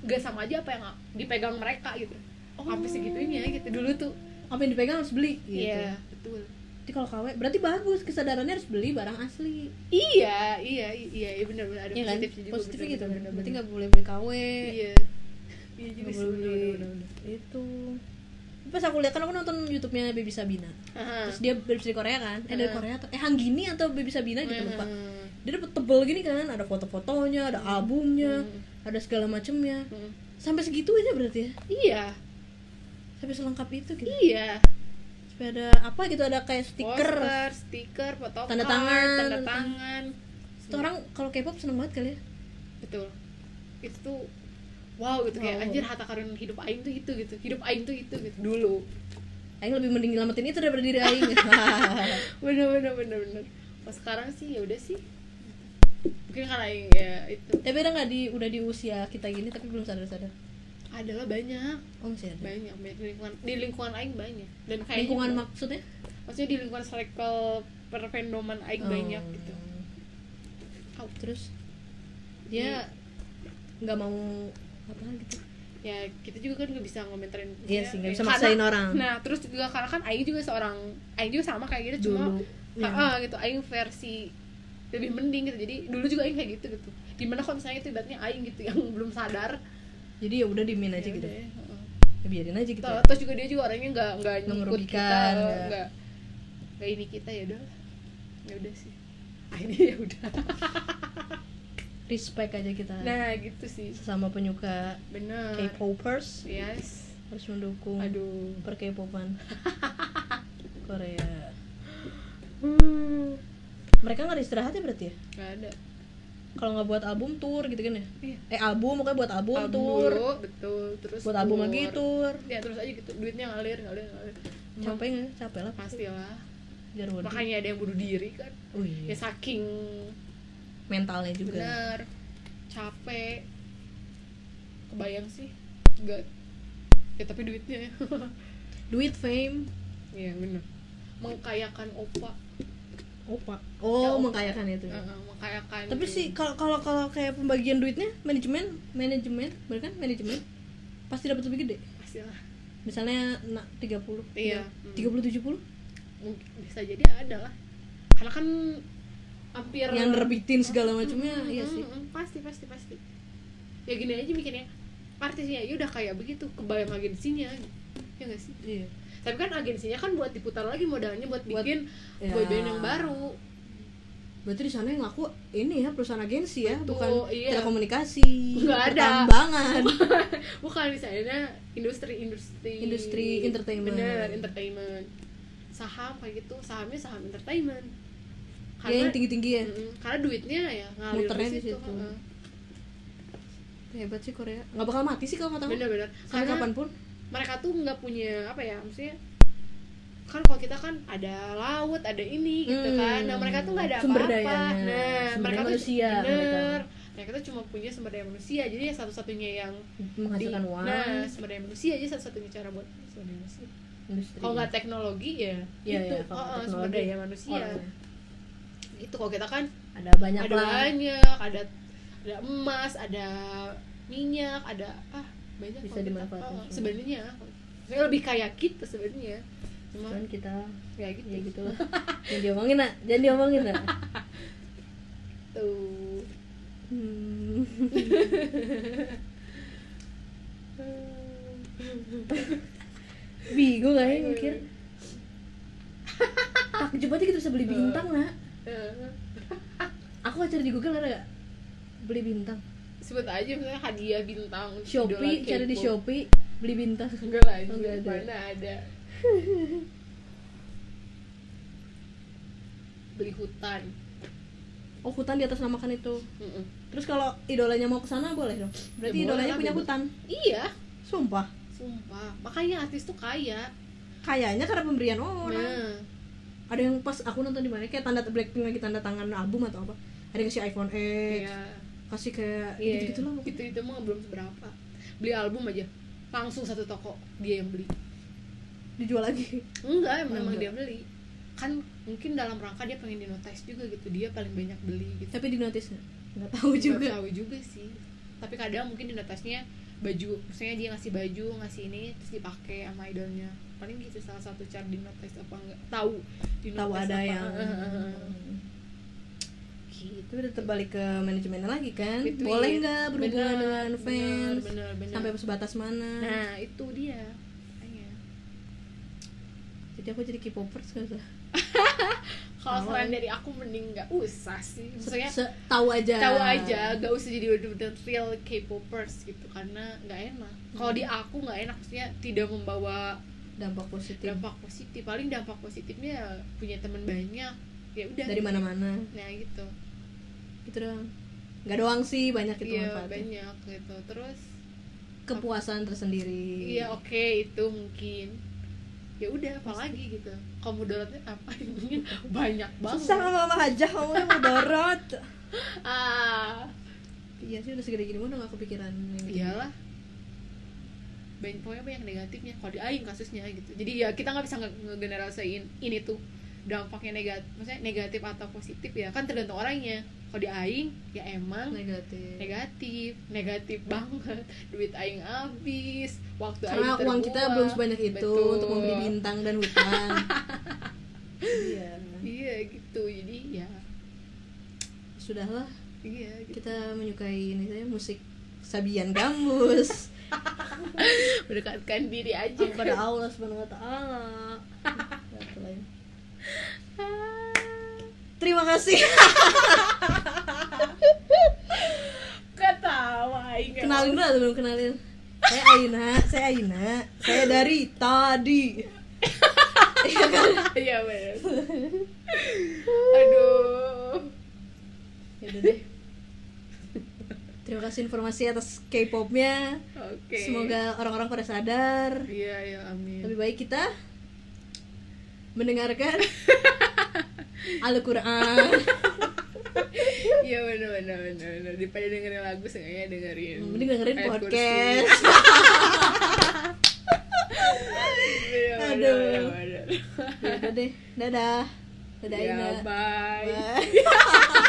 Speaker 2: nggak sama aja apa yang dipegang mereka gitu
Speaker 1: Oh.
Speaker 2: sampai segitunya gitu dulu tuh
Speaker 1: apa yang dipegang harus beli gitu
Speaker 2: iya betul
Speaker 1: jadi kalau KW berarti bagus kesadarannya harus beli barang asli
Speaker 2: iya iya i- iya iya benar-benar ada
Speaker 1: Iya kan
Speaker 2: positifnya juga
Speaker 1: positifnya gitu kan
Speaker 2: bener-bener,
Speaker 1: berarti
Speaker 2: bener-bener.
Speaker 1: nggak boleh beli KW
Speaker 2: iya iya juga
Speaker 1: nggak
Speaker 2: sih
Speaker 1: boleh beli
Speaker 2: bener-bener.
Speaker 1: itu pas aku lihat kan aku nonton YouTube-nya Baby Sabina
Speaker 2: Aha.
Speaker 1: terus dia dari dari Korea kan eh dari
Speaker 2: Heeh.
Speaker 1: Korea atau eh Hanggini atau Baby Sabina gitu lupa
Speaker 2: Ah. Hmm,
Speaker 1: dia dapat tebel gini kan ada foto-fotonya ada albumnya
Speaker 2: Hmm.
Speaker 1: ada segala macemnya
Speaker 2: hmm.
Speaker 1: sampai segitunya berarti ya
Speaker 2: iya
Speaker 1: sampai selengkap itu gitu
Speaker 2: iya
Speaker 1: sampai ada apa gitu ada kayak stiker
Speaker 2: poster stiker foto
Speaker 1: Tanda
Speaker 2: card,
Speaker 1: tangan.
Speaker 2: tanda tangan
Speaker 1: Itu orang kalau K-pop seneng banget kali ya
Speaker 2: betul itu tuh wow gitu kayak
Speaker 1: Wow.
Speaker 2: anjir harta karun hidup aing tuh itu gitu hidup aing tuh itu gitu dulu
Speaker 1: Aing lebih mending nyelamatin itu daripada diri Aing
Speaker 2: bener bener bener bener pas sekarang sih ya udah sih mungkin karena aing ya itu
Speaker 1: Tapi ada nggak di udah di usia kita gini tapi belum sadar-sadar?
Speaker 2: adalah banyak
Speaker 1: Oh masih ada.
Speaker 2: banyak banyak di lingkungan di lingkungan aing banyak dan kayak gitu.
Speaker 1: Lingkungan maksudnya?
Speaker 2: maksudnya di lingkungan circle perpendoman aing
Speaker 1: Oh.
Speaker 2: banyak gitu Au.
Speaker 1: Terus dia
Speaker 2: Iya.
Speaker 1: nggak mau apa gitu?
Speaker 2: ya kita juga kan nggak bisa ngomentarin ya,
Speaker 1: Iya sih, nggak bisa
Speaker 2: karena-
Speaker 1: maksain orang.
Speaker 2: nah terus juga karena kan Aing juga seorang Aing juga sama kayak gitu cuma
Speaker 1: Dulu, ya.
Speaker 2: ah, ah, gitu Aing versi lebih mending gitu jadi dulu juga Aing kayak gitu gitu gimana kalau misalnya itu ibaratnya Aing gitu yang belum sadar
Speaker 1: Jadi ya udah dimin aja
Speaker 2: ya
Speaker 1: gitu.
Speaker 2: udah, heeh.
Speaker 1: Ya, biarin aja gitu.
Speaker 2: Tuh,
Speaker 1: ya.
Speaker 2: terus juga dia juga orangnya nggak nggak ngikut
Speaker 1: Nggak
Speaker 2: kita
Speaker 1: merugikan, nggak-
Speaker 2: nggak nggak ini kita ya udah ya udah sih akhirnya ya udah
Speaker 1: Respect aja kita.
Speaker 2: nah gitu sih
Speaker 1: Sesama penyuka
Speaker 2: bener
Speaker 1: K-popers
Speaker 2: yes
Speaker 1: harus mendukung
Speaker 2: aduh
Speaker 1: per K-popan Korea.
Speaker 2: hmm.
Speaker 1: Mereka nggak ada istirahat ya berarti ya?
Speaker 2: nggak ada
Speaker 1: Kalau nggak buat album tour gitu kan ya?
Speaker 2: Iya.
Speaker 1: Eh album pokoknya buat album,
Speaker 2: album
Speaker 1: tour.
Speaker 2: dulu, betul terus
Speaker 1: Buat album
Speaker 2: tour.
Speaker 1: lagi tour.
Speaker 2: ya terus aja gitu duitnya ngalir ngalir ngalir
Speaker 1: Capek nggak? Capek lah.
Speaker 2: pastilah
Speaker 1: Jar Wadi.
Speaker 2: makanya ada yang bunuh diri kan
Speaker 1: Oh iya.
Speaker 2: ya saking
Speaker 1: mentalnya juga.
Speaker 2: bener capek kebayang sih enggak ya tapi duitnya ya
Speaker 1: Duit fame.
Speaker 2: iya bener mengkayakan opa
Speaker 1: Opa.
Speaker 2: Ya,
Speaker 1: Oh,
Speaker 2: opa.
Speaker 1: mengkayakan itu. ya.
Speaker 2: Heeh, mengkayakan
Speaker 1: Tapi sih kalau kalau kalau kayak pembagian duitnya manajemen, manajemen, bener kan manajemen pasti dapat lebih gede.
Speaker 2: pastilah
Speaker 1: Misalnya nak 30.
Speaker 2: Iya.
Speaker 1: tiga 30 70
Speaker 2: Mungkin- bisa jadi ada lah karena kan hampir
Speaker 1: yang nerbitin segala macamnya iya sih.
Speaker 2: Mm, mm, pasti pasti pasti ya gini aja mikirnya artisnya ya udah kayak begitu kebayang agensinya ya nggak sih
Speaker 1: Iya.
Speaker 2: tapi kan agensinya kan buat diputar lagi modalnya buat
Speaker 1: Buat-
Speaker 2: bikin
Speaker 1: ya.
Speaker 2: boyband yang baru
Speaker 1: Berarti di sana yang laku ini ya perusahaan agensi ya,
Speaker 2: Betul,
Speaker 1: bukan
Speaker 2: iya.
Speaker 1: telekomunikasi,
Speaker 2: Nggak ada.
Speaker 1: pertambangan. Ya,
Speaker 2: bukan misalnya industri industri
Speaker 1: Industri entertainment.
Speaker 2: bener entertainment saham kayak gitu sahamnya saham entertainment
Speaker 1: ya yang tinggi-tinggi ya.
Speaker 2: Mm, karena duitnya ya ngalir
Speaker 1: Muternya
Speaker 2: di
Speaker 1: di
Speaker 2: situ,
Speaker 1: situ.
Speaker 2: heeh.
Speaker 1: Hebat sih Korea. nggak bakal mati sih kalau nggak tahu.
Speaker 2: bener-bener
Speaker 1: Sampai
Speaker 2: Hmm. Karena-
Speaker 1: kapanpun.
Speaker 2: mereka tuh nggak punya apa ya maksudnya kan kalau kita kan ada laut ada ini gitu
Speaker 1: Hmm.
Speaker 2: kan nah mereka tuh nggak ada
Speaker 1: Sumber
Speaker 2: apa-apa
Speaker 1: dayanya.
Speaker 2: nah mereka
Speaker 1: Sumber daya
Speaker 2: tuh
Speaker 1: manusia
Speaker 2: bener
Speaker 1: mereka.
Speaker 2: mereka. nah kita cuma punya sumber daya manusia jadi ya satu-satunya yang di-
Speaker 1: menghasilkan uang
Speaker 2: nah sumber daya manusia aja satu-satunya cara buat sumber daya manusia
Speaker 1: industri
Speaker 2: kalau nggak teknologi ya
Speaker 1: Iya,
Speaker 2: itu
Speaker 1: iya, kalau nggak
Speaker 2: sumber
Speaker 1: teknologi,
Speaker 2: daya manusia
Speaker 1: orangnya.
Speaker 2: itu kalau kita kan
Speaker 1: ada banyak
Speaker 2: ada
Speaker 1: lah
Speaker 2: banyak ada ada emas ada minyak ada ah banyak
Speaker 1: Bisa
Speaker 2: kalau kita- ah,
Speaker 1: dimanfaatkan semua.
Speaker 2: sebenarnya saya lebih kaya kita sebenarnya cuma
Speaker 1: cuman kita
Speaker 2: ya gitu
Speaker 1: ya gitu lah jangan diomongin nak jangan diomongin nak
Speaker 2: tuh
Speaker 1: Hmm. Hmm. bingung aja mikir takjub aja kita bisa beli bintang nak
Speaker 2: Eh,
Speaker 1: aku cari di Google ada gak? beli bintang
Speaker 2: sebut aja misalnya hadiah bintang idola K-pop.
Speaker 1: Shopee cari di Shopee beli bintang
Speaker 2: enggak lah anjing,
Speaker 1: Enggak ada.
Speaker 2: mana ada beli hutan
Speaker 1: oh hutan di atas namakan itu
Speaker 2: Mm-mm.
Speaker 1: terus kalau idolanya mau ke sana boleh dong berarti
Speaker 2: Ya, boleh
Speaker 1: idolanya
Speaker 2: lah,
Speaker 1: punya
Speaker 2: bebas.
Speaker 1: hutan
Speaker 2: iya
Speaker 1: sumpah
Speaker 2: sumpah makanya artis tuh kaya
Speaker 1: kayaknya karena pemberian orang
Speaker 2: nah
Speaker 1: ada yang pas aku nonton di mana kayak tanda Blackpink lagi tanda tangan album atau apa ada yang kasih iPhone X
Speaker 2: iya
Speaker 1: kasih kayak
Speaker 2: iya
Speaker 1: gitu gitu lah pokoknya.
Speaker 2: itu itu mah belum seberapa beli album aja langsung satu toko dia yang beli
Speaker 1: dijual lagi
Speaker 2: enggak emang, emang
Speaker 1: Oh,
Speaker 2: dia
Speaker 1: Enggak.
Speaker 2: beli kan mungkin dalam rangka dia pengen dinotis juga gitu dia paling banyak beli gitu
Speaker 1: tapi di notice nggak? nggak tahu juga
Speaker 2: Nggak tahu juga sih tapi kadang mungkin di notisnya baju maksudnya dia ngasih baju ngasih ini terus dipakai sama idolnya paling gitu salah satu cara di notis apa enggak tahu di
Speaker 1: tahu
Speaker 2: notice
Speaker 1: ada
Speaker 2: apa.
Speaker 1: yang
Speaker 2: gitu
Speaker 1: itu udah terbalik ke manajemennya lagi kan
Speaker 2: Between.
Speaker 1: boleh nggak berhubungan
Speaker 2: Bener,
Speaker 1: dengan
Speaker 2: bener,
Speaker 1: fans
Speaker 2: bener, bener.
Speaker 1: sampai sebatas mana
Speaker 2: nah itu dia Makanya.
Speaker 1: jadi aku jadi K-popers gak usah
Speaker 2: kalau
Speaker 1: Tahu.
Speaker 2: saran dari aku mending nggak usah sih maksudnya
Speaker 1: Se- tahu aja
Speaker 2: tahu aja gak usah jadi the real K-popers gitu karena nggak enak kalau di aku nggak enak maksudnya tidak membawa
Speaker 1: dampak positif
Speaker 2: dampak positif paling dampak positifnya ya punya teman banyak ya udah
Speaker 1: dari mana-mana
Speaker 2: nah gitu
Speaker 1: gitu doang nggak doang sih banyak itu
Speaker 2: iya
Speaker 1: manfaatnya
Speaker 2: banyak gitu terus
Speaker 1: kepuasan tersendiri
Speaker 2: iya oke itu mungkin ya udah apalagi gitu kamu mudaratnya apa ini banyak banget
Speaker 1: susah sama mama aja kamu yang mudorot
Speaker 2: ah
Speaker 1: iya sih udah segede gini udah gak kepikiran yang gitu.
Speaker 2: iyalah banyak pokoknya banyak negatifnya kalau di aing kasusnya gitu jadi ya kita nggak bisa nge- ngegeneralisein ini tuh dampaknya negatif maksudnya negatif atau positif ya kan tergantung orangnya kalau di aing ya emang
Speaker 1: negatif
Speaker 2: negatif negatif banget duit aing habis waktu
Speaker 1: karena
Speaker 2: aing
Speaker 1: uang kita
Speaker 2: terbuang.
Speaker 1: belum sebanyak itu
Speaker 2: Betul.
Speaker 1: untuk membeli bintang dan hutan iya
Speaker 2: iya gitu jadi ya
Speaker 1: sudahlah
Speaker 2: iya gitu.
Speaker 1: kita menyukai ini saya musik Sabian Gambus
Speaker 2: mendekatkan diri aja
Speaker 1: kepada Allah Subhanahu wa taala. Ya, itu lain. Terima kasih.
Speaker 2: ketawa aing
Speaker 1: Kenalin dulu atau belum kenalin? Saya Aina, saya Aina, saya dari tadi.
Speaker 2: iya bener aduh
Speaker 1: Yaudah Ya deh. Terima kasih informasi atas K-popnya.
Speaker 2: oke
Speaker 1: Semoga orang-orang pada sadar.
Speaker 2: iya ya amin
Speaker 1: Lebih baik kita mendengarkan Al-Qur'an.
Speaker 2: iya bener bener bener bener daripada dengerin lagu seenggaknya dengerin
Speaker 1: Mending dengerin
Speaker 2: Iya. ayat kursi.
Speaker 1: podcast.
Speaker 2: Bener, Iya, bener,
Speaker 1: Aduh.
Speaker 2: bener, bener.
Speaker 1: Ya Yaudah deh. Dadah. Dadah
Speaker 2: ya
Speaker 1: Aina.
Speaker 2: bye
Speaker 1: Bye.